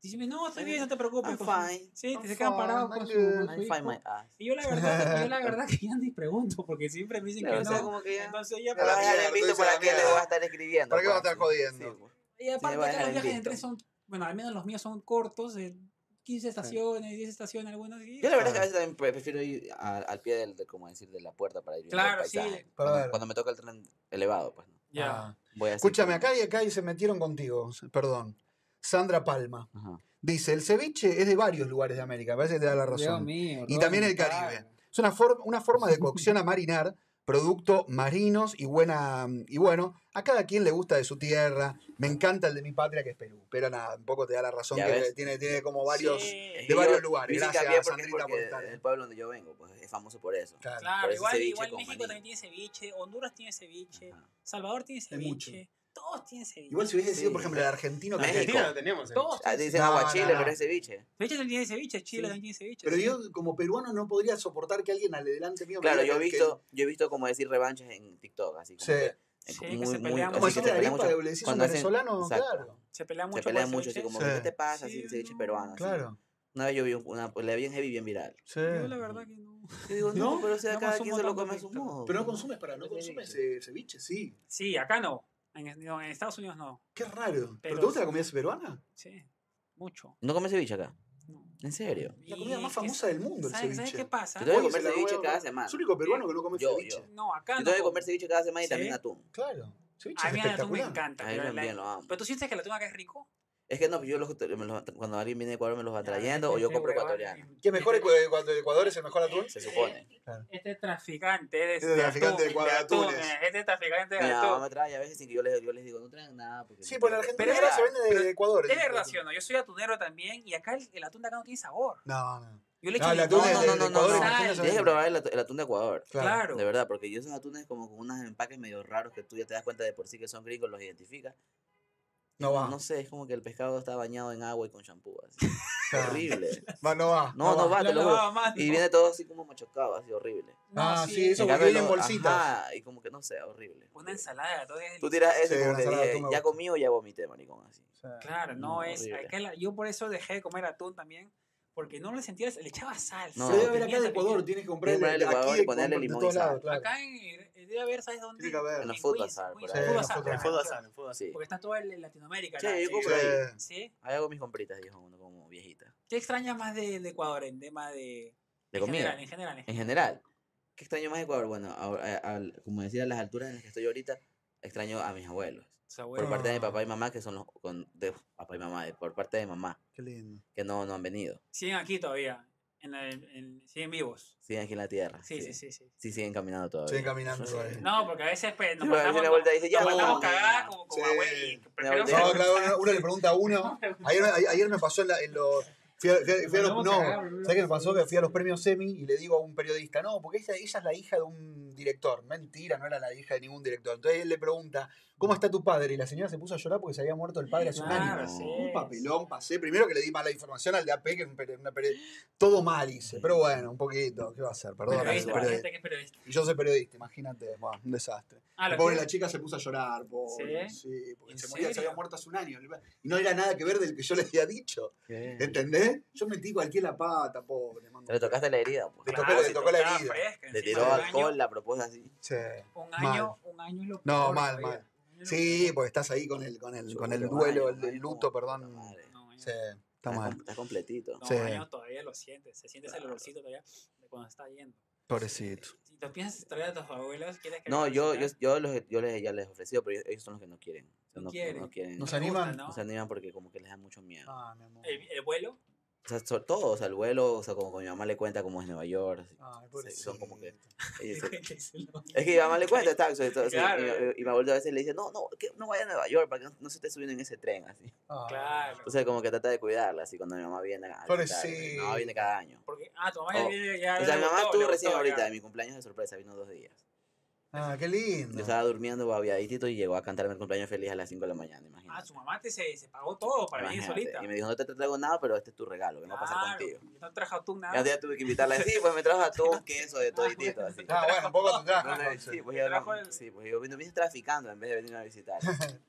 B: Dicen, no, estoy bien, no te preocupes.
C: I'm
B: con su-".
C: fine.
B: Ah, pues Sí,
A: I'm
B: te se quedan parados
A: fine,
B: con
A: I'm
B: su,
A: good.
B: con
C: I
B: su
C: find
B: hijo.
C: my ass.
B: Y yo la verdad, yo la verdad que ya ni pregunto, porque siempre me dicen
C: Claro,
B: que
C: o sea,
B: no.
C: como que ya.
B: Entonces ya
A: A la
B: para mí,
C: Ya
A: mierda,
C: le
A: tú
C: invito
A: dices,
C: para
A: "La
C: qué le
A: mierda".
C: voy a estar escribiendo.
A: ¿Para qué vas
C: pues,
A: a estar
C: sí,
A: jodiendo?
C: sí, pues.
B: Y aparte
C: vas a
B: acá
C: dejar
B: los viajes en
C: invicto.
B: tren son, bueno, al menos los míos son cortos, de 15 estaciones, 10 estaciones, algunos. y-
C: Yo la verdad
A: Claro.
C: es que a veces también pre- prefiero ir a- al pie del, de, como decir, de la puerta para ir viendo
B: Claro,
C: el
B: sí.
C: paisaje.
A: Para
C: Cuando,
A: ver.
C: cuando me toca el tren elevado, pues no.
A: Ah.
C: Voy así
A: Escúchame,
C: como-
A: acá y acá y se metieron contigo, perdón. Sandra Palma
C: Ajá.
A: dice: el ceviche es de varios lugares de América, parece que te da la razón. Y también el Caribe. Es una, for- una forma de cocción a marinar, producto marinos y buena y bueno, a cada quien le gusta de su tierra. Me encanta el de mi patria que es Perú, pero nada, un poco te da la razón
C: Ya
A: que
C: ves.
A: tiene, tiene como varios.
B: Sí.
A: de varios lugares.
C: yo sí
A: Gracias,
C: cambié porque,
A: Sandrita,
C: porque
A: por estar. eh.
C: el pueblo donde yo vengo, pues es famoso por eso.
A: Claro.
B: Claro,
C: Por ese
B: igual,
C: ceviche
B: igual
C: con
B: México
C: maní.
B: también tiene ceviche, Honduras tiene ceviche,
C: Ajá.
B: Salvador tiene
A: Hay mucho.
B: ceviche, todos tienen ceviche.
A: Igual si hubiese sido,
C: Sí.
A: por ejemplo, el argentino
G: En
A: que
C: México.
G: Argentina lo tenemos. ¿eh?
B: todos
C: Ah,
B: tienen ceviche.
C: Dicen
A: No,
C: aguachile,
A: no, no.
C: pero es ceviche.
B: México también tiene ceviche, Chile también tiene ceviche.
A: Pero
B: sí.
A: yo, como peruano, no podría soportar que alguien al delante mío. me
C: Claro,
A: diga
C: yo he
A: que-
C: visto, yo he visto como decir revanchas en TikTok, así como
A: Sí.
C: que,
B: Sí,
C: como
B: que se pelean
A: Como
C: así
B: mucho.
A: decir
C: que se
A: la
C: pelean
A: arepa,
C: mucho,
A: le decís un
C: cuando hacen-
A: venezolano,
C: Exacto.
A: claro.
B: se pelean mucho
C: se
B: por
C: pelean
B: el
C: mucho, así
B: ceviche.
C: como
A: Sí.
C: que, ¿qué te pasa?
B: Sí,
C: Así, el ceviche
B: no,
C: peruano. así.
A: Claro.
C: Una vez yo vi una, le vi en heavy bien viral.
A: Sí.
B: Yo la verdad que no.
C: Yo digo, no,
A: No,
C: pero o sea,
B: no
C: cada
B: consumo
C: quien se lo
B: tanto
C: come a su
B: TikTok.
C: modo.
A: Pero no consumes, para, no
C: Ese
A: consumes
C: ceviche.
A: eh, ceviche, sí.
B: Sí, acá no. En, no, en Estados Unidos no.
A: Qué raro. ¿Pero,
B: Pero
A: te gusta
B: sí.
A: la comida peruana?
B: Sí, mucho.
C: ¿No comes ceviche acá?
B: No.
C: ¿En serio?
A: La
B: Y
A: comida más
B: que-
A: famosa del mundo, el
B: ¿sabes, ¿Sabes
A: ceviche.
B: qué pasa?
C: Yo tengo que
A: Oye,
C: comer
A: se la
C: ceviche
A: huevo.
C: cada semana.
A: Es el único peruano que no come
C: Yo,
A: ceviche.
C: yo.
B: No, acá
C: Yo
B: Ah, no.
C: tengo que
B: como.
C: comer ceviche cada semana y
B: ¿Sí?
C: también atún.
A: Claro. Ceviche
B: A
A: es
B: mí el atún me
A: espectacular.
B: encanta.
C: A mí
B: pero la- Pues
C: también lo amo.
B: ¿Pero tú sientes que el atún acá es rico?
C: Es que no, yo los, me los- cuando alguien viene de Ecuador me los va
B: Este
C: trayendo o yo compro ecuatoriano.
A: ¿Qué mejor Ecu- cuando Ecuador es el mejor atún?
C: Se supone.
B: Este traficante es
A: Este traficante de cuadraturas.
B: Este traficante de
C: Mi mamá
B: atún.
C: me trae a veces sin que yo les, yo les digo, no traigan nada. Porque
A: Sí, pues en
B: Pero
A: Argentina
B: es
A: ahora se
B: verdad,
A: vende de,
B: pero
A: de Ecuador.
B: Tiene
A: el atún.
B: relación, ¿no? Yo soy atunero también y acá el, el atún de acá no tiene sabor.
A: No, no.
B: Yo le
A: No,
B: echo
A: el atún
C: No,
A: es
B: limón,
A: de-
C: no, no,
A: de
C: no,
A: Ecuador,
C: no,
B: sal,
A: Argentina
C: no.
A: se
C: Tienes que
A: vende.
C: probar el, atu- el atún de Ecuador.
A: Claro.
B: Claro.
C: De verdad, porque yo esos atunes como con unos empaques medio raros que tú ya te das cuenta de por sí que son gringos, los identificas.
A: No va.
C: No sé, es como que el pescado está bañado en agua y con champú. Así.
A: Claro.
C: horrible.
A: Va, no va.
C: No, no va,
B: Lo
C: te lo juro.
B: lavaba a mano.
C: Y viene todo así como machocado, así horrible.
B: No,
A: Ah, sí, eso
C: En
A: porque
C: cambio,
A: viene en
C: lo-
A: bolsitas.
C: ajá, y como que no sé, horrible.
B: Una ensalada, todo es
C: Tú tiras
A: Sí,
C: eso y como
A: una
C: que
A: ensalada
C: dije,
A: tú me
C: ya
A: gusta.
C: comí o ya vomité, maricón, así.
B: Claro, no,
C: No,
B: es.
C: Mm, horrible.
B: aquel- yo por eso dejé de comer atún también, porque no le sentía, le echaba sal.
C: No,
A: Pero
B: sal,
A: debe haber acá
B: pimienta,
A: de Ecuador,
B: pimienta.
A: tienes que comprar el
C: Tienes que ponerle Ecuador y ponerle limón y sal.
B: Acá en, debe haber, ¿sabes dónde?
A: Tiene que haber.
C: En
B: En
C: los food
B: Queens, en
C: bazaar, por
B: Queens,
A: ahí.
B: food
A: Sí,
B: bazaar,
A: los
G: En
A: food
B: ajá,
G: food
B: food
G: asal, en food asal.
C: Sí.
B: Porque está toda en Latinoamérica.
C: Sí,
B: la-
C: yo
B: sí.
C: compro ahí.
B: ¿Sí?
C: Ahí hago mis compritas, dijo uno como viejita.
B: ¿Qué extrañas más de, de Ecuador en tema de.
C: De
B: en
C: comida. Eh,
B: general, en general, en
C: En
B: general.
C: general, ¿qué extraño más de Ecuador? Bueno, ahora, eh, al- como decía, a las alturas en las que estoy ahorita, extraño a mis abuelos.
B: Sus abuelos.
C: Por parte de mi papá y mamá, que son los. Con, de papá y mamá, de- por parte de mamá,
A: Qué lindo.
C: que no, no han venido.
B: Siguen aquí todavía. En el- en- siguen vivos.
C: Siguen aquí en la tierra.
B: Sí, sí, sí. sí.
C: Ah, Sí, siguen caminando todavía.
A: Siguen caminando todavía.
B: No, porque a veces pues, nos
C: Sí, porque a veces
B: mandamos,
C: la vuelta dice, ya,
B: nos mandamos
C: huevón,
B: cagadas
C: ya.
B: como, como
A: Sí.
B: abuelos.
C: La
B: Preferimos
C: vuelta-
A: No, claro, uno, uno le pregunta a uno. Ayer, a- ayer me pasó en, la- en los. Fui a, fui a- fui a los, no, ¿sabes qué me pasó? Que fui a los premios Semi y le digo a un periodista, no, porque ella, ella es la hija de un director. Mentira, no era la hija de ningún director. Entonces él le pregunta, ¿cómo está tu padre? Y la señora se puso a llorar porque se había muerto el padre hace un año.
B: Claro,
C: No,
B: sí.
A: Un papelón pasé. Primero que le di mala información al de AP, que es un peri- una peri- todo mal hice. Pero bueno, un poquito. ¿Qué va a hacer? Perdón.
B: Periodista,
A: periodista.
B: gente que es periodista.
A: Y yo soy periodista, imagínate. buah, un desastre.
B: Ah,
A: La
B: lo
A: pobre
B: que-
A: la chica se puso a llorar, pobre.
B: ¿Sí?
A: Sí, porque
B: ¿En
A: se moría, se
B: serio?
A: había muerto hace un año. Y no era nada que ver del que yo le había dicho. ¿Entendés? Yo metí cualquier la pata, pobre. mando.
C: Le tocaste la herida, pues.
A: Le
B: Claro,
A: tocó- le
B: si
A: tocó la
B: tocaba
A: herida.
B: fresca,
C: Le
B: encima
C: tiró
B: del
C: alcohol,
B: año,
C: la propuso así.
A: Sí.
B: Un
A: Mal.
B: año, un año es lo
A: No,
B: peor
A: mal,
B: todavía.
A: mal.
B: Un año es lo
A: Sí,
B: peor.
A: porque estás ahí con el, con el, con el
C: Chulo,
A: duelo,
C: vale,
A: el, el
C: vale,
A: luto,
C: como- puta
A: perdón.
C: madre.
B: No, un
A: Sí, está
C: Está
A: mal.
C: com- Está completito.
B: No,
A: Sí.
B: un año todavía lo sientes, se siente ese
C: Claro.
B: olorcito todavía de cuando está yendo.
A: Pobrecito.
B: Si te piensas traer a tus abuelos, quieres que
C: No,
B: vengan a
C: yo, yo,
B: visitar?
C: yo, los, yo les, ya les he ofrecido, pero ellos son los que no quieren. O sea,
B: No
C: No,
B: quieren.
C: no quieren.
A: No
C: No
A: se
B: te gusta,
A: animan?
B: ¿no?
C: se animan porque como que les da mucho miedo.
A: Ah, mi amor.
B: El, el vuelo,
C: O sea, sobre todo, o sea, el vuelo, o sea, como con mi mamá le cuenta cómo es Nueva York. así.
A: Ay,
C: son como que-
A: pobrecito.
C: Ella dice-
B: que se lo-
C: es que mi mamá le cuenta, está, so- so- so-
B: Claro.
C: y, mi- y mi abuelo a veces le dice, no, no, que no vaya a Nueva York para que no, no se esté subiendo en ese tren, así.
A: Ah.
B: Claro.
C: Entonces, como que trata de cuidarla, así, cuando mi mamá viene a visitarla, Mi mamá
A: Pobrecito.
C: viene cada año.
B: Porque, ah, tu mamá ya
C: Oh.
B: viene ya.
C: O sea,
B: le
C: mi mamá
B: gustó, le
C: estuvo recién
B: gustó,
C: ahorita,
B: ya.
C: de mi cumpleaños de sorpresa, vino dos días.
A: Ah, qué lindo.
C: Yo estaba durmiendo babiadito y llegó a cantarme el cumpleaños feliz a las 5 de la mañana,
B: Ah,
C: imagínate.
B: su mamá te se, se pagó todo para venir
C: Imagínate.
B: solita.
C: Y me dijo, no te traigo nada, pero este es tu regalo, vengo a pasar
B: Claro,
C: contigo.
B: No trajo tú
C: Y al
B: nada.
C: día tuve que invitarla, sí, pues me trajo atún, queso, de toditito, así.
A: Ah, bueno, un poco tendrás.
C: No, no, sí, pues yo,
B: trajo
C: no-
B: el-
C: sí, pues yo vine, vine traficando en vez de venir a visitar.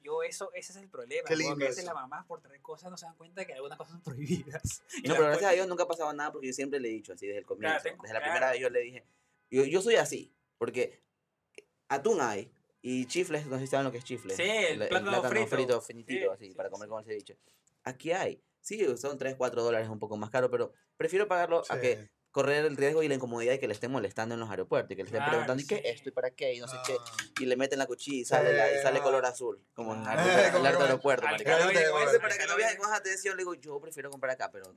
B: Yo, eso, ese es el problema.
A: Qué
B: ¿no?
A: lindo
B: que a veces
A: eso.
B: las mamás por traer cosas no se dan cuenta que algunas cosas son prohibidas. Y
C: No,
B: las
C: pero gracias a
B: cuentas-
C: Dios nunca ha pasado nada porque yo siempre le he dicho así desde el comienzo.
B: tengo-
C: desde la
B: claro.
C: primera vez yo le dije, yo, yo soy así, porque atún hay y chifles, no sé si saben lo que es chifles.
B: Sí, el plátano frito.
C: finitito,
B: Sí,
C: así,
B: sí,
C: para
B: sí,
C: comer
B: sí.
C: con el ceviche. Aquí hay. Sí, son 3, 4 dólares, un poco más caro, pero prefiero pagarlo a que
A: Sí.
C: correr el riesgo y la incomodidad de que le estén molestando en los aeropuertos y que le estén
B: Claro,
C: preguntando, ¿y qué
B: sí.
C: es esto y para qué? Y no sé qué.
A: Ah.
C: Y le meten la cuchilla y sale, la- y sale
A: no.
C: color azul, como en el
A: Claro.
C: aeropuerto,
A: Como
C: el
A: bueno.
C: aeropuerto,
B: Al
C: maricón.
A: Claro,
B: calor y
A: te-
B: con
A: bueno,
B: ese
C: Entonces, para que no
B: calor
C: viajen
B: y-
C: con atención, le digo, yo prefiero comprar acá, pero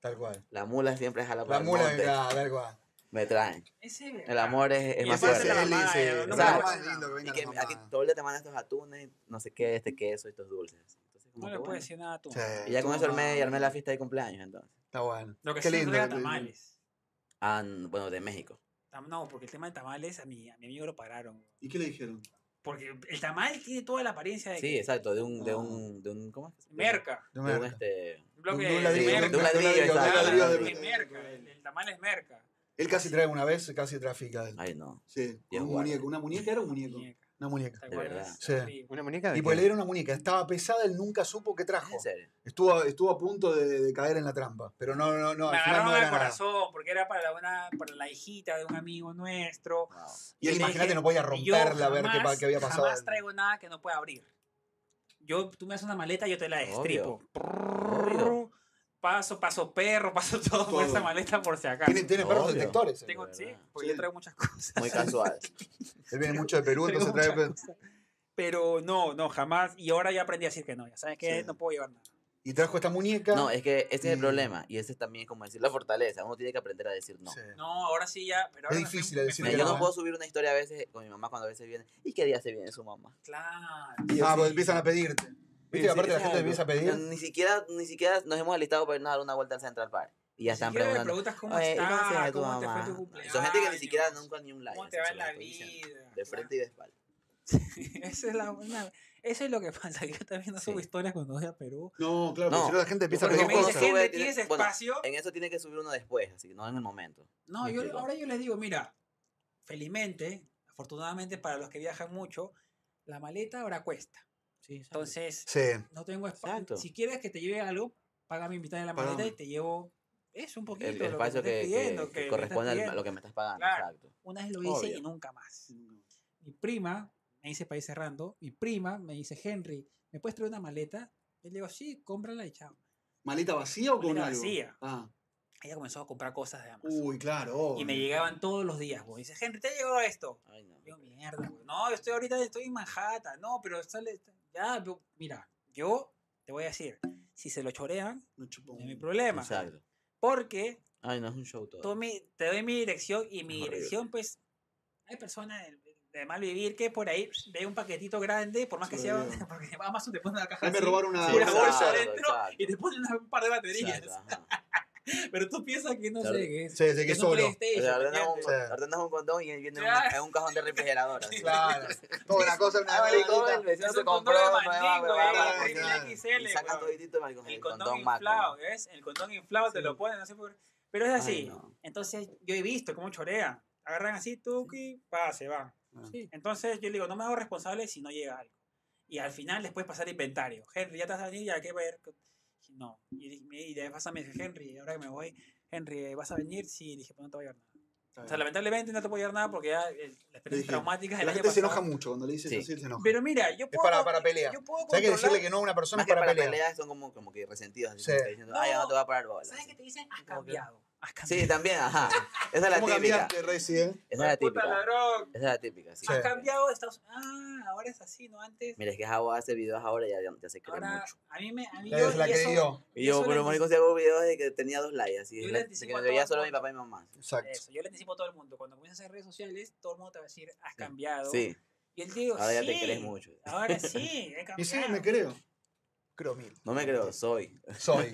A: Tal cual.
C: la mula siempre jala por
A: La
C: Ah, el
A: mula,
C: monte.
A: claro, tal cual.
C: Me traen.
B: Ese
C: El amor es, es
A: Y
C: más
A: aparte
C: fuerte.
A: la mamá,
B: Él dice,
A: eh, lo
B: no
C: ¿sabes?
A: más lindo que venga
C: Y que
A: la mamá.
C: aquí todo el día te mandan estos atunes, no sé qué, este queso, estos dulces. Entonces, como
B: No
C: que
B: le
C: bueno.
B: puedes decir nada a tu
A: Sí.
B: mamá.
C: Y ya con
A: Tu
C: eso armé, y
A: mamá.
C: armé la fiesta de cumpleaños, entonces.
A: Está bueno.
B: Lo que
A: Qué
B: sí no
A: lindo.
B: traiga
A: que te-
B: tamales.
C: Ah, n- bueno, de México.
B: Tam- No, porque el tema de tamales a mi, a mi amigo lo pararon.
H: ¿Y qué le dijeron?
B: Porque el tamal tiene toda la apariencia de
C: Sí,
B: que-
C: exacto, de un, de
H: Ah.
C: un, de un, ¿cómo es? que se-
B: merca.
A: de
C: De
A: merca.
C: un, este...
B: Un bloque
A: De
B: de,
A: un
B: de
A: ladrillo,
B: merca.
A: de
C: un ladrillo,
A: de un
B: Claro,
A: ladrillo
B: es
A: de-
B: merca, el, el tamal es merca.
A: Él casi trae una vez, casi trafica. él.
C: Ay, no.
H: Sí,
C: Dios
H: con un
C: guarde.
H: muñeco. ¿Una muñeca era un muñeco?
B: Muñeca,
A: Una muñeca.
B: ¿te
C: De
B: acuerdas?
C: verdad.
A: Sí.
B: Sí.
G: ¿Una muñeca de
A: Y pues
G: qué?
A: le dieron una muñeca. Estaba pesada, él nunca supo qué trajo.
C: Ah, En serio.
A: Estuvo, estuvo a punto de, de caer en la trampa. Pero no, no, no.
B: Me
A: Al final
B: agarraron
A: no
B: al
A: era nada.
B: corazón porque era para la, una, para la hijita de un amigo nuestro.
C: Wow.
A: Y él,
B: le
A: imagínate,
B: dije,
A: no podía
B: y yo
A: romperla, a ver qué, pa-
B: jamás-
A: qué había pasado.
B: Jamás traigo nada que no pueda abrir. Yo, tú me haces una maleta, yo te la destripo.
C: Obvio.
B: Paso, paso perro, paso todo, por
H: Todo.
B: esa maleta por si acaso.
A: Tiene, tiene perros
C: Obvio.
A: detectores. él.
B: Tengo, sí,
C: verdad.
B: porque
H: Sí.
B: yo traigo muchas cosas.
C: Muy casual.
A: Él viene mucho de Perú,
B: Tengo
A: entonces trae.
B: muchas cosas. Pero no, no, jamás. Y ahora ya aprendí a decir que no. Ya sabes que
H: Sí.
B: no puedo llevar nada.
A: Y Y trajo esta muñeca.
C: No, es que ese es el
A: Y-
C: problema. Y ese es también como decir la fortaleza. Uno tiene que aprender a decir no.
A: Sí.
B: No, ahora sí ya. Pero
A: Es
B: ahora me estoy-
A: difícil
B: me
A: decir
B: estoy-
C: Mira,
A: que
C: yo
A: no,
C: no
A: ¿eh?
C: puedo subir una historia a veces con mi mamá cuando a veces viene. ¿Y qué día se viene su mamá?
B: Claro.
A: Ah,
H: sí.
C: pues,
A: porque empiezan a pedirte. Viste que
C: Sí,
A: aparte la
C: sí,
A: gente
C: algo.
A: empieza a pedir.
C: Ni siquiera, ni siquiera nos hemos alistado para irnos a dar una vuelta al Central Park. Y ya
B: Ni
C: están
B: siquiera me
C: preguntando.
B: preguntas cómo
C: "Oye, ¿y cómo se
B: estás,
C: ve tu
B: cómo te fue
C: mamá?"
B: tu
C: No,
B: cumpleaños.
C: Son gente que ni siquiera nunca ni un like.
B: ¿Cómo
C: así
B: te va
C: se
B: en
C: lo
B: la
C: estoy diciendo.
B: vida?
C: De frente y de espalda.
B: Esa es la buena- Eso es lo que pasa. Yo también no subo
C: Sí.
B: historias cuando voy a Perú.
A: No, claro,
C: No.
A: porque si no la gente empieza a
C: Porque
A: pedir
B: Porque me dice,
A: cosas.
C: sube,
B: gente,
C: tiene-
B: ¿tienes
C: bueno, eh,
B: espacio?
C: En eso tiene que subir uno después, así, no en el momento.
B: No,
C: Me
B: yo, le-
C: explico.
B: ahora yo les digo, mira, felizmente, afortunadamente para los que viajan mucho, la maleta ahora cuesta. Entonces,
A: Sí.
B: no tengo
C: Exacto.
B: espacio. Si quieres que te lleve algo, págame mitad de la maleta
A: Págame.
B: y te llevo eso un poquito.
C: el,
B: lo
C: el espacio
B: que, me
C: que,
B: estés
C: que-
B: pidiendo,
C: que
B: me estás
C: corresponde al- a
B: pidiendo.
C: lo que me estás pagando.
B: Claro.
C: Exacto.
B: Una vez lo hice
C: Obvio.
B: y nunca más. Mi prima, me dice país cerrando, mi prima me dice, Henry, ¿me puedes traer una maleta? Yo le digo, sí, cómprala y chao.
H: ¿Maleta vacía o con
B: Maleta
H: algo?
B: vacía.
H: Ah,
B: Ella comenzó a comprar cosas de Amazon.
H: uy, claro.
B: y
C: Uh,
H: obvio.
B: me llegaban todos los días, güey. Dice, Henry, ¿te ha llegado esto?
C: Ay, no.
B: Digo, mierda, güey. No, yo estoy ahorita, estoy en Manhattan. No, pero sale... Ya, pero mira, yo te voy a decir, si se lo chorean,
H: No chupó
B: no
H: un-
B: es mi problema.
C: Exacto.
B: Porque
C: Ay, no es un show todo.
B: tú mi- te doy mi dirección y mi
C: Horrible.
B: dirección, pues, hay personas de, de mal vivir que por ahí ve un paquetito grande, por más que
H: Sí.
B: sea, porque Amazon te pone una
H: A
B: caja
H: mí me
B: así,
H: robaron una
C: Sí,
B: una
C: exacto,
B: bolsa adentro
C: exacto.
B: y te pone una- un par de baterías.
C: Exacto, ajá.
B: Pero tú piensas que no
C: Claro.
B: sé qué es.
A: Sí, sí, que
B: es un
A: solo.
C: O
B: PlayStation,
C: sea, ordenas un,
B: ¿entiendes?
A: Sí.
C: ordenas un condón y viene en un,
B: Claro.
C: en un cajón de refrigerador. así.
A: Claro. Toda una cosa,
B: Ah,
A: una
C: Ay, todo el
A: regalita.
C: vecino
B: Es
C: se
B: un
C: compró,
B: condón de
C: me va, me va, me
A: mandingo,
C: va, me
A: eh,
C: va.
A: claro.
B: mandín, XL,
C: Y sacan
B: weón.
C: toditito el con
B: El
C: el
B: condón
C: condón Mac,
B: inflado,
C: ¿no?
B: ¿ves? El condón inflado te
C: Sí.
B: lo ponen, no sé por Pero es
C: Ay,
B: así.
C: no.
B: Entonces, yo he visto cómo chorea. Agarran así, tuki, pa, se van.
H: Ah.
B: Sí. Entonces, yo le digo, no me hago responsable si no llega algo. Y al final, después pasar inventario. Henry, ya estás aquí, ya que ver. Y No. Y, dije, y le pasa a mí, Henry, ahora que me voy, Henry, ¿vas a venir? Sí, dije, pues no te voy a llevar nada. O sea, lamentablemente no te puedo llevar nada porque ya eh, la
A: Dije,
B: experiencia traumática del
A: La
B: año
A: gente se
B: pasado-
A: enoja mucho cuando le dices
C: Sí.
A: así, se enoja.
B: Pero mira, yo puedo.
A: para- para pelea.
B: Yo puedo
A: O sea, hay que
B: controlar-
A: decirle que no a una persona es
C: Más que
A: para,
C: para
A: pelear.
C: peleas son como, como que resentidos. Así,
A: Sí.
C: como que diciendo, Ay, ya no te va a parar bola.
B: ¿Sabes qué te dicen? Has
C: Como que-
B: cambiado. Has cambiado.
C: Sí, también, ajá. Esa es la
A: ¿Cómo
C: típica.
A: cambiaste, Reci, eh?
C: Esa es la
B: Puta
C: típica.
B: ladrón.
C: Esa es la típica, sí.
A: Sí.
B: Has cambiado. Estás... Ah, ahora es así, ¿no? Antes.
C: Mira, es que Jabo hace videos ahora y ya, ya se cree
B: Ahora,
C: mucho.
B: a mí me. A mí yo,
A: Es la
B: y
A: que
B: eso-
A: dio.
C: Y yo,
B: eso
C: pero
B: le
C: marico, si hago videos de que tenía dos likes, así.
B: Yo
C: de
B: le
C: la- de que
B: anticipo
C: me
B: a
C: veía
B: todo
C: solo
B: el
C: mi papá y mi mamá.
A: Exacto.
B: Eso, yo le anticipo a todo el mundo. Cuando comienzas a hacer redes sociales, todo el mundo te va a decir, has cambiado.
C: Sí,
B: Y él te digo,
C: ahora ya
B: sí.
C: te crees mucho.
B: Ahora sí, he cambiado.
A: Y sí, me creo. Creo mil.
C: No me creo, soy.
A: Soy.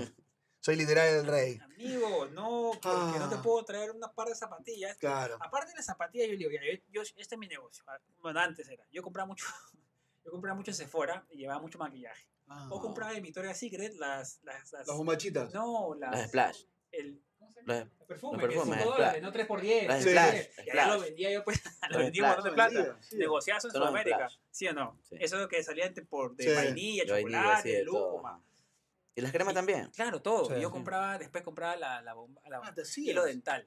A: Soy literal el rey.
B: Amigo, no, porque no te
A: Ah.
B: puedo traer unas par de zapatillas.
A: Claro.
B: Aparte de las zapatillas, yo le digo, ya, yo, yo- este es mi negocio. Ah, Bueno, antes era. Yo compraba mucho, yo compraba mucho en Sephora y llevaba mucho maquillaje.
H: Ah,
B: O compraba en Victoria's Secret las, las, las-
H: Las bombachitas.
B: no,
C: Los
B: las,
C: splash.
B: el, ¿cómo se llama?
C: Los,
B: El perfume,
C: los
B: que son
C: perfumes,
B: todos
C: splash.
B: de no 3 por 10
C: Las
A: Sí.
C: splash,
B: Y allá lo
C: splash.
B: vendía yo, pues, lo
C: Los
B: vendía un montón de plata.
H: Vendía, sí.
B: Negociazo en
C: Son los
B: Sudamérica,
C: splash.
B: ¿sí o no?
C: Sí.
B: Eso que salía antes por de
A: Sí.
B: vainilla,
C: Yo ahí digo así
B: chocolate,
C: de todo.
B: lúcuma.
C: ¿Y las cremas
B: Y-
C: también?
B: Claro, todo.
A: Sí.
B: yo compraba, después compraba la, la bomba, la,
H: Ah, te hacías.
B: hilo dental.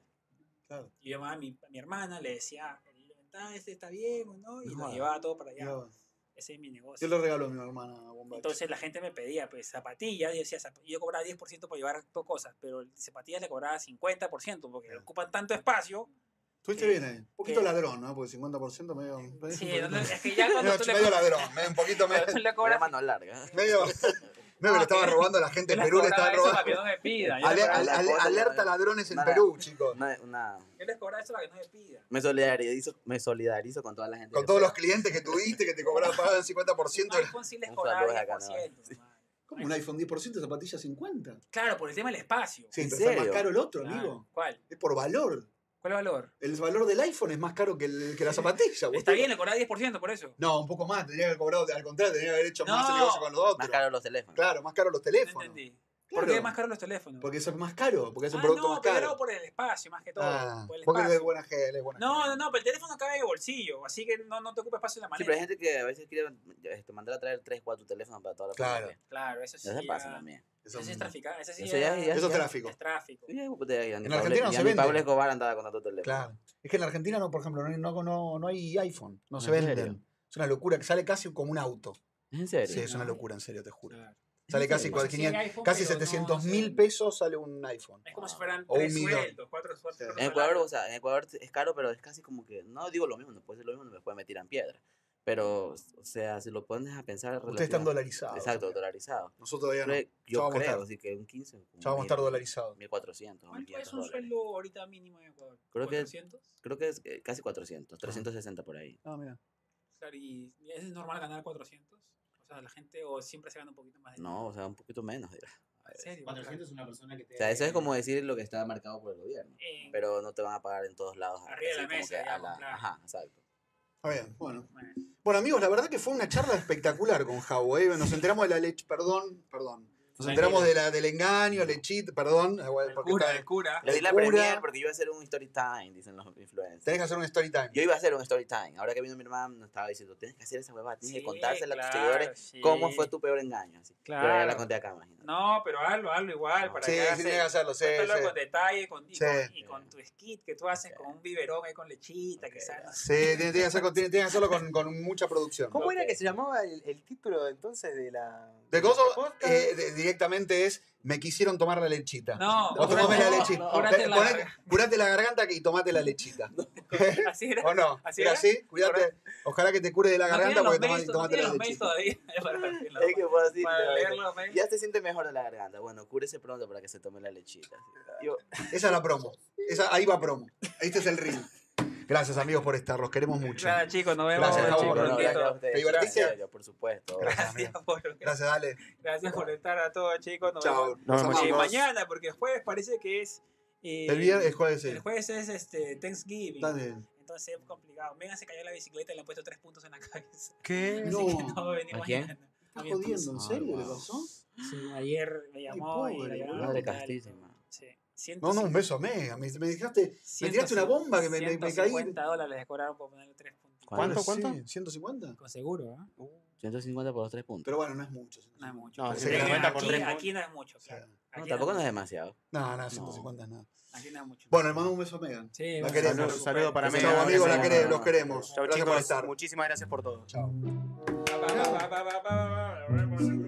H: Claro.
B: Yo llamaba a mi, a mi hermana, le decía, el hilo dental este está bien o no, y
C: No
B: lo
C: jodas.
B: llevaba todo para allá.
H: Mirá,
B: Ese es mi negocio.
H: Yo le regalo a mi hermana bombacha.
B: Entonces la gente me pedía pues, zapatillas, y decía, zap- yo cobraba 10% por llevar dos cosas, pero zapatillas le cobraba 50% porque
A: Claro.
B: ocupan tanto espacio.
H: Estuviste
B: que-
H: bien ahí. Un poquito
B: que-
H: ladrón, ¿no? Porque 50% medio.
B: Sí, no, no, es que ya cuando
A: Medio,
B: tú le,
A: medio
B: co-
A: ladrón, medio un poquito medio.
B: cuando tú le
C: Una
B: cobras,
C: mano larga.
A: medio medio que le estaba robando a la gente
B: yo
A: en
B: les
A: Perú, le
B: cobraba
A: estaba
B: eso para que
A: robando.
B: no me pidan. Yo,
A: Ale-
B: les
C: la
B: cobraba-
A: ale- ale-
C: cosa,
A: alerta
C: la-
A: ladrones en
C: Nada.
A: Perú, chicos.
C: Una, una-
B: yo les cobraba eso para que no me pidan.
C: Me solidarizo, me solidarizo con toda la gente.
A: Con
C: que
A: todos
C: fue.
A: los clientes que tuviste, que te cobraban pagado el 50%.
B: Un iPhone sí les
C: Un
B: cobraba
C: saludo a Canadá.
B: 10%. hermano.
H: Como un iPhone 10%, zapatillas 50.
B: Claro, por el tema del espacio.
A: Sí,
C: ¿En
A: pero
H: Está más
C: serio?
H: caro el otro,
B: Claro.
H: amigo.
B: ¿Cuál?
H: Es por valor.
B: ¿Cuál valor?
H: El valor del iPhone es más caro que, el- que la zapatilla. boludo.
B: Está bien, le cobraba 10% por eso.
A: No, un poco más, tenía que haber cobrado, al contrario, tenía que haber hecho más
B: No.
A: el negocio con los otros.
C: Más caros los teléfonos.
A: Claro, más caro los
B: No
A: teléfonos.
B: entendí.
H: Claro.
B: ¿Por qué más caro los teléfonos?
H: Porque eso es más caro, porque es un
B: Ah,
H: producto
B: no,
H: más
B: pero
H: caro.
B: era por el espacio, más que todo.
A: Ah,
B: por el
A: porque él es
B: espacio.
A: buena gente, él es buena
B: No,
A: gente.
B: no, no, pero el teléfono cabe en el bolsillo, así que no, no te ocupa espacio en la
C: Sí,
B: maleta.
C: pero hay gente que a veces quiere este, mandar a traer 3, 4 teléfonos para toda la
A: Claro.
C: familia. ah.
B: Claro, eso sí.
C: Ya se
B: ya-
C: pasa también.
A: Eso
B: Eso
A: es
B: sí es
A: un-
B: tráfico. Eso sí
C: Eso ya- ya-
A: Eso es
C: ya-
A: tráfico.
B: es tráfico.
C: Sí, ya, puta, ya ni
A: En
C: Pablo-
A: Argentina no
C: ya
A: se
C: ni
A: vende.
C: Pablo Escobar andaba con otro teléfono.
A: Claro. Es que en la Argentina, no, por ejemplo, no, hay- no, no, no hay iPhone, no se
C: ¿En
A: venden.
C: serio?
A: Es una locura, que sale casi como un auto.
C: ¿En serio?
A: Sí, es una
B: No.
A: locura, en serio, te juro.
B: Claro.
A: Sale casi,
C: serio?
A: cual-
B: Ah, Sí,
A: 500
B: iPhone,
A: casi
B: pero no,
A: 700
B: no
A: mil
B: sé.
A: pesos sale un iPhone.
B: Es como si fueran
A: O un
B: tres
A: millón.
B: sueldos, cuatro sueldos.
A: Sí.
B: cuatro
C: En Ecuador,
B: salarios.
C: o sea, en Ecuador es caro, pero es casi como que, no digo lo mismo, no puede ser lo mismo, me pueden meter en piedra. Pero, o sea, si lo pones a pensar.
A: Ustedes están
C: relativa-
A: dolarizados.
C: Exacto, dolarizados.
A: Nosotros todavía no.
C: Creo- Yo
A: vamos a
C: creo,
A: estar.
C: así que un 15. como
A: Ya vamos a estar
C: mínimo,
A: dolarizados.
C: 1400,
B: ¿Cuánto es
C: 1500
B: un
C: dólares.
B: sueldo ahorita mínimo en Ecuador?
C: Creo que-
B: ¿400?
C: Creo que es eh, casi 400, 360 por ahí.
G: Ah, mira.
B: Claro, y ¿es normal ganar 400? O sea, la gente o siempre se gana un poquito más de
C: No, pues, o sea, un poquito menos. digo.
B: ¿En serio?
G: 400 es una persona que te.
C: O
A: Eh.
C: sea, eso es como decir lo que está marcado por el gobierno.
B: Eh,
C: Pero no te van a pagar en todos lados.
B: Arriba de la
C: como
B: mesa,
C: que a
B: digamos, claro.
C: Ajá, exacto.
A: Ah, bien, bueno.
B: Bueno.
A: Bueno, amigos, la verdad que fue una charla espectacular con Javo. ¿eh? Nos enteramos de la leche, perdón, perdón. Nos enteramos de la, del engaño, lechit, perdón. eh, bueno,
B: el
A: porque
B: cura,
A: está-
B: el cura.
C: Le di la
A: Locura.
C: premier porque yo iba a hacer un story time, dicen los influencers.
A: Tenés que hacer un story time.
C: Yo iba a hacer un story time. Ahora que vino mi hermano, nos estaba diciendo, tienes que hacer esa huevada, tienes
B: Sí,
C: que contársela a tus
B: claro,
C: seguidores cómo
B: sí.
C: fue tu peor engaño. Así. Yo ya la
B: Claro.
C: conté acá, imagínate.
B: No, pero hazlo, hazlo igual.
C: No.
B: Para
A: Sí,
B: que hagas
A: sí, tenés que
B: el-
A: hacerlo, sí,
B: cuéntalo
A: sí.
B: con detalle con, y,
A: Sí.
B: con, y
C: Sí.
B: con tu skit que tú haces
C: Sí.
B: con un biberón ahí con lechita,
C: Ok,
B: quizás. no sé.
A: Sí, tiene, tiene que hacer con- tiene- tiene que hacerlo con, con mucha producción.
G: ¿Cómo era
C: Ok.
G: que se llamaba el, el título entonces de la.
A: De coso,
B: ¿Este
G: la podcast?
A: eh, de- directamente es, me quisieron tomar la lechita.
B: No,
A: o tomame la
B: no,
A: lechita.
B: no,
A: Curate
B: cúrate la
A: curate la garganta y tomate la lechita.
B: Así era.
A: ¿O no?
B: ¿Así
A: Era
B: era?
A: así, cuídate. Ojalá que te cure de la
B: No
A: garganta
B: tienen los
A: porque toma-
B: mails, no
A: tomate
B: tienen
A: la
B: los mails
A: lechita.
B: todavía para, para-
C: Es que fue así,
B: para ¿eh?
C: ya,
B: leer los mails.
C: Ya se siente mejor la garganta. Bueno, cúrese pronto para que se tome la lechita. así. Yo,
A: Esa es la promo. Esa, ahí va promo. Este es el reel. Gracias, amigos, por estar. Los queremos mucho.
B: Nada, chicos, nos vemos.
A: Gracias,
B: chicos,
A: Raúl,
C: no,
A: Roberto.
B: prontito.
C: gracias a ustedes,
A: ¿Te divertiste?
C: gracias, yo, por supuesto.
A: Gracias, amigo.
B: Gracias por,
A: Gracias, dale.
B: gracias por estar a todos, chicos. Nos
A: Chao.
B: vemos.
G: Nos
A: Los
G: vemos,
B: Sí,
A: amamos.
B: mañana, porque el jueves parece que es. eh,
A: El viernes, el jueves, sí.
B: el jueves es este, Thanksgiving.
A: Dale.
B: Entonces es complicado. Megan se cayó en la bicicleta y le han puesto tres puntos en la cabeza.
G: ¿Qué?
B: Así
A: No.
B: que no va a venir
C: ¿A quién?
B: mañana.
A: ¿Estás
B: mi esposa.
A: jodiendo? ¿En serio le pasó?
B: Sí, ayer me llamó y
A: pobre,
B: la llevaron al
C: Madre
B: hospital.
C: castísima.
B: Sí. Ciento
A: No, no, un
B: cincuenta-
A: beso a Mega. Me, me dejaste. Me tiraste una
B: ciento cin-
A: bomba que me, me- me caí.
B: 150 dólares les cobraron por ponerle tres puntos.
G: ¿Cuánto,
A: Sí,
G: cuánto?
A: ¿150?
B: Con seguro, ¿ah?
C: 150 por los tres puntos.
A: Pero bueno, no es mucho.
B: No es mucho.
G: No,
B: Pero
A: sí,
B: aquí-
A: 50
G: por
B: aquí,
G: tres
B: aquí no es mucho, claro.
A: Sí.
C: No,
B: Aquí
C: tampoco no es
B: mucho,
C: demasiado.
A: No, no, 150 es nada.
B: Aquí no es mucho.
A: Bueno, le mando un beso a Mega.
B: Sí,
A: la
B: bueno,
A: queremos.
B: no
G: Saludos
B: se
G: saludo para
C: Eso
G: mí.
C: es
A: Chao,
C: Mega,
A: amigos, la
C: Mega.
A: queremos, los queremos.
G: Chao,
A: Gracias por
G: chicos.
A: estar.
G: Muchísimas gracias por todo.
A: Chao.
B: preocupen. Pa, pa, pa, pa, pa, pa, pa, pa, pa, pa, pa, pa, pa.